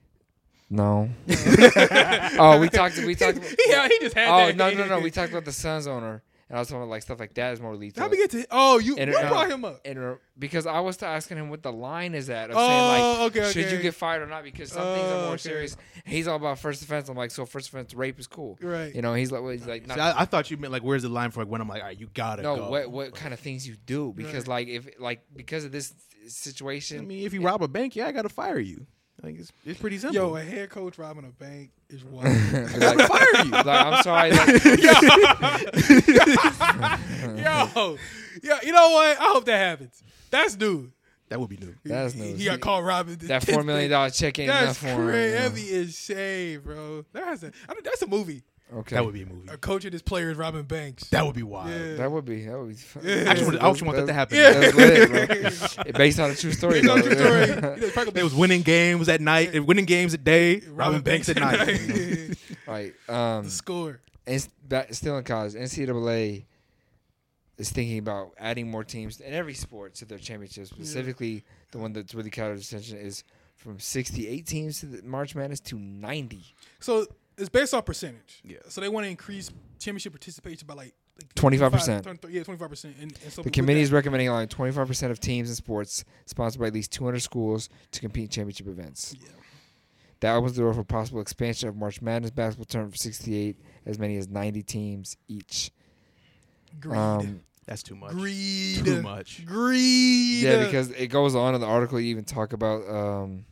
no. oh, we talked. We talked. About,
yeah, he just had
oh
that.
no, no, no. We talked about the Suns owner, and I was talking about like stuff like that is more lethal.
How we get to? Oh, you,
And
you
it-
brought him up.
and re- because I was asking him what the line is at. I'm
Oh,
saying like,
okay,
should you
okay.
get fired or not? Because some things are
Oh,
more
okay.
serious. He's all about first offense. I'm like, so first offense rape is cool,
Right.
You know, he's like, well, he's like, not,
See, I, I thought you meant like, where's the line for like when I'm like, all right, you gotta
no,
go.
what what kind of things you do? Because like if like because of this
I
situation,
mean, if you rob a bank, yeah, I gotta fire you. Like it's, it's pretty simple.
Yo, a head coach robbing a bank is wild.
like, fire you. Like, I'm sorry. Like,
Yo, yo, you know what? I hope that happens. That's dude.
that would be new.
that's
he,
no.
he got caught robbing this-
That four million dollar check ain't
That's
enough for him.
crazy.
yeah.
That'd be insane, bro. That has to, I mean, that's a movie.
Okay.
That would be a movie.
A coach and his players robbing banks.
That would be wild.
Yeah.
That would be. That would be. Fun.
I just, wanted, I just want that to happen.
That's lit, bro. Based on a true story.
Based on
though.
true story. You know, Frank-
They was winning games at night, winning games at day, robbing, banks, at night.
Yeah.
Right. Um.
the score.
And back, still in college, NCAA is thinking about adding more teams in every sport to their championship. Specifically, the one that's really caught our attention is from 68 teams to the March Madness to 90.
So it's based off percentage.
Yeah.
So they want to increase championship participation by like, like
25%.
25, Yeah, twenty five percent. And, and so
The
with
committee
that-
is recommending allowing 25% of teams and sports sponsored by at least 200 schools to compete in championship events.
Yeah.
That opens the door for possible expansion of March Madness basketball tournament for 68, as many as 90 teams each.
Greed.
Um,
That's too much.
Greed.
Too much.
Greed.
yeah, because it goes on in the article. You even talk about um,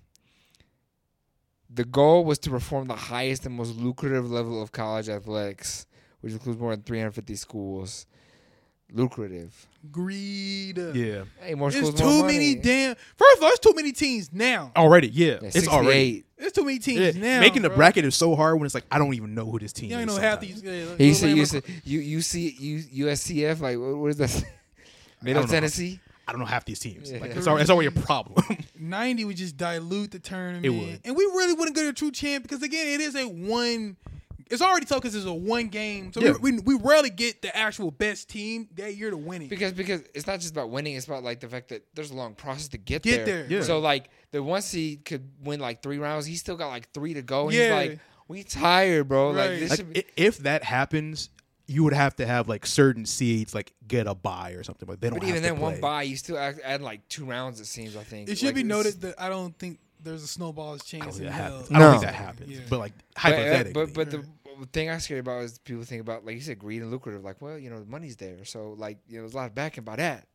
the goal was to perform the highest and most lucrative level of college athletics, which includes more than 350 schools. Lucrative.
Greed.
Yeah.
Hey, more
It's
schools,
too
more money.
many damn. First of all, it's too many teams now.
Already, yeah.
Yeah,
it's
68.
already.
It's too many teams
Yeah.
now.
Making the
bro.
bracket is so hard when it's like I don't even know who this team
You
is.
don't know half
sometimes.
these. Yeah,
He
Lil
said,
Wayne
you
was-
said you you see you USCF like what, what is that?
I
Middle
don't know.
Tennessee.
I don't know half these teams. Like,
Yeah.
it's, already, it's already a problem.
90 would just dilute the tournament.
It would.
And we really wouldn't get a true champ because, again, it is a one. It's already tough because it's a one game. So
Yeah.
we, we, we rarely get the actual best team that year to win it.
Because because it's not just about winning, it's about like the fact that there's a long process to get,
Get
there.
there. Yeah.
So like the one seed could win like three rounds. He still got like three to go. And
Yeah.
He's like, we tired, bro. Like
Right.
this
like
should be.
i- if that happens, you would have to have like certain seeds like get a buy or something. But they don't.
But even
have to
then, one
play.
buy, you still add, add like two rounds. It seems. I think
It should
Like,
be
it's-
noted that I don't think there's a snowball's
I don't
chance in
think that
hell.
Oh, happens. I don't
No.
think that happens.
Yeah.
But like
but-
hypothetically,
But but, the thing I'm scared about is people think about like you said, greed and lucrative. Like, well, you know, the money's there, so like you know, there's a lot of backing by that.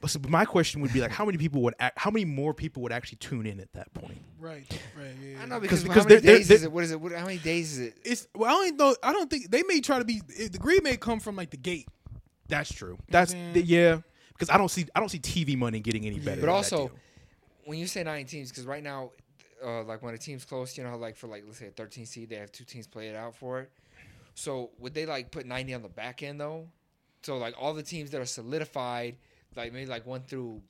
But so my question would be like, how many people would act, how many more people would actually tune in at that point?
Right. Right. Yeah.
I know
Because-
because,
because
how many
they're- they're-
days is
they're-
it? What is it? What, how many days is it?
It's well, I don't know. I don't think they may try to be. The greed may come from like the gate.
That's true. That's
Yeah.
the, yeah. Because I don't see I don't see TV money getting any better.
But
than that
also,
deal.
when you say nine teams, because right now, uh, like when a team's close, you know, how like for like let's say a 13 seed, they have two teams play it out for it. So would they like put 90 on the back end though? So like all the teams that are solidified, like maybe like one through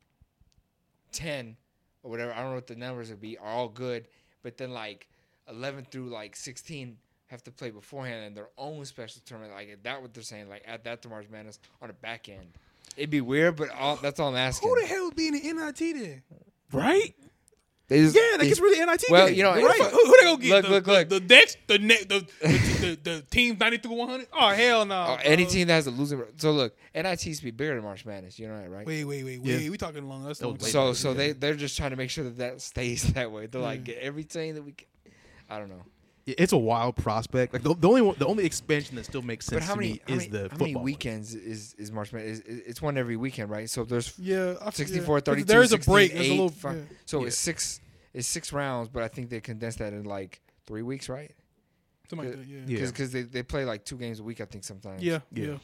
10 or whatever, I don't know what the numbers would be, are all good. But then like 11 through like 16 have to play beforehand in their own special tournament. Like is that what they're saying? Like add that to March Madness on the back end. It'd be weird, but all, that's all I'm asking.
Who the hell would be in the NIT then?
right?
They just-
Yeah, that
they-
gets really NIT.
Well,
game.
you know,
You're
it's-
right.
Who, who they gonna get?
Look,
the,
look, look.
The, the next, the next, the the, the, the team ninety through one hundred. Oh hell no!
Uh, any
bro.
team that has a losing so look, NIT used to be bigger than March Madness. You know that, right?
Uh, Wait, wait, wait,
Yeah.
wait. We talking long. That's
Oh,
long.
wait.
so so they they're just trying to make sure that that stays that way. They're
Mm.
like get every team that we, can, I don't know.
Yeah, It's a wild prospect. Like the, the only one, the only expansion that still makes sense
but how
to
many
me
how
is
many,
the
how
football
many
one.
weekends is is March Madness? Is, is- it's one every weekend, right? So there's
Yeah, I,
64,
yeah.
32,
There is a
16,
break. There's
eight,
a little.
fi-
yeah.
So
Yeah.
it's six it's six rounds, but I think they condensed that in like three weeks, right?
Something like that. Yeah.
Yeah.
because they they play like two games a week, I think sometimes.
Yeah.
Yeah.
Yeah.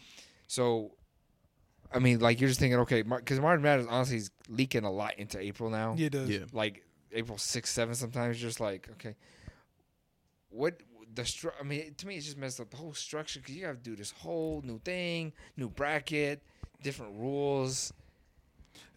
So, I mean, like you're just thinking, okay, because March Madness honestly is leaking a lot into April now.
Yeah, it does.
Yeah.
like April sixth, seventh. Sometimes you're just like, okay, what the stru- I mean, to me, it's just messed up the whole structure because you have to do this whole new thing, new bracket, different rules.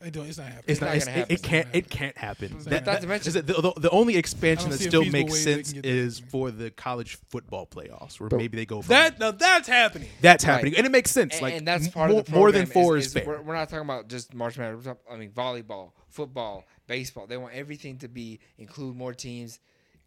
It don't, it's not happening.
It's
not
not. It's,
gonna
it,
happen.
it can't.
It's not
It can't happen.
It's not
That,
gonna
that,
happen. Not to
is that the, the, the only expansion
I don't
that
see a
still
feasible
makes
way they can
sense
get that
is
happening.
for the college football playoffs, where
But-
maybe they go from
that now that's happening.
that's
Right.
happening, and it makes sense.
And,
like
and that's
m-
part
more,
of the
more than
program
four is, fair.
We're, we're not talking about just March Madness. We're talking, I mean, volleyball, football, baseball. They want everything to be include more teams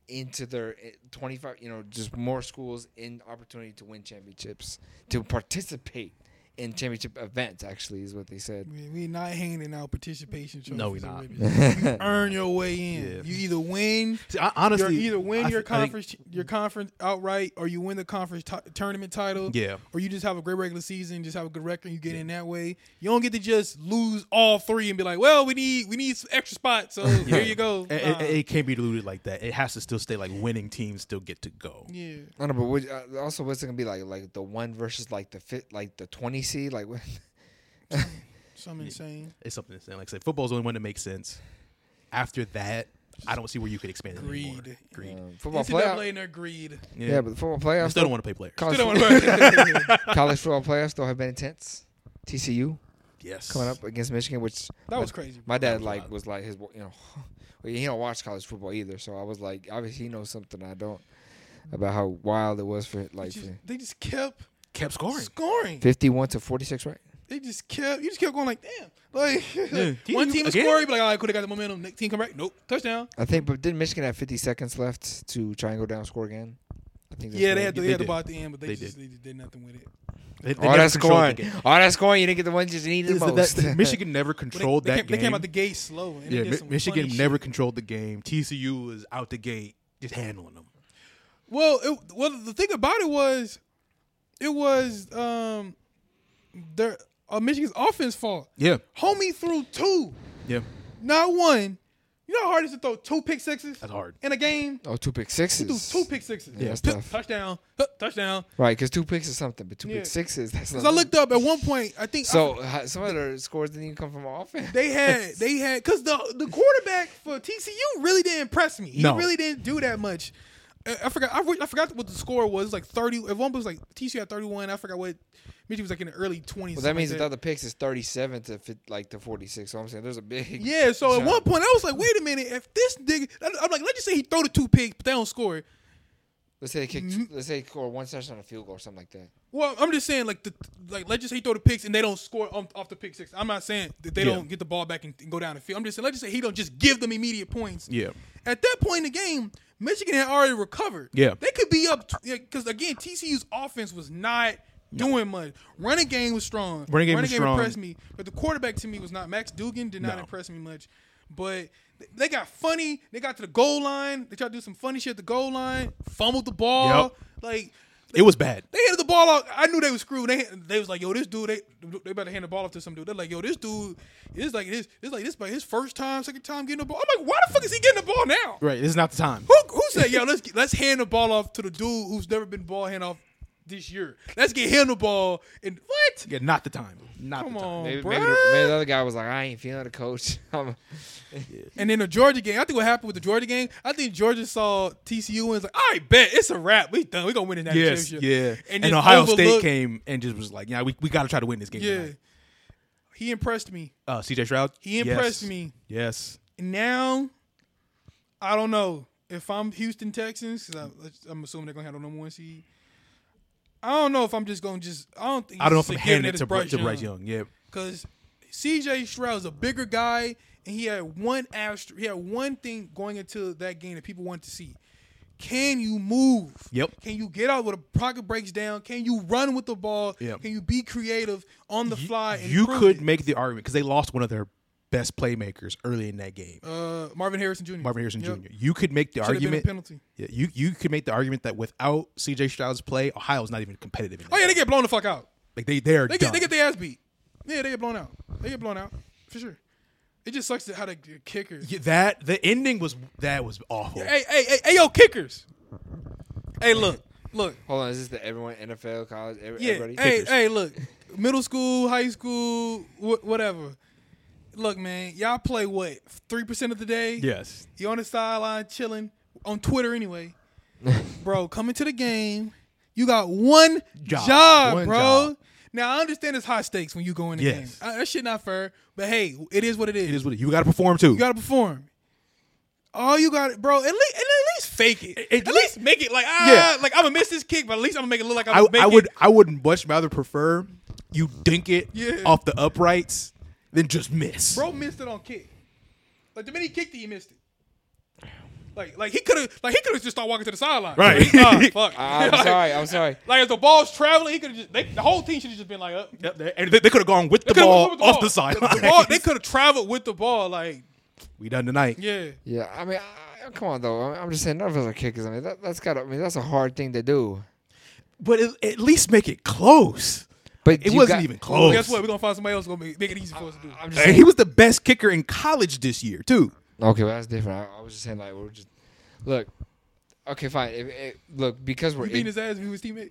into their eh, 25. You know, just more schools in opportunity to win championships to participate in championship events. Actually, is what they said.
We, we not handing out participation trophies.
No, we
and
not.
ribbons. Earn your way in.
Yeah.
You either win,
See, I,
you
honestly,
either win
I
your
th- I think-
conference, your conference outright, or you win the conference ti tournament title.
yeah,
Or you just have a great regular season, just have a good record, and you get in that way. You don't get to just lose all three and be like, "Well, we need we need some extra spots, so here you go."
it,
Nah.
it- it can't be diluted like that. It has to still stay like winning teams still get to go.
yeah,
I don't know, but would, uh, also, what's it gonna be like? Like the one versus like the fit, like the twenty C, like what? uh,
some insane.
It's something that's like I said, football's the only one that makes sense. After that, I don't see where you could expand it anymore.
Greed.
Greed.
Um, football
NCAA
playoff.
and their greed.
Yeah,
Yeah. but the football
I
playoffs.
still don't want to play players.
college,
Still don't
football-
work.
college football playoffs still have been intense. TCU
Yes,
coming up against Michigan, which
That was crazy.
My
That
dad
was a
like
lot.
was like his you know well, he don't watch college football either, so I was like obviously he knows something I don't about how wild it was for
They
like
just, they just kept
kept scoring.
scoring.
fifty one to forty six, right?
They just kept. You just kept going like, damn. Like
Yeah.
one team
Again?
scored, you be like, all right, could have got the momentum. Next team come back, nope, touchdown.
I think, but didn't Michigan have fifty seconds left to try and go down and score again? I think.
yeah, they
right.
had, the,
They
they had the
did.
ball at the end, but they,
They
just they did nothing with it.
They, they
all
never
that
controlled the
scoring,
game.
all that scoring, you didn't get the ones you needed
Is
Oh, the
that-
most.
that- Michigan never
But
controlled
they, they
that
came,
game.
They came out the gate slow. And
yeah,
they
Mi-
did some
Michigan
funny
never
shit.
controlled the game. TCU was out the gate just handling them.
Well, it, well, the thing about it was, it was um, their uh, Michigan's offense fault.
Yeah,
Homie threw two,
yeah,
not one. You know how hard it is to throw two pick sixes
that's hard.
in a game?
oh, two pick sixes.
Threw two pick sixes.
Yeah, that's
Tuh,
tough.
Touchdown. Huh, Touchdown.
Right, because two picks is something, but two
Yeah.
pick sixes. That's
Because I looked up at one point, I think
So uh, some of their scores didn't even come from offense.
They had they had because the the quarterback for TCU really didn't impress me. He
No.
really didn't do that much. I I forgot. I, re- I forgot what the score was. Like thirty. If one was like TCU had thirty one, I forgot what. Michigan was like in the early twenties.
Well, that means without the picks, it's thirty-seven to fit, like to forty-six. So I'm saying there's a big
yeah. So at
jump.
one point, I was like, wait a minute. If this nigga, I'm like, let's just say he throw the two picks, but they don't score.
Let's say they kick.
Mm-hmm.
Let's say they score one touchdown, and a field goal, or something like that.
Well, I'm just saying, like, the, like let's just say he throw the picks and they don't score on, off the pick six. I'm not saying that they
Yeah.
don't get the ball back and, and go down the field. I'm just saying, let's just say he don't just give them immediate points.
Yeah,
At that point in the game, Michigan had already recovered.
Yeah.
They could be up because again, TCU's offense was not doing much. Running game was strong.
Running game was strong.
impressed me, but the quarterback to me was not. Max Dugan did not
No.
impress me much. But th- they got funny. They got to the goal line. They tried to do some funny shit at the goal line. Fumbled the ball.
Yep.
Like
it was bad.
they handed the ball off. I knew they was screwed. They they was like, yo, this dude, they they better hand the ball off to some dude. They're like, yo, this dude is like this. This like this like his first time, second time getting the ball. I'm like, why the fuck is he getting the ball now?
Right, this is not the time.
Who, who said, yo, let's get- let's hand the ball off to the dude who's never been ball handoff this year. Let's get him the ball and what?
Yeah, not the time. Not
Come
the time.
on,
Maybe,
bruh.
maybe, the, maybe the other guy was like, "I ain't feeling the coach." I'm-
And then the Georgia game. I think what happened with the Georgia game. I think Georgia saw TCU and was like, I bet it's a wrap. We done. We gonna win in that
Yes,
championship.
yeah. And,
just
Ohio State
overlooked-
came and just was like, yeah, we, we got to try to win this game.
Yeah,
tonight."
he impressed me.
Uh, CJ Shroud.
He impressed me.
Yes.
now I don't know if I'm Houston Texans because I'm assuming they're gonna have the number one seed. I don't know if I'm just gonna just I don't think
I don't know
it's
if I'm
a given
handing
that
it
it's
to Bryce, to Bryce Young. Yeah.
because CJ Stroud's a bigger guy, and he had one astro, he had one thing going into that game that people wanted to see. Can you move?
Yep.
Can you get out with a pocket breaks down? Can you run with the ball?
Yep.
Can you be creative on the fly? And
You
improve
could
it?
make the argument because they lost one of their best playmakers early in that game,
uh, Marvin Harrison Jr.
Marvin Harrison
Yep.
Jr. You could make the
Should've been a
argument.
penalty.
Yeah, you you could make the argument that without CJ Stroud's play, Ohio's not even competitive. In
Oh
that
yeah, they
game.
get blown the fuck out.
like they they are
They
done.
get they get their ass beat. Yeah, they get blown out. They get blown out for sure. It just sucks that how the the kickers.
Yeah, that the ending was that was awful.
Hey, hey, hey, hey, yo, kickers. Hey, look, look.
Hold on, is this the everyone NFL college? Every,
Yeah,
everybody?
hey, hey, look. Middle school, high school, wh- whatever. Look, man, y'all play what three percent of the day.
Yes.
you on the sideline chilling on Twitter anyway, bro. Coming to the game, you got one job,
Job. One
bro.
job.
Now I understand it's high stakes when you go in the
Yes.
game. I, that shit not fair, but hey, it is what it is.
It is what it, you got to perform too.
You gotta perform. Oh, you got it, bro. At least, at least fake it.
At-
At,
at
least make it like ah, like I'm gonna miss this kick, but at least I'm gonna make it look like I'm
I,
gonna make
I would
it.
I would much rather prefer you dink it
Yeah.
off the uprights than just miss.
Bro missed it on kick. Like the minute he kicked it, he missed it. Like, like he could have, like he could have just started walking to the sideline.
Right.
Nah,
Uh,
fuck.
I'm sorry. I'm sorry.
Like if the ball's traveling, he could have just. They, the whole team should have just been like, up.
Yep, they, and they, could have gone with the
could've
ball
went with
off the
ball.
sideline.
ball- they could have traveled with the ball. Like,
we done tonight.
yeah.
Yeah, I mean, I, come on though. I- I'm just saying, none of us are kickers. I mean, that, that's got. I mean, that's a hard thing to do.
But at- at least make it close.
But
It
you
wasn't
got-
even
Well,
close.
guess what? We're gonna find somebody else who's gonna make, make it easy for us to do.
I'm just
And
saying,
he was the best kicker in college this year too.
Okay, well, that's different. I, I was just saying, like, we're just look. Okay, fine. If, if, look, because we're
You beating
in,
his ass if he was teammate.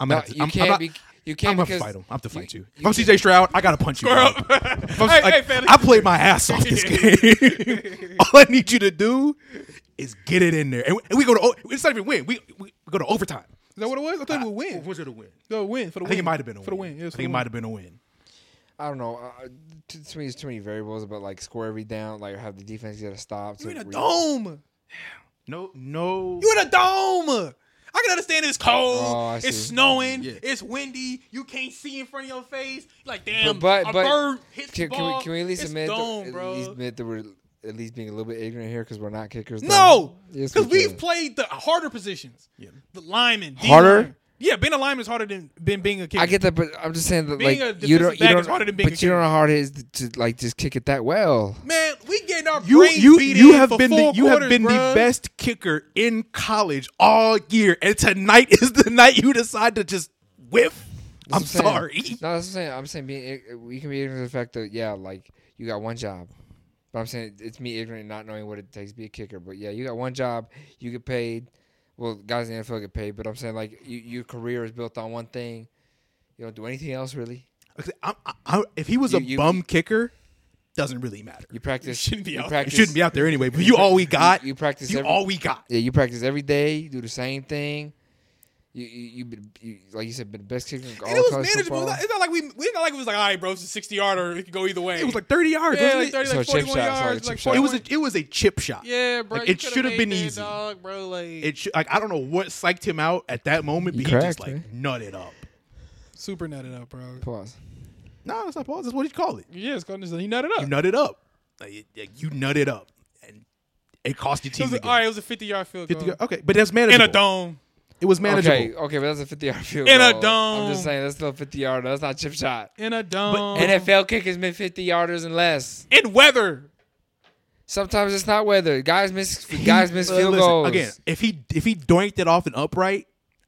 I'm
no,
gonna have to-
you
I'm- I'm
can't
not-
be. You
I'm
can't
gonna
because
fight him. I'm to fight you.
you
If I'm CJ Stroud, I gotta punch you. dog. If I'm-
Hey,
like,
hey, fella.
I played my ass off this game. All I need you to do is get it in there, and we, and we go to. o- It's not even win. We, we we go to overtime.
Is that what it was? I thought it was a
Who
win.
was it a win?
No, a win for the
I
win.
think it might have been a win.
for the win. Yeah,
I
it's for
think it
the
might
win.
have been a win.
I don't know. Uh, to, to me, there's too many variables. But like, score every down, like, have the defense get a stop.
You in a
re-
dome.
No, no.
You in a dome. I can understand it's cold.
Oh, I
it's
see.
snowing.
Yeah.
It's windy. You can't see in front of your face. You're like damn,
But-
a
but-
bird hits
Can,
the
can
ball.
we can we at least
it's
admit
dome,
that,
bro.
at least admit that we're at least being a little bit ignorant here because we're not kickers? though?
No,
Yes,
because
we
we
can.
have played the harder positions. The lineman
Harder?
D-line. Yeah, being a lineman is harder than than being a kicker.
I get that, but I'm just saying that
Being a
like you don't you
defensive back
don't
is harder than being a
but you don't know how hard it is to, to like just kick it that well.
man, we getting our
You
brains
you
beat
you
in
have
for
been the,
four
you have
quarters,
been the
bruh.
best kicker in college all year, and tonight is the night you decide to just whiff. I'm
That's what
sorry.
Saying. No, that's what I'm saying. I'm saying being ig- we can be ignorant of the fact that yeah, like you got one job. But I'm saying it's me ignorant, not knowing what it takes to be a kicker. But yeah, you got one job. You get paid. Well, guys in the NFL get paid, but I'm saying like you, your career is built on one thing. You don't do anything else really.
I, I, I, if he was a
You- you-
bum kicker, doesn't really matter.
You practice.
shouldn't be
you
out. There. You
practice-
shouldn't be out there anyway. But you all we got.
You, you practice.
you
every,
all we got.
Yeah, you practice every day. You do the same thing. You you, you, been- you like you said, been the best kicker. in all
And it was
college
manageable. It's
football.
not- It's not like we. It's not like it was like, all right, bro, it's a sixty yarder. It could go either way.
It was like 30 yards.
yeah, like
wasn't it?
thirty,
So
like
chip
forty-one
shot, sorry,
yards,
chip
like
shot.
it
41.
was a it was a chip shot.
yeah, bro.
Like,
you
it
coulda
should have
made
been
that,
easy.
dog, bro. Like
It sh- like I don't know what psyched him out at that moment,
You
but he just
cracked,
like nutted up.
super nutted up, bro.
Pause.
No, that's not pause. That's what you call it.
Yeah, it's gonna. He nutted up.
You nutted up. Uh, Like, it- like, you nutted up, and it cost your
It
team.
was,
the
a-
game.
all right, it was a fifty-yard field goal
50 go- okay, but that's manageable.
in a dome.
It was manageable.
Okay, okay, but that's a 50 yard field
In a
goal. I'm
dome.
just saying that's still 50 yard. That's not chip shot.
In a dome.
NFL kickers miss 50 yarders and less.
in weather.
Sometimes it's not weather. Guys miss guys miss
Uh,
field
listen,
goals.
again. If he if he doinked it off an upright,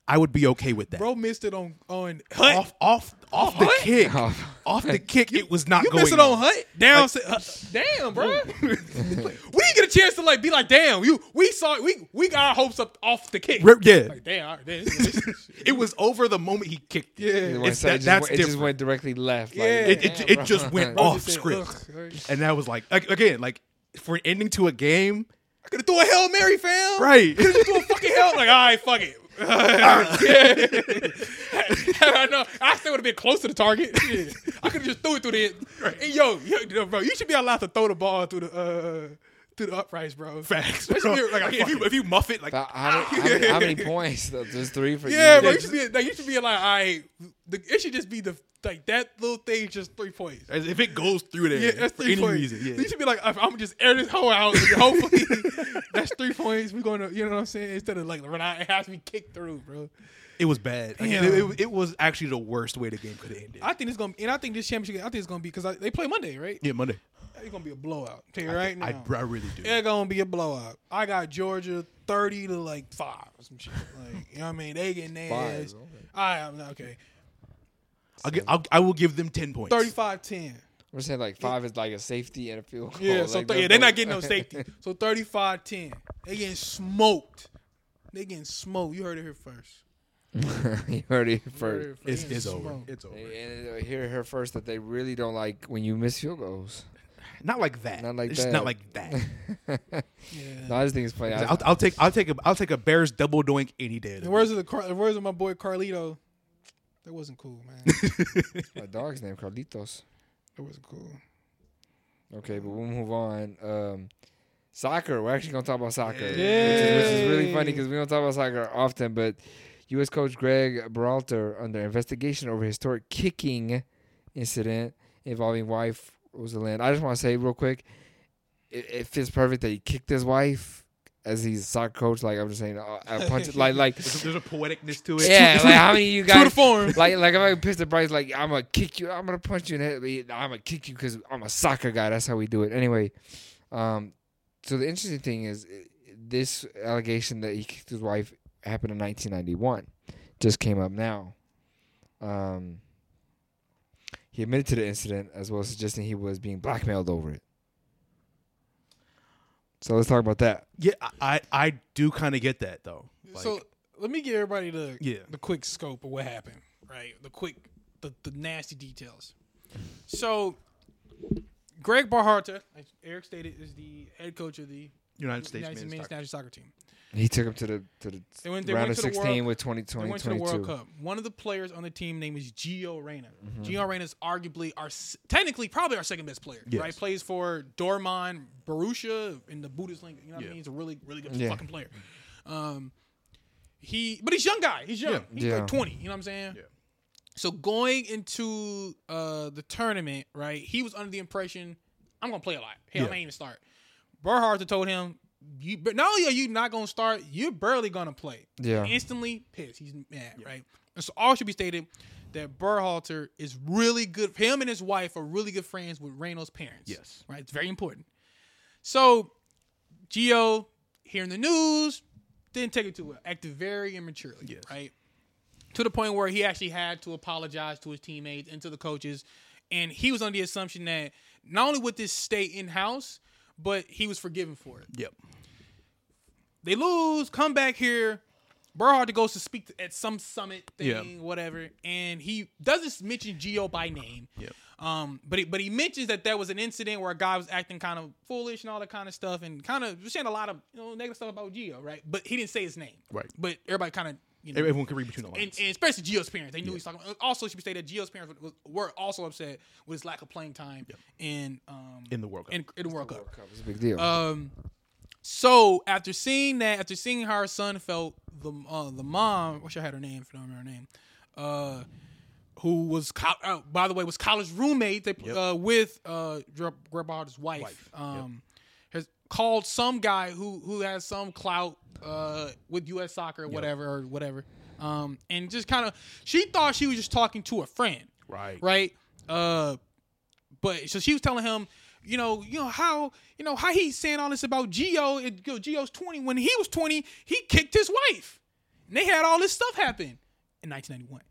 I would be okay with that.
Bro missed it on on Hunt.
off off off the
What?
kick,
Off.
off the kick. It was not
you
going.
missed it on
in.
Hunt. Down. se- uh, damn, bro. we didn't get a chance to like be like, damn. You. We saw. We we got our hopes up off the kick.
Rip- Yeah,
Like, damn. all right, damn, this- this-
it was over the moment he kicked. It.
It,
yeah.
went,
It's
so- it
that-
just,
that's
went- it just
different.
went directly left. Like,
Yeah.
It, it,
damn,
it
bro.
just went
Bro
off
just said,
script,
"Ugh, like-
and that was like ag- again, like for an ending to a game,
I could have threw a Hail Mary, fam.
right?
Threw a fucking Hail Like, all right, fuck it. I know. I still would have been close to the target. Shit. I could have just threw it through the. And yo, yo, bro, you should be allowed to throw the ball through the uh, through the uprights, bro.
Facts.
That should
bro.
be, like,
Like, if you if you muff it, like
How, how many, how many- how many points? though? Just three for
Yeah,
you.
bro, you should be like you should be like, all right. The, it should just be the like that little thing, is just three points.
as if it goes through there
Yeah, that's
for
three
any
points.
reason, yeah.
You should be like, I'm gonna just air this whole out. and Hopefully, that's three points. We're gonna, you know what I'm saying? Instead of like, when I- it has to be kicked through, bro.
it was bad. Like,
Damn.
it, it, it was actually the worst way the game could have ended.
I think it's gonna, and I think this championship, game, I think it's gonna be because they play Monday, right?
yeah, Monday.
It's gonna be a blowout. Tell you right now,
I, I really do.
it's gonna be a blowout. I got Georgia thirty to like five or some shit. Like, you know what I mean? They getting their
Five,
ass.
okay.
I am okay.
I'll, gi- I'll, I will give them ten points.
35-10.
We're saying like five is like a safety and a field goal.
Yeah, so
like,
th-
those
yeah, they're not
both-
getting no safety. So 35-10. They getting smoked. They getting smoked. You heard it here first.
you heard it
You heard it
first.
here first.
It's,
They getting
it's over.
smoked.
It's over.
And uh, hear her first that they really don't like when you miss field goals.
Not like that.
Not like
it's just
that.
Not like that.
Yeah.
No, I just think it's funny. I,
I'll, I'll take I'll take a I'll take a Bears double doink any day. of the
The words of the Car- the words of my boy Carlito. That wasn't cool, man. that
my dog's name Carlitos.
wasn't cool.
Okay, but we'll move on. Um, soccer. We're actually gonna talk about soccer, which, is, which is
Yay.
really funny because we don't talk about soccer often. But U.S. coach Greg Berhalter under investigation over historic kicking incident involving wife Rosalind. I just want to say real quick, it, it fits perfect that he kicked his wife as he's a soccer coach. Like I'm just saying, uh, I punch it like like
There's a, there's a poeticness to it.
yeah. Like how many of you guys
to the form.
like like if I pissed at Bryce, like I'm gonna kick you, I'm gonna punch you in the head, but I'm gonna kick you because I'm a soccer guy. That's how we do it. Anyway, um, so the interesting thing is i- this allegation that he kicked his wife happened in 1991, just came up now. Um, he admitted to the incident as well as suggesting he was being blackmailed over it. So let's talk about that.
Yeah, I I I do kind of get that though. Like,
so let me give everybody the
Yeah.
the quick scope of what happened, right? The quick the, the nasty details. So Greg Barharta, as Eric stated, is the head coach of the
United States
United
men's
Men's
soccer.
National Soccer Team.
He took him to the to the
They went- they
round
went
of
to the
16
World-
with 20, 20,
They went to the World
22.
Cup. One of the players on the team name is Gio Reyna.
Mm-hmm.
Gio Reyna is arguably our s- technically probably our second best player.
Yes.
Right, plays for Dortmund, Borussia in the Bundesliga. You know what I
Yeah.
mean? He's a really really good
Yeah.
fucking player. Um, he but he's young guy. He's young.
Yeah.
He's
Yeah.
like twenty. You know what I'm saying?
Yeah.
So going into uh the tournament, right? He was under the impression I'm gonna play a lot. Hell,
Yeah.
I ain't even start. Burhardt told him, "You but not only are you not gonna start, you're barely gonna play."
Yeah.
instantly pissed. He's mad, right? And so all should be stated that Burhalter is really good. Him and his wife are really good friends with Reynold's parents.
Yes.
right. It's very important. So, Gio hearing the news didn't take it too well. Acted very immaturely.
Yes.
right. To the point where he actually had to apologize to his teammates and to the coaches, and he was under the assumption that not only would this stay in house, but he was forgiven for it.
Yep.
They lose, come back here. Burhardt goes to speak at some summit thing,
Yeah.
whatever, and he doesn't mention Geo by name.
Yep.
Um, but he, but he mentions that there was an incident where a guy was acting kind of foolish and all that kind of stuff, and kind of was saying a lot of you know negative stuff about Geo, right? But he didn't say his name,
Right.
But everybody kind of you know
Everyone can read between the lines.
and, and especially Geo's parents. They knew he was talking. About, also, it should be stated that Geo's parents was, were also upset with his lack of playing time in um
In the World Cup.
in, in the World Cup.
Cup is a big deal.
Um, so after seeing that, after seeing how her son felt, the uh, the mom, wish I had her name, if I don't remember her name, uh, who was co- uh, by the way was college roommate they, uh, with uh, Dr- Grebar's wife. Um, has called some guy who who has some clout uh, with U.S. soccer or whatever or whatever, um, and just kind of she thought she was just talking to a friend
right.
right? Uh, but so she was telling him, you know, you know how, you know how he's saying all this about Geo. It, you know, Geo's twenty. When he was twenty, he kicked his wife, and they had all this stuff happen in 1991.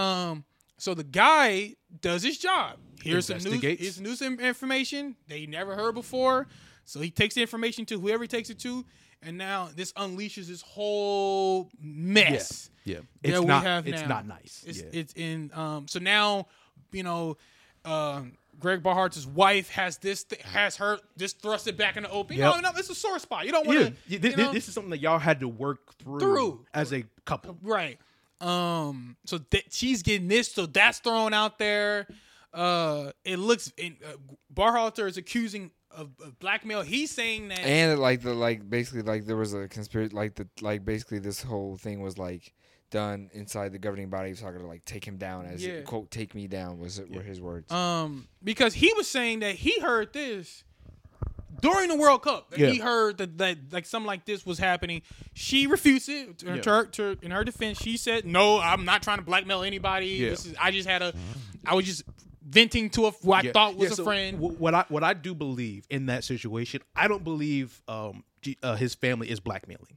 Um, so the guy does his job. Here's some news.
Investigates.
Here's news in- information they never heard before. So he takes the information to whoever he takes it to, and now this unleashes this whole mess.
Yeah.
that
It's
we
not.
have
it's
now.
not nice.
It's,
yeah.
it's in. Um, so now, you know, um, Greg Barhart's wife has this th- has her just thrust it back in the open.
Yep.
No, no, it's a sore spot. You don't
yeah.
want
yeah,
to.
thi-
you
thi-
know?
this is something that y'all had to work through,
Through.
as a couple.
right. Um, so that she's getting this, so that's thrown out there. Uh, it looks. And, uh, Barhalter is accusing of, of blackmail. He's saying that.
and like the like basically like there was a conspiracy like the like basically this whole thing was like done inside the governing body of soccer to like take him down as
Yeah.
quote take me down was were his words.
Um, because he was saying that he heard this during the World Cup. That
Yeah.
He heard that, that like something like this was happening. She refused it. To, to her, to- in her defense, she said, "No, I'm not trying to blackmail anybody.
Yeah.
This is, I just had a, I was just venting to a who I
Yeah.
thought was
Yeah,
a
so
friend."
wh- what I what I do believe in that situation, I don't believe um, G- uh, his family is blackmailing.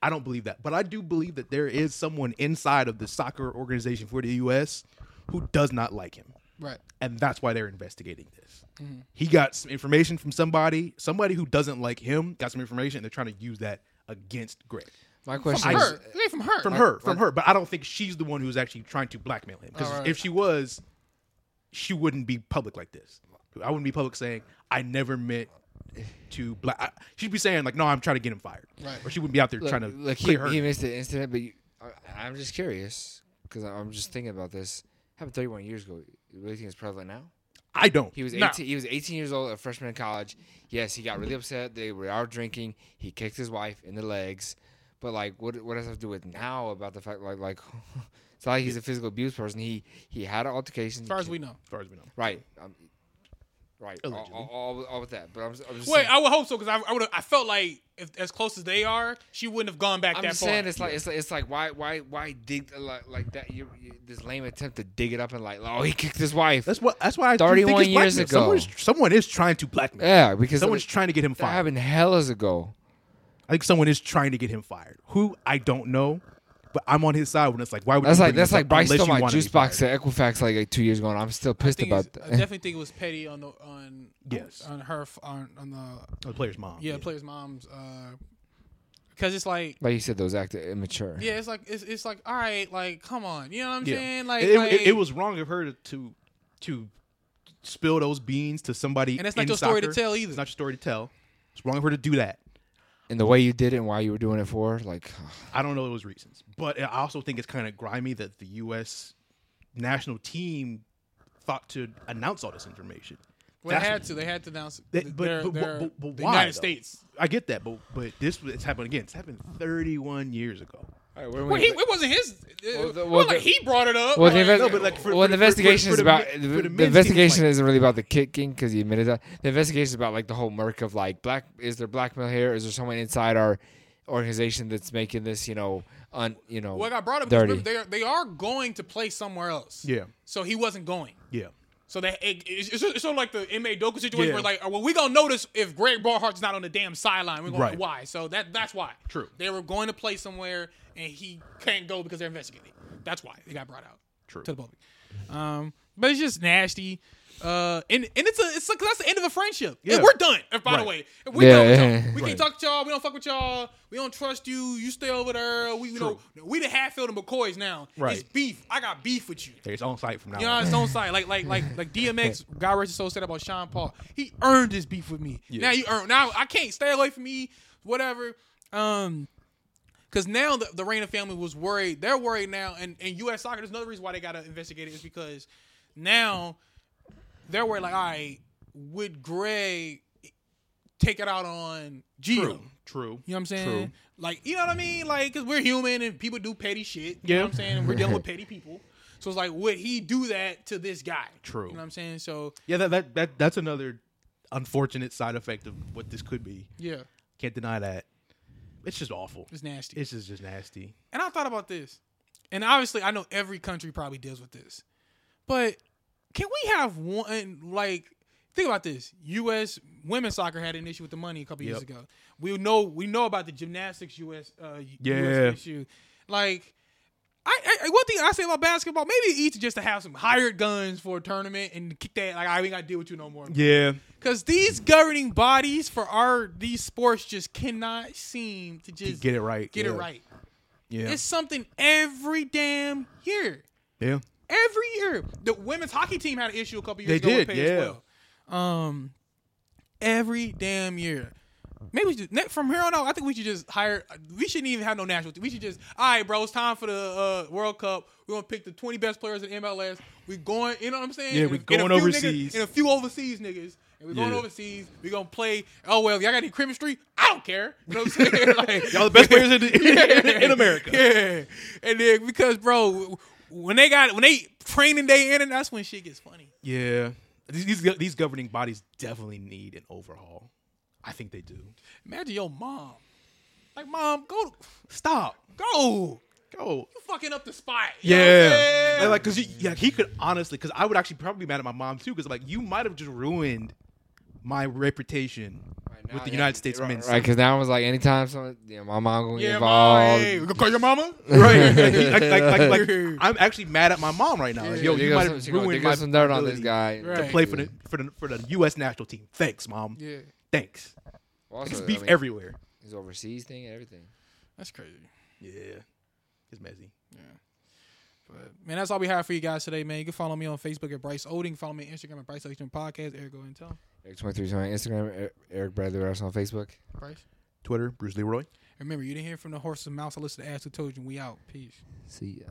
I don't believe that, but I do believe that there is someone inside of the soccer organization for the U.S. who does not like him,
right.
and that's why they're investigating this.
Mm-hmm.
He got some information from somebody, somebody who doesn't like him, got some information, and they're trying to use that against Greg
My question is
Her. It ain't from her.
uh, from her, from her. But I don't think she's the one who's actually trying to blackmail him. Because
All right.
if she was, she wouldn't be public like this. I wouldn't be public saying I never meant to black. I, she'd be saying like, "No, I'm trying to get him fired,"
Right.
or she wouldn't be out there
look,
trying to
look, he,
clear her.
he missed the incident, but you, I, I'm just curious because I'm just thinking about this. Happened 31 years ago. You really think it's prevalent now?
I don't.
He was 18,
No.
he was 18 years old, a freshman in college. Yes, he got really upset. They were out drinking. He kicked his wife in the legs. But like, what what does that have to do with now about the fact like like it's not like he's a physical abuse person. He he had an altercation.
As far as we know,
as far as we know.
right. Um, Right. All,
Allegedly.
all, all, all with that. But I'm, just- I'm just
Wait,
saying,
I would hope so because I, I would I felt like if as close as they are, she wouldn't have gone back
I'm
that
just
far.
saying it's like it's like, it's like why why why dig like, like that? You, you this lame attempt to dig it up and like oh he kicked his wife.
That's what. That's why I do
31
think it's
years
blackmail.
ago.
Someone's, someone is trying to blackmail.
yeah, because
Someone's
that,
trying to get him
that
fired.
happened hellas ago.
I think someone is trying to get him fired. Who I don't know, but I'm on his side when it's like, why would
That's
you
like
bring
that's
this up
like Bryce
unless
stole
you
my
wanna be
juice box
fired?
at Equifax like, like two years ago, and I'm still pissed
Thing is,
about
I
that.
definitely think it was petty on the on
Yes.
on her f- on on the
Oh, the player's mom.
yeah, player's mom's uh because it's like
Like you said, those actors immature.
yeah, it's like it's, it's like all right, like come on, you know what I'm
Yeah.
saying? Like
it, it-
like-
it, was wrong of her to, to to spill those beans to somebody.
and it's not
in
your story to
soccer.
tell either.
It's not your story to tell. It's wrong of her to do that.
And the way you did it and why you were doing it for, like
I don't know those reasons, but I also think it's kind of grimy that the U.S. national team thought to announce all this information.
well, they
That's-
had to. They had to announce.
They-
th-
but-
their-
but- but-
their-
but- but
the
why,
United
though?
States.
I get that, but but this it's happened again. It's happened 31 years ago.
Well, he, it wasn't his. It,
Well, the-
well,
well,
like
the-
he brought it up.
Well, the,
like-
invest-
no, but, like, for-
well,
for-
the investigation
for-
is
for the
about
men-
the,
for the
the
men's team,
investigation
like-
isn't really about the kicking because he admitted that. The investigation is about like the whole murk of like black is there blackmail here? Is there someone inside our organization that's making this you know un you know
Well, I got brought up.
dirty?
Because remember, they are, they are going to play somewhere else.
Yeah.
So he wasn't going.
Yeah,
So that it, it's, it's it's sort of like the M.A. Doku situation
Yeah.
where like, well, we gonna notice if Greg Barhart's not on the damn sideline. We're gonna
Right.
why. So that that's why.
True.
They were going to play somewhere and he can't go because they're investigating. That's why they got brought out.
True.
To the public. Um, but it's just nasty. Uh, and and it's a it's like that's the end of a friendship.
Yeah.
And we're done. If, by
Right.
the way, If we done with
Yeah.
y'all. we
Right.
can't talk to y'all. We don't fuck with y'all. We don't trust you. You stay over there. We you know we the Hatfield and McCoys now.
Right.
It's beef. I got beef with you.
it's on site from now.
You know,
on.
on his own side, like like like like DMX, God rest his soul, said about Sean Paul. He earned his beef with me. Now you earn. Now I can't stay away from me, whatever. Um, because now the, the Reina family was worried. They're worried now, and and U.S. soccer. There's another reason why they got to investigate it is because now they're worried. Like, all right, would Greg take it out on Gio?
True. True.
You know what I'm saying? Like, you know what I mean? Like, cause we're human and people do petty shit. You know
Yeah.
what I'm saying? We're dealing with petty people. So it's like, would he do that to this guy?
True.
You know what I'm saying? So
Yeah, that, that that that's another unfortunate side effect of what this could be.
yeah,
Can't deny that. It's just awful.
it's nasty.
It's just just nasty.
and I thought about this, and obviously I know every country probably deals with this, but can we have one like? Think about this: U.S. women's soccer had an issue with the money a couple years
Yep.
ago. We know we know about the gymnastics U.S. Uh,
Yeah.
US issue. Like, I, I one thing I say about basketball, maybe each just to have some hired guns for a tournament and kick that. Like, I ain't got to deal with you no more.
Yeah.
Because these governing bodies for our these sports just cannot seem to just
Get it right.
get it
yeah.
right.
Yeah.
It's something every damn year.
yeah.
Every year. The women's hockey team had an issue a couple years
They
ago with
did,
pay as
yeah.
well. Um every damn year. Maybe we should, ne- from here on out, I think we should just hire. We shouldn't even have no national team. We should just, all right, bro, it's time for the uh, World Cup. We're going to pick the 20 best players in MLS. we going, you know what I'm saying?
Yeah,
And
we
a- and a
going
few niggas-
overseas.
and a few overseas niggas. And we're going
Yeah.
overseas. We're going to play. Oh, well, y'all got any chemistry? I don't care. You know what I'm saying? Like,
Y'all the best players in, in, in America.
yeah, and then because bro, when they got when they training day in, and that's when shit gets funny.
Yeah. These, these go- these governing bodies definitely need an overhaul. I think they do.
Imagine your mom, like mom, go
Stop.
go,
Go.
you fucking up the spot. You know what I'm
Yeah.
saying?
Like, like, cause you, yeah, he could honestly, cause I would actually probably be mad at my mom too, cause like you might have just ruined my reputation with the United States men's.
Right, because now I was like, anytime someone, yeah, my mom gonna get
yeah, mom,
involved.
hey, you call your mama.
right? like, like, like, like, I'm actually mad at my mom right now. Like, yo,
There
you
goes
might
some-
have
she gonna
ruined
dig
my
up some dirt on
ability
this guy.
Right.
to play for the for the for the U.S. national team. Thanks, mom.
Yeah,
Thanks.
Well, also,
It's
I
beef
mean,
everywhere.
His overseas thing and everything.
that's crazy.
Yeah, it's messy.
But man, that's all we have for you guys today, man. You can follow me on Facebook at Bryce Oding. Follow me on Instagram at Bryce Oding Podcast. Eric, go and tell
Eric twenty three on Instagram. Eric- Eric Bradley Ross on Facebook.
Bryce.
Twitter, Bruce Leroy.
Remember, you didn't hear from the horse's mouth. I listened to Ass Who Told You. We out. Peace.
See ya.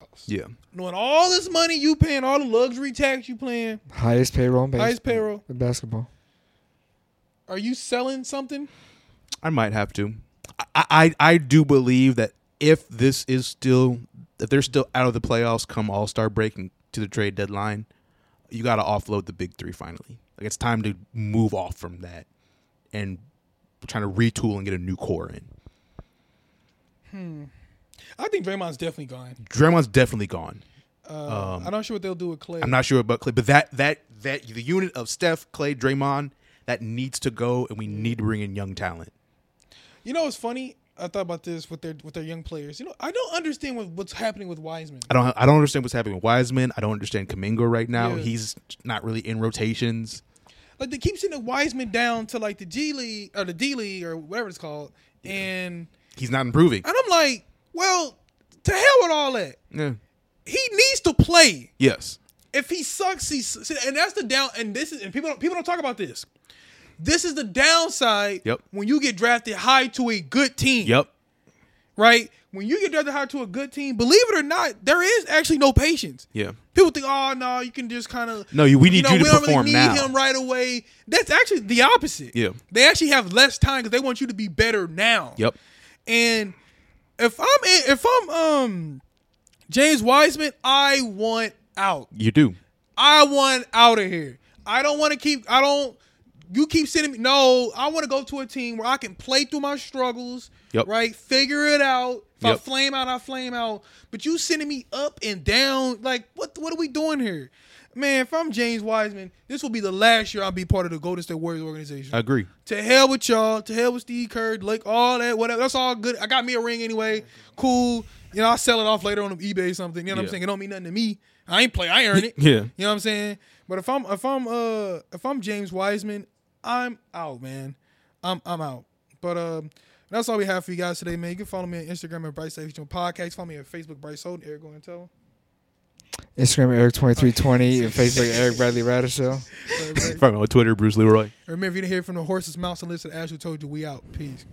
house.
Yeah.
Knowing all this money you paying, all the luxury tax you paying,
Highest payroll in baseball.
Highest payroll.
in basketball.
are you selling something?
I might have to. I, I I do believe that if this is still if they're still out of the playoffs come All Star break and to the trade deadline, you got to offload the big three finally. Like it's time to move off from that and trying to retool and get a new core in.
I think Draymond's definitely gone.
Draymond's definitely gone.
Uh, I'm not sure what they'll do with Clay.
Um, I'm not sure about Clay, but that that that the unit of Steph, Clay, Draymond that needs to go, and we need to bring in young talent.
you know what's funny? I thought about this with their with their young players. You know, I don't understand what, what's happening with Wiseman.
I don't I don't understand what's happening with Wiseman. I don't understand Kamingo right now.
Yeah.
He's not really in rotations.
Like they keep sending Wiseman down to like the G League or the D League or whatever it's called, and
He's not improving.
and I'm like, well, to hell with all that.
Yeah.
He needs to play.
Yes.
if he sucks, he su- see, and that's the down. And this is and people don't, people don't talk about this. This is the downside.
Yep.
When you get drafted high to a good team.
Yep.
Right. When you get drafted high to a good team, believe it or not, there is actually no patience.
Yeah.
People think, oh no, you can just kind of
No, you- we need you to
we don't
perform
really need
now.
him right away. That's actually the opposite.
Yeah.
They actually have less time because they want you to be better now.
Yep.
And if I'm if I'm um James Wiseman, I want out.
You do.
I want out of here. I don't want to keep. I don't. You keep sending me. No, I want to go to a team where I can play through my struggles.
Yep.
Right. Figure it out. If I
Yep.
flame out, I flame out. But you sending me up and down. Like what? What are we doing here, man? If I'm James Wiseman, this will be the last year I'll be part of the Golden State Warriors organization.
I agree.
to hell with y'all. To hell with Steve Kerr. Like all that. Whatever. That's all good. I got me a ring anyway. Cool. You know, I'll sell it off later on eBay or something. You know what I'm
Yeah.
saying? It don't mean nothing to me. I ain't play. I earned it.
Yeah.
You know what I'm saying? But if I'm if I'm uh if I'm James Wiseman, I'm out, man. I'm I'm out. But um that's all we have for you guys today, man. You can follow me on Instagram at Bryce Safe Podcast. Follow me on Facebook, Bryce Holden, Eric Goentel.
Instagram Eric twenty three twenty and Facebook Eric Bradley Radishell.
But, but
From on Twitter, Bruce Leroy.
remember, if you didn't hear from the horse's mouth, and listen to Ash who told you we out. Peace.